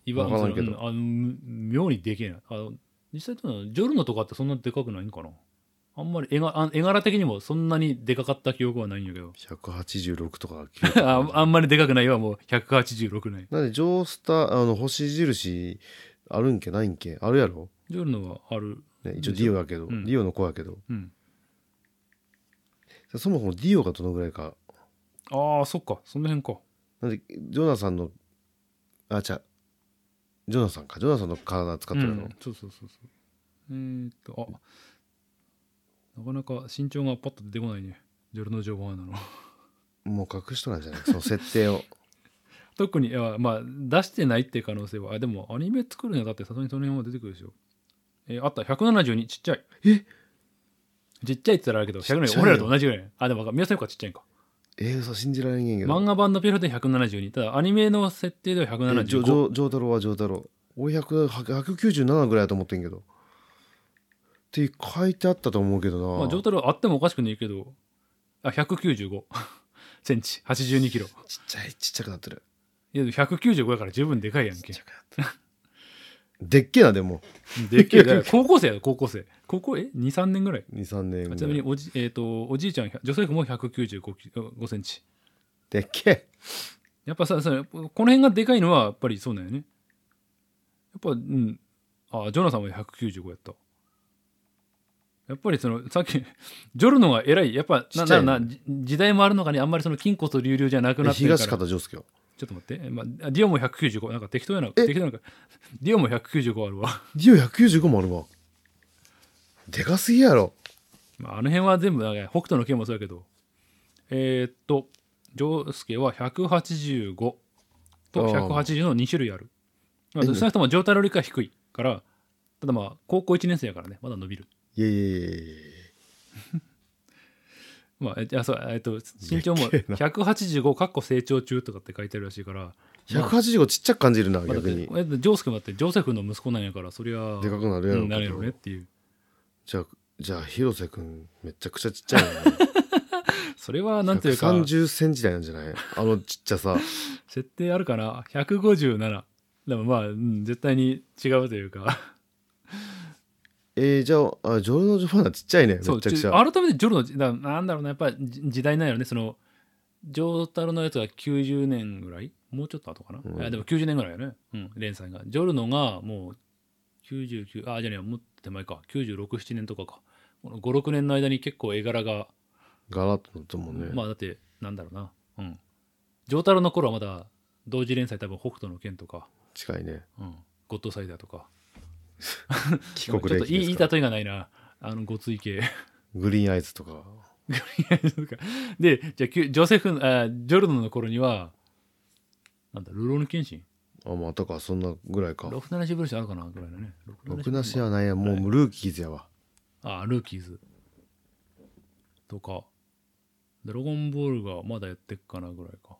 [SPEAKER 1] 今
[SPEAKER 3] わからんけど
[SPEAKER 1] うんあのむ妙にでけえなあの実際どうなのジョルノとかってそんなでかくないんかなあんまり絵があ絵柄的にもそんなにでかかった記憶はないんやけ ど
[SPEAKER 3] 186とか9と
[SPEAKER 1] あ
[SPEAKER 3] か
[SPEAKER 1] あんまりでかくないはもう186ない
[SPEAKER 3] なんでジョースターあの星印あるんけないんけあるやろ、
[SPEAKER 1] ジョルノはある
[SPEAKER 3] ね、一応ディオやけど、
[SPEAKER 1] うん
[SPEAKER 3] ディオの子やけど
[SPEAKER 1] うん
[SPEAKER 3] そもそもディオがどのぐらいか
[SPEAKER 1] ああそっかその辺か
[SPEAKER 3] なんでジョナサンのあじゃジョナサンかジョナサンの体使ってる
[SPEAKER 1] う
[SPEAKER 3] の、
[SPEAKER 1] んそうそうそうそうえー、っとあなかなか身長がパッと出てこないねジョルノ・ジョバーナの
[SPEAKER 3] もう隠しとらんじゃないその設定を
[SPEAKER 1] 特にいやまあ出してないっていう可能性はあでもアニメ作るにはだってさすがにその辺は出てくるでしょ、えーあった172ちっちゃい
[SPEAKER 3] え
[SPEAKER 1] ちっちゃいって言ったらあれだけど
[SPEAKER 3] っちゃい
[SPEAKER 1] 172
[SPEAKER 3] よ
[SPEAKER 1] 俺らと同じぐらいあでも宮崎はちっちゃいんか
[SPEAKER 3] えー、嘘信じられんげんけど
[SPEAKER 1] 漫画版のピロで172ただアニメの設定では
[SPEAKER 3] えジョジ
[SPEAKER 1] 175
[SPEAKER 3] ョジョー太郎はジョー太郎俺100 197ぐらいだと思ってんけどって書いてあったと思うけどな、
[SPEAKER 1] まあ上太郎あってもおかしくないけどあ195 センチ82キロ
[SPEAKER 3] ちっちゃいちっちゃくなってる
[SPEAKER 1] いやでも195やから十分でかい やんけ
[SPEAKER 3] でっけえなでも
[SPEAKER 1] うんでっけえだから高校生やよ高校生高校え23年ぐらい
[SPEAKER 3] 23年
[SPEAKER 1] あ
[SPEAKER 3] ぐ
[SPEAKER 1] ちな
[SPEAKER 3] ら
[SPEAKER 1] みに
[SPEAKER 3] い
[SPEAKER 1] おじ,、えー、とおじいちゃん女性も195キロ5センチ
[SPEAKER 3] でっけえ
[SPEAKER 1] やっぱさ、そのこの辺がでかいのは、やっぱりそうだよね。やっぱ、うん。あ、ジョナさんは195やった。やっぱりその、さっき、ジョルノが偉い。やっぱ、
[SPEAKER 3] ちっ
[SPEAKER 1] な、
[SPEAKER 3] ちゃい
[SPEAKER 1] な、
[SPEAKER 3] ね
[SPEAKER 1] な、じ時代もあるのかね、あんまりその筋骨隆々じゃなくなってるか
[SPEAKER 3] 東
[SPEAKER 1] ら。
[SPEAKER 3] 方丈介は
[SPEAKER 1] ちょっと待って、まあ、ディオも195なんか適当やな
[SPEAKER 3] え
[SPEAKER 1] 適当やなんかディオも195あるわ、
[SPEAKER 3] ディオ195もあるわでかすぎやろ
[SPEAKER 1] まあ、あの辺は全部なんか北斗の拳もそうやけどえー、っとジョウスケは185と
[SPEAKER 3] あー
[SPEAKER 1] 180の2種類あるまあ
[SPEAKER 3] え
[SPEAKER 1] 少なくとも状態の理解は低いからただまあ高校1年生やからねまだ伸びる
[SPEAKER 3] いやいやいやいや
[SPEAKER 1] まあ、えあそうえっと身長も
[SPEAKER 3] でっけえな
[SPEAKER 1] 185かっこ成長中とかって書いてあるらしいからまあ
[SPEAKER 3] 185ちっちゃく感じるな
[SPEAKER 1] まあだっ
[SPEAKER 3] 逆
[SPEAKER 1] て
[SPEAKER 3] に
[SPEAKER 1] えジョース君だってジョセフの息子なんやからそりゃ
[SPEAKER 3] でかくなるや
[SPEAKER 1] う
[SPEAKER 3] ろ
[SPEAKER 1] んなるやろねっていう
[SPEAKER 3] じゃあじゃあ広瀬くんめちゃくちゃちっちゃいな
[SPEAKER 1] それはなんていうか
[SPEAKER 3] 3 0ンチ台なんじゃないあのちっちゃさ
[SPEAKER 1] 設定あるかな157でもまあ、うん、絶対に違うというか
[SPEAKER 3] えー、じゃああジョルノ・ジョファンナちっちゃいねめち
[SPEAKER 1] そう
[SPEAKER 3] ゃくち
[SPEAKER 1] ち
[SPEAKER 3] ゃ
[SPEAKER 1] 改めてジョルのだなんだろうなやっぱりじ時代なんやろねそのジョータロのやつが90年ぐらいもうちょっと後かな、
[SPEAKER 3] うん
[SPEAKER 1] あでも90年ぐらいやね、うん、連載がジョルノがもう99あじゃねえもっと手前か967年とかかこの56年の間に結構絵柄が、
[SPEAKER 3] ガラッとなったもんね、
[SPEAKER 1] まあだってなんだろうなうんジョータロの頃はまだ同時連載多分北斗の拳とか、
[SPEAKER 3] 近いね
[SPEAKER 1] うん、ゴッドサイダーとか
[SPEAKER 3] 帰
[SPEAKER 1] ちょっ
[SPEAKER 3] 国
[SPEAKER 1] と
[SPEAKER 3] 歴
[SPEAKER 1] いいい
[SPEAKER 3] で
[SPEAKER 1] い
[SPEAKER 3] すか
[SPEAKER 1] 例えがないなあのごつい系
[SPEAKER 3] グリーンアイズとか
[SPEAKER 1] で、じゃあきゅ、ジョセフン、あジョルノの頃には、なんだ、ルローニケンシン
[SPEAKER 3] あまあとかそんなぐらいか
[SPEAKER 1] ロフナナシブルシンあるかなぐらいのね。
[SPEAKER 3] ろくなし
[SPEAKER 1] あ
[SPEAKER 3] はないやもうルーキーズやわ
[SPEAKER 1] あ、ルーキーズ。とか、ドラゴンボールがまだやってっかなぐらいか。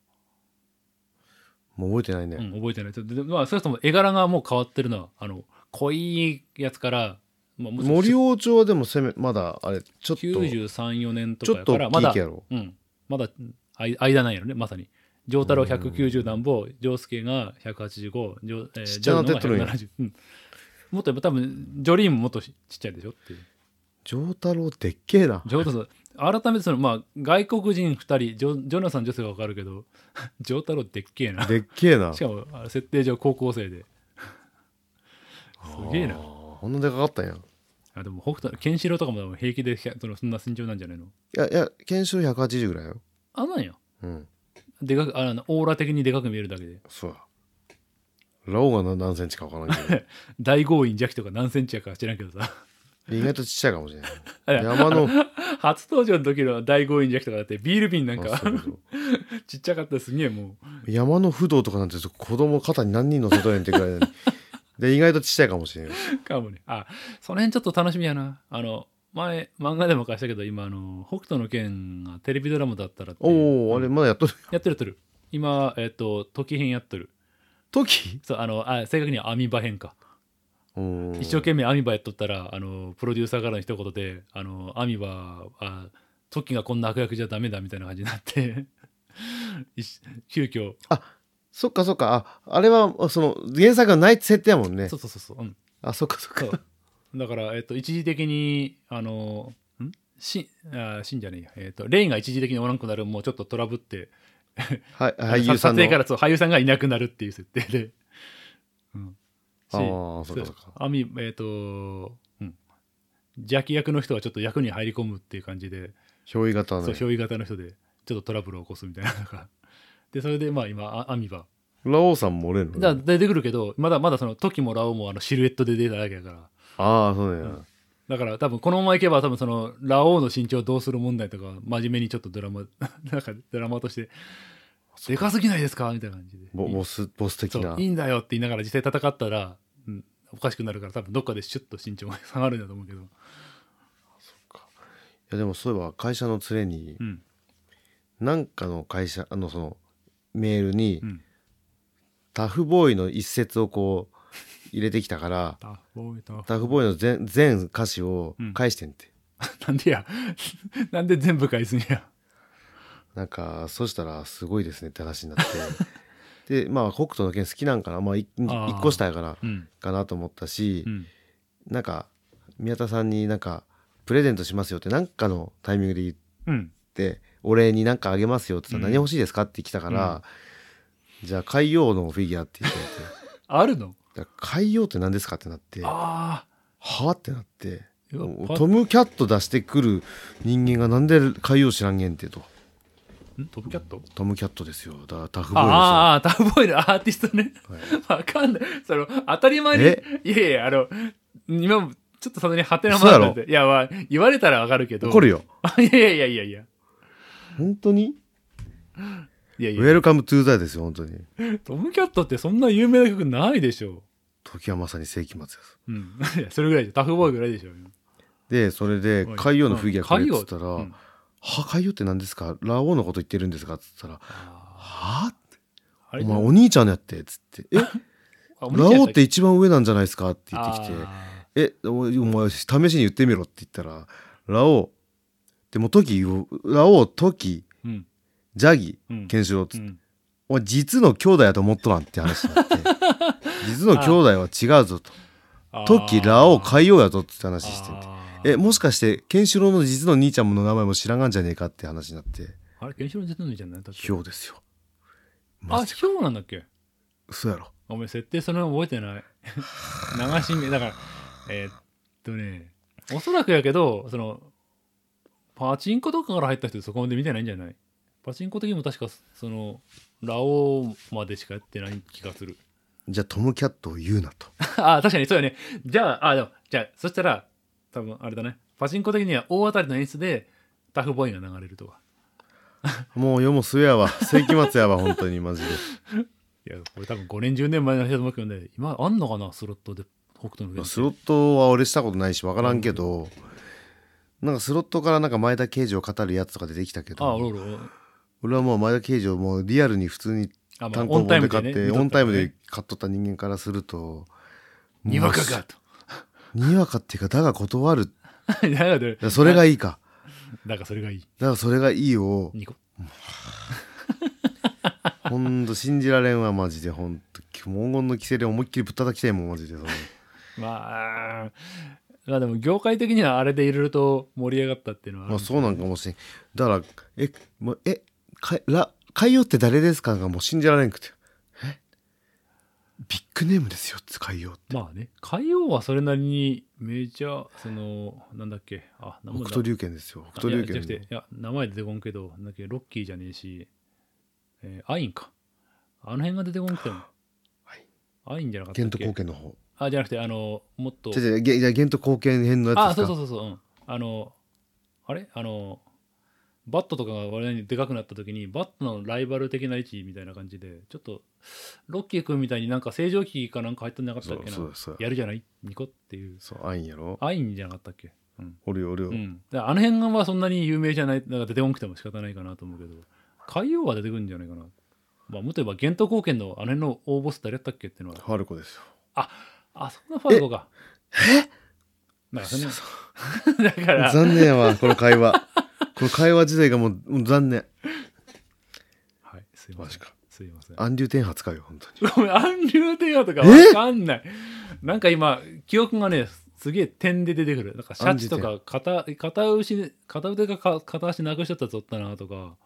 [SPEAKER 3] もう覚えてないね、
[SPEAKER 1] うん、覚えてない。ちょっとでまあ、それとも絵柄がもう変わってるな。あの、濃いやつから、まあ、もうちょっと
[SPEAKER 3] 森王朝はでもせめまだあれちょっと
[SPEAKER 1] 93、4年と
[SPEAKER 3] ち
[SPEAKER 1] か
[SPEAKER 3] ょ
[SPEAKER 1] や
[SPEAKER 3] っと
[SPEAKER 1] から、ま
[SPEAKER 3] 大
[SPEAKER 1] だ
[SPEAKER 3] きいやろ
[SPEAKER 1] うん。まだ、あい間なんやろね、まさに。丈太郎190何ぼ、丈介が185、ジョえー
[SPEAKER 3] ちっ
[SPEAKER 1] ジ
[SPEAKER 3] ちゃ
[SPEAKER 1] ョ
[SPEAKER 3] な
[SPEAKER 1] ルノが
[SPEAKER 3] 手取るんや
[SPEAKER 1] 170。うんもっとやっぱ多分、ジョリーンももっとちっちゃいでしょっていう。
[SPEAKER 3] 丈太郎でっけえな
[SPEAKER 1] ジョータさん、改めてその、まあ、外国人2人、ジョジョナサン・ジョセがわかるけど、 丈太郎でっけえな。
[SPEAKER 3] でっけえな
[SPEAKER 1] しかも、あの設定上高校生で。すげえな
[SPEAKER 3] あ。ーこんなでかかったんやい
[SPEAKER 1] あでも、北斗、ケンシロウとかも多分平気でひゃそのそんな身長なんじゃないの
[SPEAKER 3] やいや検証180ぐらいよ
[SPEAKER 1] あ、なんや。
[SPEAKER 3] うん
[SPEAKER 1] でかく、あの、オーラ的にでかく見えるだけで。
[SPEAKER 3] そうやラオウがな何センチか分からんけど
[SPEAKER 1] 大豪院邪気とか何センチやか知らんけどさ。
[SPEAKER 3] 意外とちっちゃいかもしれない
[SPEAKER 1] あれ
[SPEAKER 3] 山の
[SPEAKER 1] 初登場の時の大豪院弱とかだってビール瓶なん
[SPEAKER 3] あ
[SPEAKER 1] か
[SPEAKER 3] そうそう
[SPEAKER 1] ちっちゃかったですげえも
[SPEAKER 3] 山の不動とかなんて子供肩に何人乗せとれんってぐらい なのにで意外とちっちゃいかもしれない、
[SPEAKER 1] う かもねあその辺ちょっと楽しみやなあの前漫画でも貸したけど今あの北斗の拳がテレビドラマだったらっていう
[SPEAKER 3] おおあれまだやっとる
[SPEAKER 1] やってるやってる今えっ、と時編やってる
[SPEAKER 3] 時
[SPEAKER 1] そうあのあ正確にはアミバ編か
[SPEAKER 3] うん
[SPEAKER 1] 一生懸命アミバやっとったらあのプロデューサーからの一言であのアミバあトキがこんな悪役じゃダメだみたいな感じになって 一急遽
[SPEAKER 3] そっかそっかああれはその原作がない設定やもんね
[SPEAKER 1] そうそうそうそう、うん、
[SPEAKER 3] あそっかそっか
[SPEAKER 1] そうだから、えっと、一時的に、あの、んし、あしんじゃねえや、えっと、レインが一時的におらんくなる、もうちょっとトラブって、
[SPEAKER 3] はい俳優さ
[SPEAKER 1] 撮
[SPEAKER 3] ん
[SPEAKER 1] 影か
[SPEAKER 3] の
[SPEAKER 1] らそう俳優さんがいなくなるっていう設定で。 うん。し
[SPEAKER 3] あーそっかそっか
[SPEAKER 1] アミ、えっと、うん。邪気役の人はちょっと役に入り込むっていう感じで、
[SPEAKER 3] 憑依型の
[SPEAKER 1] そう、
[SPEAKER 3] ね
[SPEAKER 1] 憑依型の人で、ちょっとトラブルを起こすみたいなのが。で、それで、まあ今、あアミバ。
[SPEAKER 3] ラオウさんもおれんのね
[SPEAKER 1] だ出てくるけど、まだまだその、時もラオウもあのシルエットで出ただけだから。
[SPEAKER 3] ああそうだよ、
[SPEAKER 1] だから多分このままいけば多分そのラオウの身長どうする問題とか真面目にちょっとドラマ なんかドラマとして「でかすぎないですか?」みたいな感じで
[SPEAKER 3] ボボスボス的
[SPEAKER 1] そ
[SPEAKER 3] な
[SPEAKER 1] ういいんだよって言いながら実際戦ったら、うん、おかしくなるから多分どっかでシュッと身長が下がるんだと思うけど、
[SPEAKER 3] いやでもそういえば会社の連れに
[SPEAKER 1] うん
[SPEAKER 3] なんかの会社あのそのメールに、
[SPEAKER 1] うん、
[SPEAKER 3] タフボーイの一節をこう入れてきたから
[SPEAKER 1] タフタフ
[SPEAKER 3] タフボーイの全全歌詞を返してんって、
[SPEAKER 1] なんでや なんで全部返すんや
[SPEAKER 3] なんかそしたらすごいですねって話になって でまあ北斗の拳好きなんかな、まあ、い
[SPEAKER 1] あー
[SPEAKER 3] 一個下やから
[SPEAKER 1] うん
[SPEAKER 3] かなと思ったし、
[SPEAKER 1] うん
[SPEAKER 3] なんか宮田さんになんかプレゼントしますよってなんかのタイミングで言っ
[SPEAKER 1] うん
[SPEAKER 3] てお礼になんかあげますよって言ったら
[SPEAKER 1] うん
[SPEAKER 3] 何欲しいですかって来たから、じゃあ海洋のフィギュアって言ってて
[SPEAKER 1] あるの
[SPEAKER 3] だから海洋って何ですかってなっては
[SPEAKER 1] あ
[SPEAKER 3] あってなって
[SPEAKER 1] あ
[SPEAKER 3] トム・キャット出してくる人間がなんで海洋知らんげんってと
[SPEAKER 1] んトムキャット
[SPEAKER 3] トムキャットですよ。だタフボー
[SPEAKER 1] あー
[SPEAKER 3] イですよ。
[SPEAKER 1] あー、タフボーイのアーティストね。 わかんない。その、当たり前に
[SPEAKER 3] え、
[SPEAKER 1] いやいや、あの、今も、ちょっとさすがにハテナマークなんで。いや、まあ、言われたらわかるけど。
[SPEAKER 3] 怒る
[SPEAKER 1] よ。
[SPEAKER 3] よ。
[SPEAKER 1] いやいやいやいやいや。
[SPEAKER 3] 本当に
[SPEAKER 1] いやい
[SPEAKER 3] ウェ
[SPEAKER 1] や、
[SPEAKER 3] ルカムトゥーザーですよ、本当に。
[SPEAKER 1] トムキャットってそんな有名な曲ないでしょ。
[SPEAKER 3] 時はまさに世紀末です。
[SPEAKER 1] うん。 いや、それぐらいでしょ。タフボーイぐらいでしょ。
[SPEAKER 3] で、それで、海洋のフィギュアくれって言ったら、
[SPEAKER 1] 海洋うん
[SPEAKER 3] は、海洋って何ですかラオウのこと言ってるんですかって言ったら、は
[SPEAKER 1] あれ
[SPEAKER 3] お前お兄ちゃんのやって、つって。え、
[SPEAKER 1] あお兄
[SPEAKER 3] ラ
[SPEAKER 1] ちゃん
[SPEAKER 3] オ
[SPEAKER 1] や
[SPEAKER 3] ウって一番上なんじゃないですかって言ってきて、
[SPEAKER 1] あ
[SPEAKER 3] え、おお前試しに言ってみろって言ったら、ラオウ、でもトキ、ラオウ、トキ、
[SPEAKER 1] ーうん。
[SPEAKER 3] ジャギ、
[SPEAKER 1] うん。
[SPEAKER 3] ケンシロウっつ
[SPEAKER 1] う
[SPEAKER 3] って、
[SPEAKER 1] ん
[SPEAKER 3] お前実の兄弟やと思っとらんって話に なって、実の兄弟は違うぞと。トキ、ラオウ、海洋やぞって話してて。
[SPEAKER 1] あー
[SPEAKER 3] えもしかしてケンシロウの実の兄ちゃんの名前も知らんがんじゃねえかって話になって
[SPEAKER 1] あれ、ケンシロウのじゃないだって
[SPEAKER 3] ヒョウですよ
[SPEAKER 1] あ、
[SPEAKER 3] マジ
[SPEAKER 1] ヒョウなんだっけ
[SPEAKER 3] 嘘やろ
[SPEAKER 1] ごめん、設定そのまま覚えてない。 流し目、だから、えーっとね、おそらくやけど、その、パチンコとかから入った人そこまで見てないんじゃないパチンコ的にも確か、その、ラオウまでしかやってない気がする。
[SPEAKER 3] じゃあトムキャットを言うなと
[SPEAKER 1] あ、確かにそうやね。じゃあ、あ、でも、じゃあ、そしたら、多分あれだね、パチンコ的には大当たりの演出で、タフボーイが流れるとか。
[SPEAKER 3] もう世も末やわ世紀末や わ本当にマジで
[SPEAKER 1] いや、これ多分5年、10年前の人だと思うけどね、今あんのかな、スロットで、北斗の
[SPEAKER 3] いや
[SPEAKER 1] 拳。
[SPEAKER 3] スロットは俺したことないし分からんけどなんかスロットからなんか前田慶次を語るやつとか出てきたけ
[SPEAKER 1] あ、おろお
[SPEAKER 3] ど
[SPEAKER 1] ろ。
[SPEAKER 3] 俺はもう前田慶次をもうリアルに普通に
[SPEAKER 1] あ、まあ
[SPEAKER 3] 単
[SPEAKER 1] オ
[SPEAKER 3] 行
[SPEAKER 1] ンタイム
[SPEAKER 3] 本で
[SPEAKER 1] で
[SPEAKER 3] 買っ
[SPEAKER 1] ね。
[SPEAKER 3] てオンタイム
[SPEAKER 1] 見とったからね
[SPEAKER 3] で買っとった人間からすると
[SPEAKER 1] にわか
[SPEAKER 3] も
[SPEAKER 1] か
[SPEAKER 3] うにわかっていうかだが断 る
[SPEAKER 1] と。だからね、
[SPEAKER 3] それがいいか
[SPEAKER 1] なんかそれがいい。
[SPEAKER 3] だからそれがいいを
[SPEAKER 1] ニコ。
[SPEAKER 3] ほんと信じられんわマジでほんと黄金の規制で思いっきりぶったたきたいもんマジでその
[SPEAKER 1] まあ、まあでも業界的にはあれでいろいろと盛り上がったっていうのはある
[SPEAKER 3] まあそうなんかもしれんだからえもうえかラ海洋って誰ですかがもう信じられんくてえビッグネームですよ海洋って
[SPEAKER 1] まあね、海王はそれなりにメジャー、その、なんだっけ、あ、名前
[SPEAKER 3] 北斗龍拳ですよ北
[SPEAKER 1] い
[SPEAKER 3] 斗
[SPEAKER 1] や
[SPEAKER 3] 龍
[SPEAKER 1] じゃなくて、い
[SPEAKER 3] 拳
[SPEAKER 1] や、名前出てこんけど、なんだっけ、ロッキーじゃねえし、えーアインか。あの辺が出てこ んくても。
[SPEAKER 3] い
[SPEAKER 1] アインじゃなかったっ
[SPEAKER 3] 玄
[SPEAKER 1] け
[SPEAKER 3] 都貢献の方
[SPEAKER 1] あ、じゃなくて、あの、もっと
[SPEAKER 3] じ。ゃじゃじゃ玄都貢献編のやつですか
[SPEAKER 1] あ、そうそうそうそう、うん。あの、あれあの、バットとかが我々にでかくなった時に、バットのライバル的な位置みたいな感じで、ちょっと、ロッキー君みたいになんか正常期かなんか入ったんじゃなかったっけな。
[SPEAKER 3] そうそうそう
[SPEAKER 1] やるじゃないニコっていう。
[SPEAKER 3] そうあんやろ
[SPEAKER 1] アインじゃなかったっけうん。
[SPEAKER 3] おるよおるよ、
[SPEAKER 1] うん、だからあの辺がまあそんなに有名じゃない、なんか出てこなくても仕方ないかなと思うけど、海王は出てくるんじゃないかな。まあ、もっと言えば、幻冬貢献のあの辺の大ボス誰やったっけっていうのは、
[SPEAKER 3] ファルコですよ
[SPEAKER 1] あ、そんなファルコか。えなんかそんな だから、
[SPEAKER 3] 残念やわこの会話この会話自体がもうもう残念
[SPEAKER 1] はい、すいま
[SPEAKER 3] マ
[SPEAKER 1] せ
[SPEAKER 3] ジ
[SPEAKER 1] ん。
[SPEAKER 3] か
[SPEAKER 1] すいません。
[SPEAKER 3] アンリュー天使かよ本当に
[SPEAKER 1] ごめん、アンリューテイアとかわかんない。なんか今、記憶がね、すげえ点で出てくる。なんかシャチとか片、片牛、片腕がか片足なくしちゃったぞったなとか。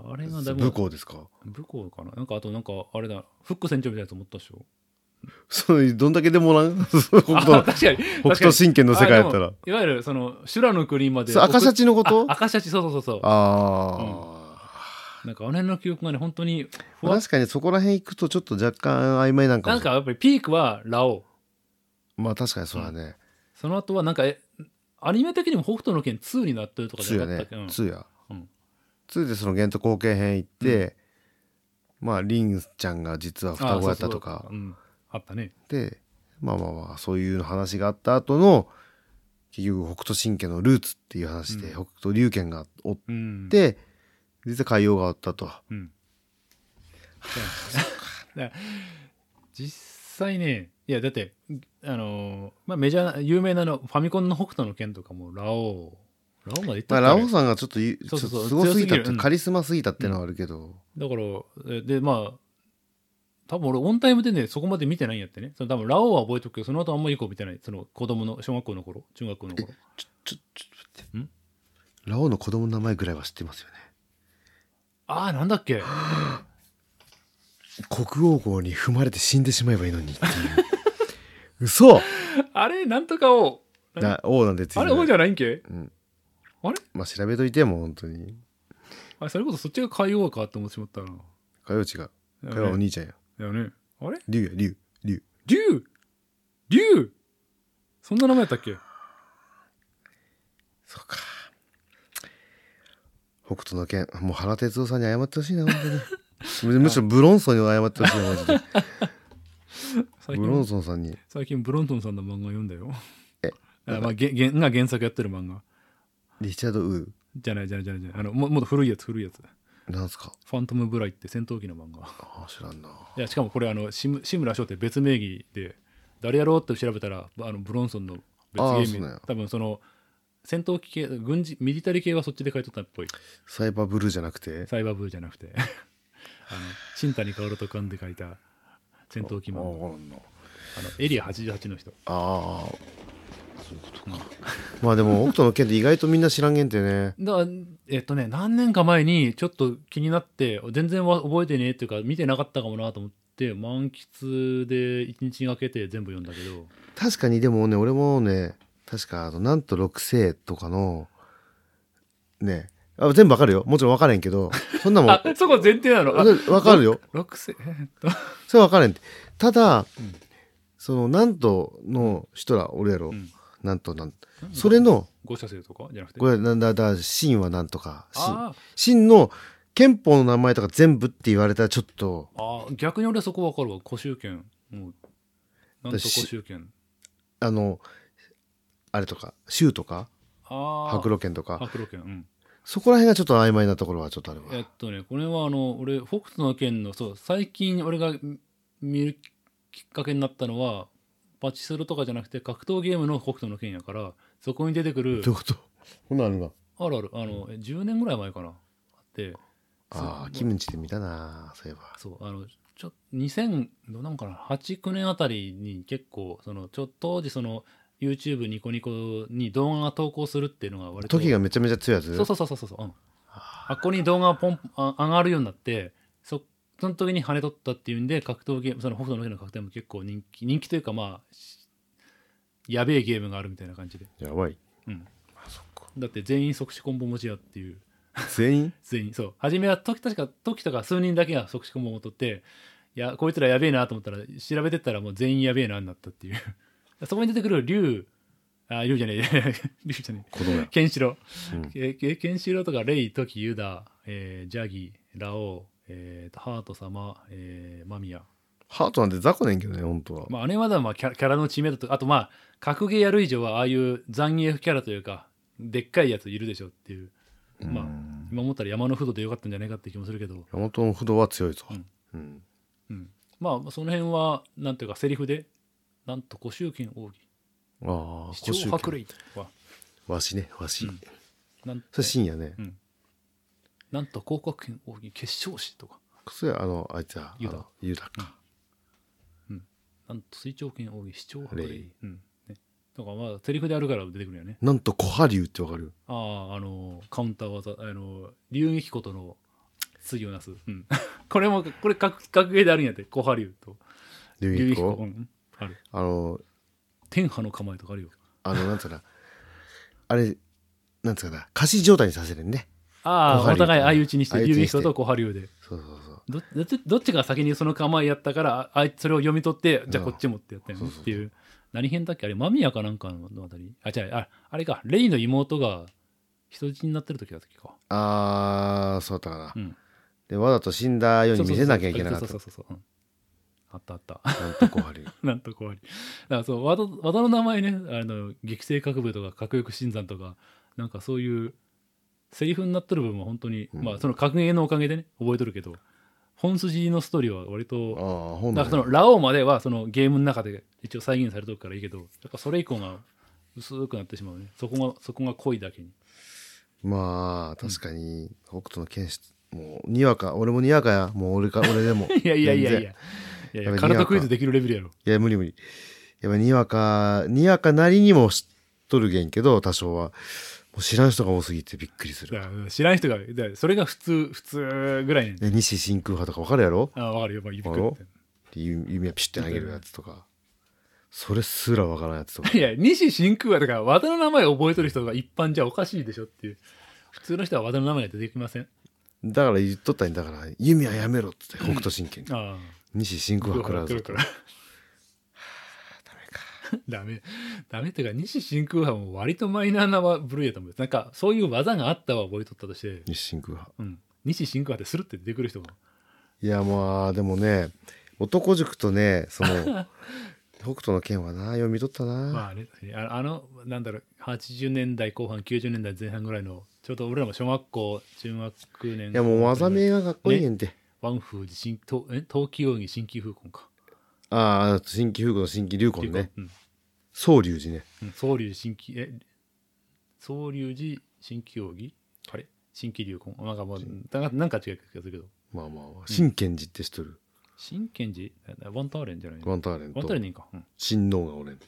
[SPEAKER 1] あれがだ
[SPEAKER 3] 武功ですか
[SPEAKER 1] 武功かななんかあとなんかあれだ、フック船長みたいなやつ持ったでしょ。
[SPEAKER 3] そうどんだけでもおらんそう 北
[SPEAKER 1] あ、
[SPEAKER 3] 斗
[SPEAKER 1] 確かに。
[SPEAKER 3] 北斗神拳の世界やった
[SPEAKER 1] あで
[SPEAKER 3] ら
[SPEAKER 1] もいわゆるその修羅の国まで
[SPEAKER 3] そう赤シャチのこと
[SPEAKER 1] あ赤シャチそうそうそうそ
[SPEAKER 3] あ
[SPEAKER 1] うなんかあの辺の記憶がね本当に
[SPEAKER 3] ー、
[SPEAKER 1] ふわっ
[SPEAKER 3] 確かにそこら辺行くとちょっと若干曖昧なんか
[SPEAKER 1] な
[SPEAKER 3] も
[SPEAKER 1] ん
[SPEAKER 3] しれ
[SPEAKER 1] かやっぱりピークはラオウ
[SPEAKER 3] んまあ確かにそうだね、
[SPEAKER 1] その後はなんかえアニメ的にも北斗の拳2になってるとかじ
[SPEAKER 3] 通
[SPEAKER 1] ゃ
[SPEAKER 3] や
[SPEAKER 1] なかったっけ、う
[SPEAKER 3] ね
[SPEAKER 1] ん
[SPEAKER 3] 通や
[SPEAKER 1] うん
[SPEAKER 3] 通でその源と後継編行って、まありんちゃんが実は双子やったと
[SPEAKER 1] あそう
[SPEAKER 3] か
[SPEAKER 1] そううんあったね
[SPEAKER 3] でまあまあまあそういう話があった後の結局北斗神拳のルーツっていう話で、
[SPEAKER 1] う
[SPEAKER 3] 北斗龍拳がおっ
[SPEAKER 1] うん
[SPEAKER 3] て実は海洋があったと
[SPEAKER 1] うんそうなんだだから実際ねいやだってあのーまあメジャーな有名なのファミコンの北斗の拳とかもラオウラオウまで行った
[SPEAKER 3] ま
[SPEAKER 1] っ
[SPEAKER 3] あ、
[SPEAKER 1] け
[SPEAKER 3] ラオウさんがちょっといちょ
[SPEAKER 1] そう
[SPEAKER 3] っ
[SPEAKER 1] そうそう
[SPEAKER 3] とすごすぎた
[SPEAKER 1] 強すぎ
[SPEAKER 3] っ
[SPEAKER 1] る
[SPEAKER 3] て
[SPEAKER 1] うん
[SPEAKER 3] カリスマすぎたってのはあるけど、
[SPEAKER 1] だから、えで、まあ、多分俺、オンタイムでね、そこまで見てないんやってね。その多分、ラオウは覚えとくけど、その後あんまりよく見てない。その子供の、小学校の頃、中学校の頃。
[SPEAKER 3] ちょちょちょっと待ってラオウの子供の名前ぐらいは知ってますよね
[SPEAKER 1] ああ、なんだっけ。
[SPEAKER 3] 国王号に踏まれて死んでしまえばいいのにっていう 嘘
[SPEAKER 1] あれ、なんとかを、
[SPEAKER 3] な王なんでついて
[SPEAKER 1] あ
[SPEAKER 3] な
[SPEAKER 1] れ、
[SPEAKER 3] い
[SPEAKER 1] 王じゃないんけ
[SPEAKER 3] うん
[SPEAKER 1] あれ
[SPEAKER 3] まあ調べといてもう本当に
[SPEAKER 1] あれそれこそそっちが海王かって思ってしまったな
[SPEAKER 3] 火曜違う。
[SPEAKER 1] だ
[SPEAKER 3] 火
[SPEAKER 1] よ
[SPEAKER 3] 曜はお
[SPEAKER 1] ね
[SPEAKER 3] 兄ちゃんや。
[SPEAKER 1] だよねあれ
[SPEAKER 3] 竜や、竜。竜。
[SPEAKER 1] 竜竜そんな名前やったっけ
[SPEAKER 3] そうか。北斗の剣。もう原哲夫さんに謝ってほしいな、本当 に。むむしろブロンソンに謝ってほしいな、マジ で。
[SPEAKER 1] 最
[SPEAKER 3] ブロン
[SPEAKER 1] 近
[SPEAKER 3] ソンさんに。
[SPEAKER 1] 最近ブロントンさんの漫画読んだよ
[SPEAKER 3] え
[SPEAKER 1] あまあげげんが原作やってる漫画
[SPEAKER 3] リチャード・ウ
[SPEAKER 1] じゃないじゃないじゃないじゃないあのももっと古いやつ古いやつ
[SPEAKER 3] ー。なんすか
[SPEAKER 1] ファントムブライって戦闘機の漫 画
[SPEAKER 3] ああ、知らんな。
[SPEAKER 1] いやしかもこれあの志村志村翔って別名義で誰やろうって調べたらあのブロンソンの
[SPEAKER 3] あー
[SPEAKER 1] 別ゲ
[SPEAKER 3] そう
[SPEAKER 1] ー
[SPEAKER 3] なんや
[SPEAKER 1] ム多分その戦闘機系軍事ミリタリー系はそっちで書いとったっぽい
[SPEAKER 3] サイバーブルーじゃなくて。
[SPEAKER 1] サイバーブーじゃなくて あの新谷薫と勘で書いた戦闘機マンあの
[SPEAKER 3] わかんな
[SPEAKER 1] エリア88の人
[SPEAKER 3] ああ。 まあでも、北斗の剣って意外とみんな知らんげんてね。
[SPEAKER 1] だえっとね何年か前にちょっと気になって全然わ覚えてねえっていうか見てなかったかもなと思って満喫で1日がけて全部読んだけど
[SPEAKER 3] 確かにでもね俺もね確かあのなんと六世とかのねあ全部わかるよもちろんわからへんけどそん なもん
[SPEAKER 1] あそこ前提なのあ
[SPEAKER 3] それわかるよ
[SPEAKER 1] 6世えっと
[SPEAKER 3] それわからへんってただ、
[SPEAKER 1] ん
[SPEAKER 3] そのなんとの人ら俺やろ、
[SPEAKER 1] うん
[SPEAKER 3] なんとなんそれの
[SPEAKER 1] 五社生とかじゃなくて
[SPEAKER 3] これなんだだ秦はなんとか
[SPEAKER 1] あ
[SPEAKER 3] 秦の憲法の名前とか全部って言われたらちょっと
[SPEAKER 1] ーあー逆に俺そこ分かるわ古州圏もうなんと古州圏
[SPEAKER 3] あのあれとか州とか
[SPEAKER 1] ああ
[SPEAKER 3] 白露圏とか
[SPEAKER 1] 白露圏うん
[SPEAKER 3] そこら辺がちょっと曖昧なところはちょっとあるわ
[SPEAKER 1] えっとねこれはあの俺北斗の拳のそう最近俺が見るきっかけになったのはパチスロとかじゃなくて格闘ゲームの北斗の拳やからそこに出てくる
[SPEAKER 3] どういうことこんなんあるな
[SPEAKER 1] あるあるあのえ10年ぐらい前かなあって
[SPEAKER 3] あ
[SPEAKER 1] そう
[SPEAKER 3] あ、キムチで見たな、そういえば。
[SPEAKER 1] そうあのちょ2000どうなんかな89年あたりに結構そのちょ当時その YouTube ニコニコに動画が投稿するっていうのが割と
[SPEAKER 3] 時がめちゃめちゃ強いやつ。
[SPEAKER 1] そうそうそうそうそう、うん、
[SPEAKER 3] あ
[SPEAKER 1] あっこに動画がポンあ上がるようになってそその時に跳ね取ったっていうんで格闘ゲームその北斗の拳の格闘ゲーム結構人気人気というかまあしやべえゲームがあるみたいな感じで、
[SPEAKER 3] やばい。
[SPEAKER 1] うん、
[SPEAKER 3] あ、そっか。
[SPEAKER 1] だって全員即死コンボ持ちやっていう
[SPEAKER 3] 全員
[SPEAKER 1] 全員そう初めは時確か時とか数人だけが即死コンボを取っていやこいつらやべえなと思ったら調べてったらもう全員やべえなになったっていう そこに出てくる竜あ竜じゃねえ 竜じゃねえ
[SPEAKER 3] 子供や。
[SPEAKER 1] ケンシロウ
[SPEAKER 3] うん
[SPEAKER 1] えーケンシロウとかレイ、トキ、ユダ、えージャギ、ラオウ、えーとハート様、えーマミヤ。
[SPEAKER 3] ハートなんて雑魚ねんけどね、本当は。
[SPEAKER 1] まあ、あれはだまあキャラキャラの知名度と、あとまあ、格ゲーやる以上は、ああいう残虐キャラというか、でっかいやついるでしょっていう。まあ
[SPEAKER 3] うん、
[SPEAKER 1] 今思ったら山の不動でよかったんじゃないかって気もするけど、
[SPEAKER 3] 山本の不動は強いぞ
[SPEAKER 1] うん。
[SPEAKER 3] うん。
[SPEAKER 1] うん。まあ、その辺は、なんていうか、セリフで、なんと、古州剣奥
[SPEAKER 3] ああ、
[SPEAKER 1] 義、視聴白
[SPEAKER 3] 霊。
[SPEAKER 1] 麗は、
[SPEAKER 3] わしね、わし。
[SPEAKER 1] うんなん
[SPEAKER 3] それ深夜ね
[SPEAKER 1] う。んなんと、広角剣奥義決勝士とか。
[SPEAKER 3] それあの、あいつは、
[SPEAKER 1] ユダ
[SPEAKER 3] あのユダか。
[SPEAKER 1] なんと水長剣奥義、視聴白
[SPEAKER 3] レ
[SPEAKER 1] 麗
[SPEAKER 3] イ。
[SPEAKER 1] うん。ね。とか、まあ、セリフであるから出てくるよね。
[SPEAKER 3] なんと、小波竜ってわかる
[SPEAKER 1] ああ、あの、カウンター技、あの、竜撃ことの次をなす。 うん。これも、これ格、格ゲーであるんやって、小波竜と。
[SPEAKER 3] 竜
[SPEAKER 1] 竜
[SPEAKER 3] 撃
[SPEAKER 1] 撃こと。う
[SPEAKER 3] 子。
[SPEAKER 1] んある。
[SPEAKER 3] あの、
[SPEAKER 1] 天波の構えとかあるよ。
[SPEAKER 3] あの、なんつうかな。あれ、なんつうかな。仮死状態にさせるね。
[SPEAKER 1] あ
[SPEAKER 3] 小
[SPEAKER 1] あ、お
[SPEAKER 3] 波竜と
[SPEAKER 1] 互い相打ちにして、
[SPEAKER 3] 相打ち
[SPEAKER 1] 竜
[SPEAKER 3] にして
[SPEAKER 1] 撃ことと小波竜で。
[SPEAKER 3] そうそうそう。
[SPEAKER 1] どどっちどっちが先にその構えやったから、ああいそれを読み取って、じゃあこっちもってやったよね
[SPEAKER 3] うんそうそうそう
[SPEAKER 1] っていう。何編だっけあれ、マミヤかなんかのあたりあ、違う、ああれか、レイの妹が人質になってる時だったっけか。
[SPEAKER 3] ああ、そうだったかな
[SPEAKER 1] う。ん。
[SPEAKER 3] で、わざと死んだように見せなきゃいけなかっ
[SPEAKER 1] そ
[SPEAKER 3] た
[SPEAKER 1] うそう。そうそうそうそうそう。うんあったあった。
[SPEAKER 3] なんと小針。
[SPEAKER 1] なんとこあり。だからそう、和田和田の名前ね、あの、激性核部とか、核翼新山とか、なんかそういう、セリフになっとる部分は本当に、
[SPEAKER 3] うん
[SPEAKER 1] まあ、その格ゲーのおかげでね、覚えとるけど、本筋のストーリーは割
[SPEAKER 3] あ
[SPEAKER 1] と、
[SPEAKER 3] あ、本
[SPEAKER 1] だからその、ラオウまでは、そのゲームの中で一応再現されとるからいいけど、やっぱそれ以降が薄くなってしまうね。そこが、そこが濃いだけに。
[SPEAKER 3] まあ、確かに、北斗の剣士、もう、にわか、俺もにわかや、もう 俺か、俺でも。
[SPEAKER 1] いやいやいやいや。い
[SPEAKER 3] 全然。
[SPEAKER 1] やい
[SPEAKER 3] や
[SPEAKER 1] や、
[SPEAKER 3] べ
[SPEAKER 1] 体クイズできるレベルやろ。
[SPEAKER 3] いや、無理無理。やっぱにわか、にわかなりにも知っとるげんけど、多少は。もう知らん人が多すぎてびっくりする。
[SPEAKER 1] だから知らん人が、だからそれが普通、普通ぐらいねん。
[SPEAKER 3] で西真空派とかわかるやろ
[SPEAKER 1] ああ、わかるよ、まあ、指く
[SPEAKER 3] あ
[SPEAKER 1] っ
[SPEAKER 3] の
[SPEAKER 1] て。
[SPEAKER 3] ゆ弓矢ピシッて投げるやつとか。それすらわからんやつ とか。
[SPEAKER 1] いや、西真空はだから、和田の名前を覚えとる人が一般じゃおかしいでしょっていう。普通の人は和田の名前が出てきません。
[SPEAKER 3] だから言っとったんだから「弓はやめろ」っつって北斗神 拳に
[SPEAKER 1] ああ
[SPEAKER 3] 西真空波食らうぞ
[SPEAKER 1] 来るから ダメダメっていうか西真空波も割とマイナーなわ部類やと思うなんかそういう技があったは覚えとったとして、
[SPEAKER 3] 西真空波
[SPEAKER 1] うん、西真空波ってスルって出てくる人が
[SPEAKER 3] いやまあでもね男塾とねそ の北斗の拳はな読み取ったな、
[SPEAKER 1] まあねあのあのなんだろう80年代後半90年代前半ぐらいのちょうど俺らも小学校中学年
[SPEAKER 3] いやもう技名がかっこいいねんて、
[SPEAKER 1] ワンフージ新東え冬季奥義新規風魂か
[SPEAKER 3] あああの新規風雲の新規流魂ね
[SPEAKER 1] うん
[SPEAKER 3] 宗隆寺ね
[SPEAKER 1] うん総流新規え総流寺新規奥義あれ新規流魂なんかもうだなんか違う気がするけど
[SPEAKER 3] まあまあまあ真剣寺って知っとる、
[SPEAKER 1] 真剣寺えワンターレンじゃないの
[SPEAKER 3] ワンターレン
[SPEAKER 1] ワンタ
[SPEAKER 3] と
[SPEAKER 1] ーレンでいいんか、うん、
[SPEAKER 3] 親王がおれんて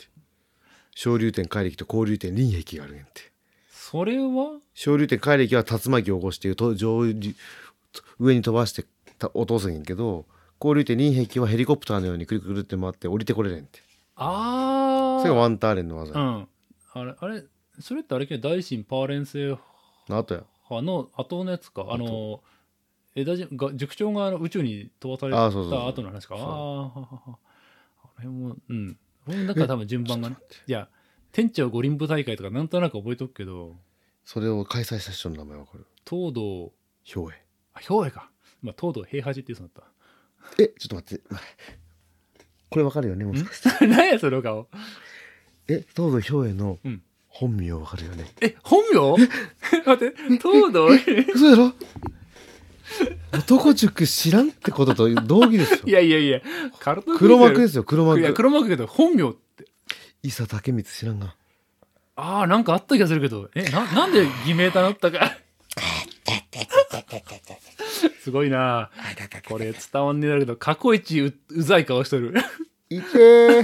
[SPEAKER 3] 昇竜天怪力と交竜天林壁があるねんて
[SPEAKER 1] それは
[SPEAKER 3] 昇竜天怪力は竜巻を起こしてと上流上に飛ばしてた落とすんやけど交流天林壁はヘリコプターのようにくるくるって回って降りてこれれんて
[SPEAKER 1] ああ
[SPEAKER 3] それがワンターレンの技、
[SPEAKER 1] うんあれあれそれってあれけ大神パーレン制
[SPEAKER 3] あとや
[SPEAKER 1] あの後のやつかあの枝島が塾長があの宇宙に飛ばされた
[SPEAKER 3] あそうそうそう
[SPEAKER 1] 後の話かあ
[SPEAKER 3] そう
[SPEAKER 1] あーあれもうんほんだから多分順番がねいや天長五輪舞大会とかなんとなく覚えとくけど
[SPEAKER 3] それを開催した人の名前はこれ
[SPEAKER 1] 東堂
[SPEAKER 3] 兵衛
[SPEAKER 1] あ兵衛か今東堂平八って言うそうだっ
[SPEAKER 3] えちょっと待ってこれわかるよねもしかして
[SPEAKER 1] た 何やその顔
[SPEAKER 3] え東堂兵衛の
[SPEAKER 1] うん
[SPEAKER 3] 本名わかるよね、
[SPEAKER 1] え本 名待って東堂い
[SPEAKER 3] 嘘やろ男塾知らんってこと と同義ですよ
[SPEAKER 1] やいやいやカルト
[SPEAKER 3] 黒幕ですすよ黒
[SPEAKER 1] いや
[SPEAKER 3] 幕
[SPEAKER 1] 黒幕やけど本名って
[SPEAKER 3] 伊佐武光知らんが
[SPEAKER 1] ああなんかあった気がするけどえななんで偽名となったか すごいなこれ伝わんねえだけど過去一ううざい顔しとる
[SPEAKER 3] いけー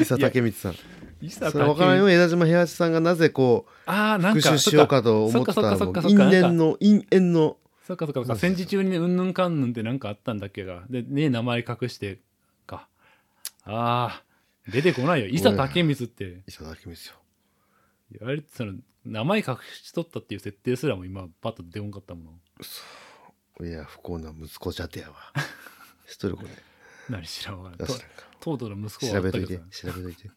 [SPEAKER 3] 伊佐武光さん
[SPEAKER 1] 伊佐
[SPEAKER 3] それ分からんよ江田島平八さんがなぜこ
[SPEAKER 1] ああ
[SPEAKER 3] う
[SPEAKER 1] なんか
[SPEAKER 3] 復讐しようかと思ってた
[SPEAKER 1] そっか
[SPEAKER 3] の
[SPEAKER 1] そっ
[SPEAKER 3] も
[SPEAKER 1] かそっ
[SPEAKER 3] 因
[SPEAKER 1] かそっか
[SPEAKER 3] 縁の因縁の
[SPEAKER 1] そっかそっかそっか戦時中にうんぬんかんぬんってなんかあったんだっけがでね名前隠してかああ出てこ ないよ伊佐武光って
[SPEAKER 3] 伊佐武光ですよ
[SPEAKER 1] 言われてその名前隠しとったっていう設定すらも今パッと出こんかったもの
[SPEAKER 3] いや不幸な息子じゃ てやわ知っとるこれ
[SPEAKER 1] 何しらんわから
[SPEAKER 3] あ
[SPEAKER 1] んと
[SPEAKER 3] 知らんか
[SPEAKER 1] 東堂の息子は
[SPEAKER 3] 調
[SPEAKER 1] あっ
[SPEAKER 3] べ
[SPEAKER 1] た
[SPEAKER 3] と
[SPEAKER 1] け
[SPEAKER 3] い
[SPEAKER 1] ど
[SPEAKER 3] て
[SPEAKER 1] さ
[SPEAKER 3] 調べと いて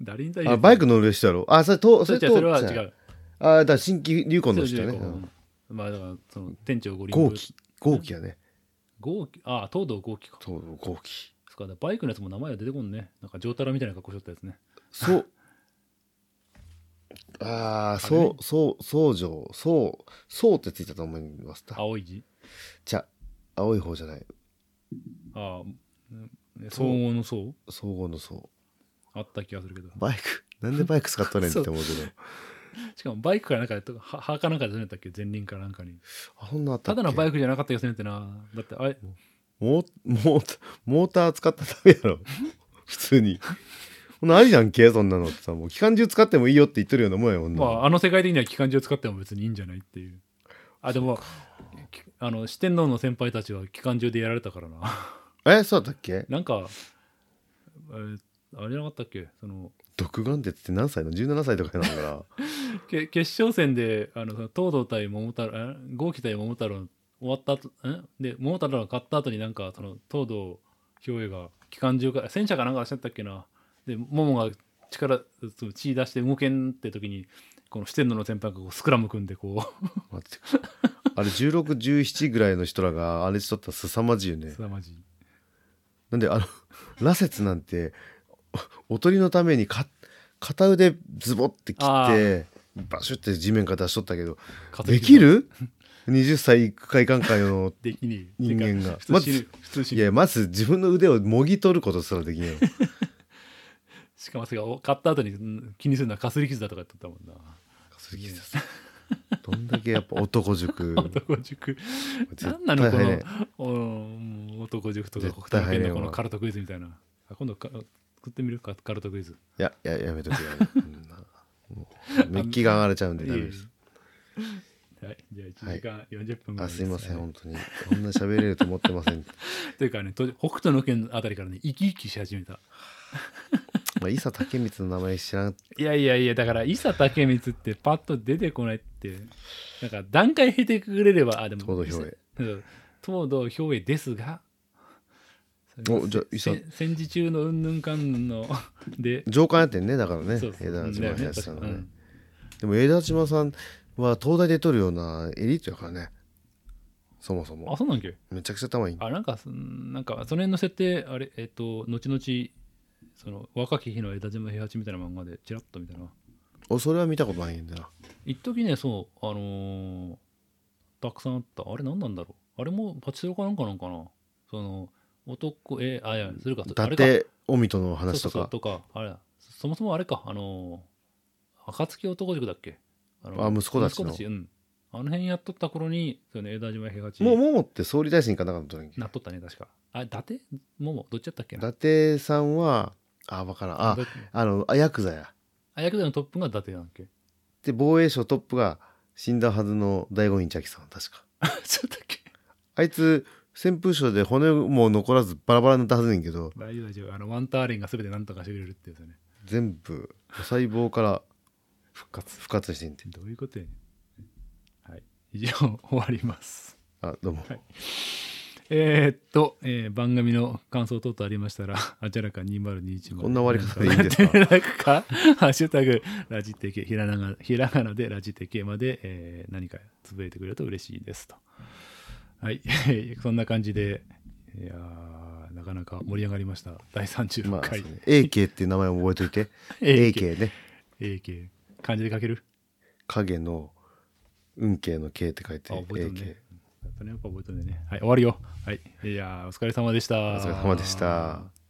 [SPEAKER 1] 誰に対して
[SPEAKER 3] あバイク乗る人やろあそれと
[SPEAKER 1] それ
[SPEAKER 3] それ
[SPEAKER 1] じゃ
[SPEAKER 3] と
[SPEAKER 1] それは違
[SPEAKER 3] 違う
[SPEAKER 1] う。
[SPEAKER 3] あだから新規流行の人
[SPEAKER 1] それ
[SPEAKER 3] ね
[SPEAKER 1] じゃないまあだからその店長五輪
[SPEAKER 3] 豪気豪気やね
[SPEAKER 1] 豪気あ東堂豪気か。
[SPEAKER 3] そう豪気
[SPEAKER 1] そっかだからバイクのやつも名前は出てこんね。なんかジョータラみたいな格好しとったやつね。
[SPEAKER 3] そうああ
[SPEAKER 1] あれ
[SPEAKER 3] そうそうそうそうそうそうってついたと思いますた
[SPEAKER 1] 青い字。
[SPEAKER 3] じゃ青い方じゃない
[SPEAKER 1] あうん総合の層
[SPEAKER 3] 総合のそう
[SPEAKER 1] あった気がするけど。
[SPEAKER 3] バイクなんでバイク使っとねんって 思うけど
[SPEAKER 1] しかもバイクからなんかやったははかなんかじゃなかったっけ前輪かなんかに。
[SPEAKER 3] あそんなあった
[SPEAKER 1] た
[SPEAKER 3] っけ
[SPEAKER 1] だのバイクじゃなかった気がするんやってな。だってあれ
[SPEAKER 3] モーモーモーター使ったためやろ普通にほなありなんけそんなのってさもう機関銃使ってもいいよって言ってるようなもんやもんな、
[SPEAKER 1] まああの世界的には機関銃使っても別にいいんじゃないっていう。あでもきあの四天王の先輩たちは機関銃でやられたからな。
[SPEAKER 3] えそうだったっけ
[SPEAKER 1] なんか、えーあれじゃなかったっけその
[SPEAKER 3] 独眼鉄って何歳の17歳とかやなんだから
[SPEAKER 1] け決勝戦であのその東堂対桃太郎え豪輝対桃太郎終わった後んで桃太郎が勝った後になんかその東堂兵衛が機関銃か戦車かなんかしちゃったっけなで桃が力その血出して動けんって時にこの四天王の先輩がこうスクラム組んでこ
[SPEAKER 3] 待ってあれ1617ぐらいの人らがあれしとったら凄まじいよ
[SPEAKER 1] う
[SPEAKER 3] ね
[SPEAKER 1] すなまじい
[SPEAKER 3] なんであの羅刹なんておおとりのためにか片腕ズボって切
[SPEAKER 1] あ
[SPEAKER 3] ってバシュって地面から出しとったけど
[SPEAKER 1] 活躍
[SPEAKER 3] できる ?20 歳行くか行かんかの
[SPEAKER 1] できねえ
[SPEAKER 3] 人間が
[SPEAKER 1] てか普通死ぬ普通死
[SPEAKER 3] い
[SPEAKER 1] ぬ
[SPEAKER 3] やまず自分の腕をもぎ取ることすらできない
[SPEAKER 1] しかもそれが勝った後にうん気にするのはかすり傷だとか言ってたもんな
[SPEAKER 3] どんだけやっぱ男 塾
[SPEAKER 1] 男塾
[SPEAKER 3] 絶
[SPEAKER 1] なんなのこ
[SPEAKER 3] 入れ
[SPEAKER 1] の
[SPEAKER 3] ん
[SPEAKER 1] おもう男塾とか国
[SPEAKER 3] 絶対
[SPEAKER 1] 体
[SPEAKER 3] 入
[SPEAKER 1] 圏の
[SPEAKER 3] れんわ
[SPEAKER 1] このカルトクイズみたいなあ今度か作ってみるかカルトクイズ
[SPEAKER 3] いやややめとくよもうメッキが上がれちゃうんでダメです
[SPEAKER 1] はいじゃあ1時間40分ぐら
[SPEAKER 3] あ
[SPEAKER 1] いです
[SPEAKER 3] いません
[SPEAKER 1] はい
[SPEAKER 3] 本当にこんな喋れると思ってません
[SPEAKER 1] というかねと北斗の拳あたりからね生き生きし始めた
[SPEAKER 3] まあ、伊佐竹光の名前知らん。
[SPEAKER 1] いやいやいやだから伊佐竹光ってパッと出てこないってなんか段階経てくれればあでも
[SPEAKER 3] 東堂兵衛
[SPEAKER 1] 衛東堂兵衛ですが
[SPEAKER 3] おじゃあ伊佐
[SPEAKER 1] せ戦時中のうんぬんかんぬんので
[SPEAKER 3] 上官やってんね、だからね
[SPEAKER 1] そう。そう
[SPEAKER 3] 枝
[SPEAKER 1] だ
[SPEAKER 3] 島
[SPEAKER 1] よね
[SPEAKER 3] 林さんの
[SPEAKER 1] 確か
[SPEAKER 3] ね。でも枝島さんは東大で取るようなエリートやからね。そもそ
[SPEAKER 1] うんあ
[SPEAKER 3] も。
[SPEAKER 1] そうなんだっけ
[SPEAKER 3] めちゃくちゃ頭いい。
[SPEAKER 1] あなんかそんなんかその辺の設定あれえっと後々その若き日の枝島平八みたいな漫画でチラッと見たな
[SPEAKER 3] お、それは見たことないんだな。
[SPEAKER 1] 一時ねそうあのーたくさんあったあれ何なんだろうあれもパチスロかなんかなんかなその男えあいやそれか
[SPEAKER 3] 伊
[SPEAKER 1] あれか
[SPEAKER 3] 達、オミトの話
[SPEAKER 1] そ
[SPEAKER 3] と
[SPEAKER 1] うそうそう
[SPEAKER 3] か。
[SPEAKER 1] とかあれだそもそもあれかあのー暁男塾だっけあの
[SPEAKER 3] あ息子たちの
[SPEAKER 1] 息うんあの辺やっとった頃にそう、ね、枝島平八
[SPEAKER 3] もう、もうって総理大臣かなんかの取るんやっけ
[SPEAKER 1] なっとったね確かあ伊達ももどっちやったっけ
[SPEAKER 3] 伊
[SPEAKER 1] な
[SPEAKER 3] 達さんは、あ、わからん。あ
[SPEAKER 1] どっ、ち
[SPEAKER 3] あの、あヤクザや。
[SPEAKER 1] あヤクザのトップが伊達なんだっけ
[SPEAKER 3] で、防衛省トップが死んだはずの大五院茶木さん、確か。
[SPEAKER 1] そうだっけ
[SPEAKER 3] あいつ、旋風症で骨も残らずバラバラになったはずねんけ ど、
[SPEAKER 1] 大丈夫大丈夫あのワンターレンが全て何とかしてくれるってやつだね
[SPEAKER 3] 全部、細胞から
[SPEAKER 1] 復活
[SPEAKER 3] 復活してんて。
[SPEAKER 1] どういうことやねんはい以上終わります
[SPEAKER 3] あ、どうも。
[SPEAKER 1] えー、っと、えー番組の感想等々ありましたらあちゃらか2021
[SPEAKER 3] こんな終わり方でいいんです
[SPEAKER 1] か か
[SPEAKER 3] か
[SPEAKER 1] ハッシュタグラジテケひらがなひらがなでラジテケまで、えー何かつぶえてくれると嬉しいですとはい そんな感じでいやーなかなか盛り上がりました第36
[SPEAKER 3] まあ、
[SPEAKER 1] 回、
[SPEAKER 3] そうね AK っていう名前を覚えといて。
[SPEAKER 1] AK
[SPEAKER 3] AK ね。
[SPEAKER 1] AK 漢字で書ける
[SPEAKER 3] 影の、運慶の K って書いて、
[SPEAKER 1] あ覚えとん
[SPEAKER 3] AK
[SPEAKER 1] ね。やっぱねやっぱ覚えとんねはい終わるよはいいやーお疲れ様でした
[SPEAKER 3] お疲れ様でした。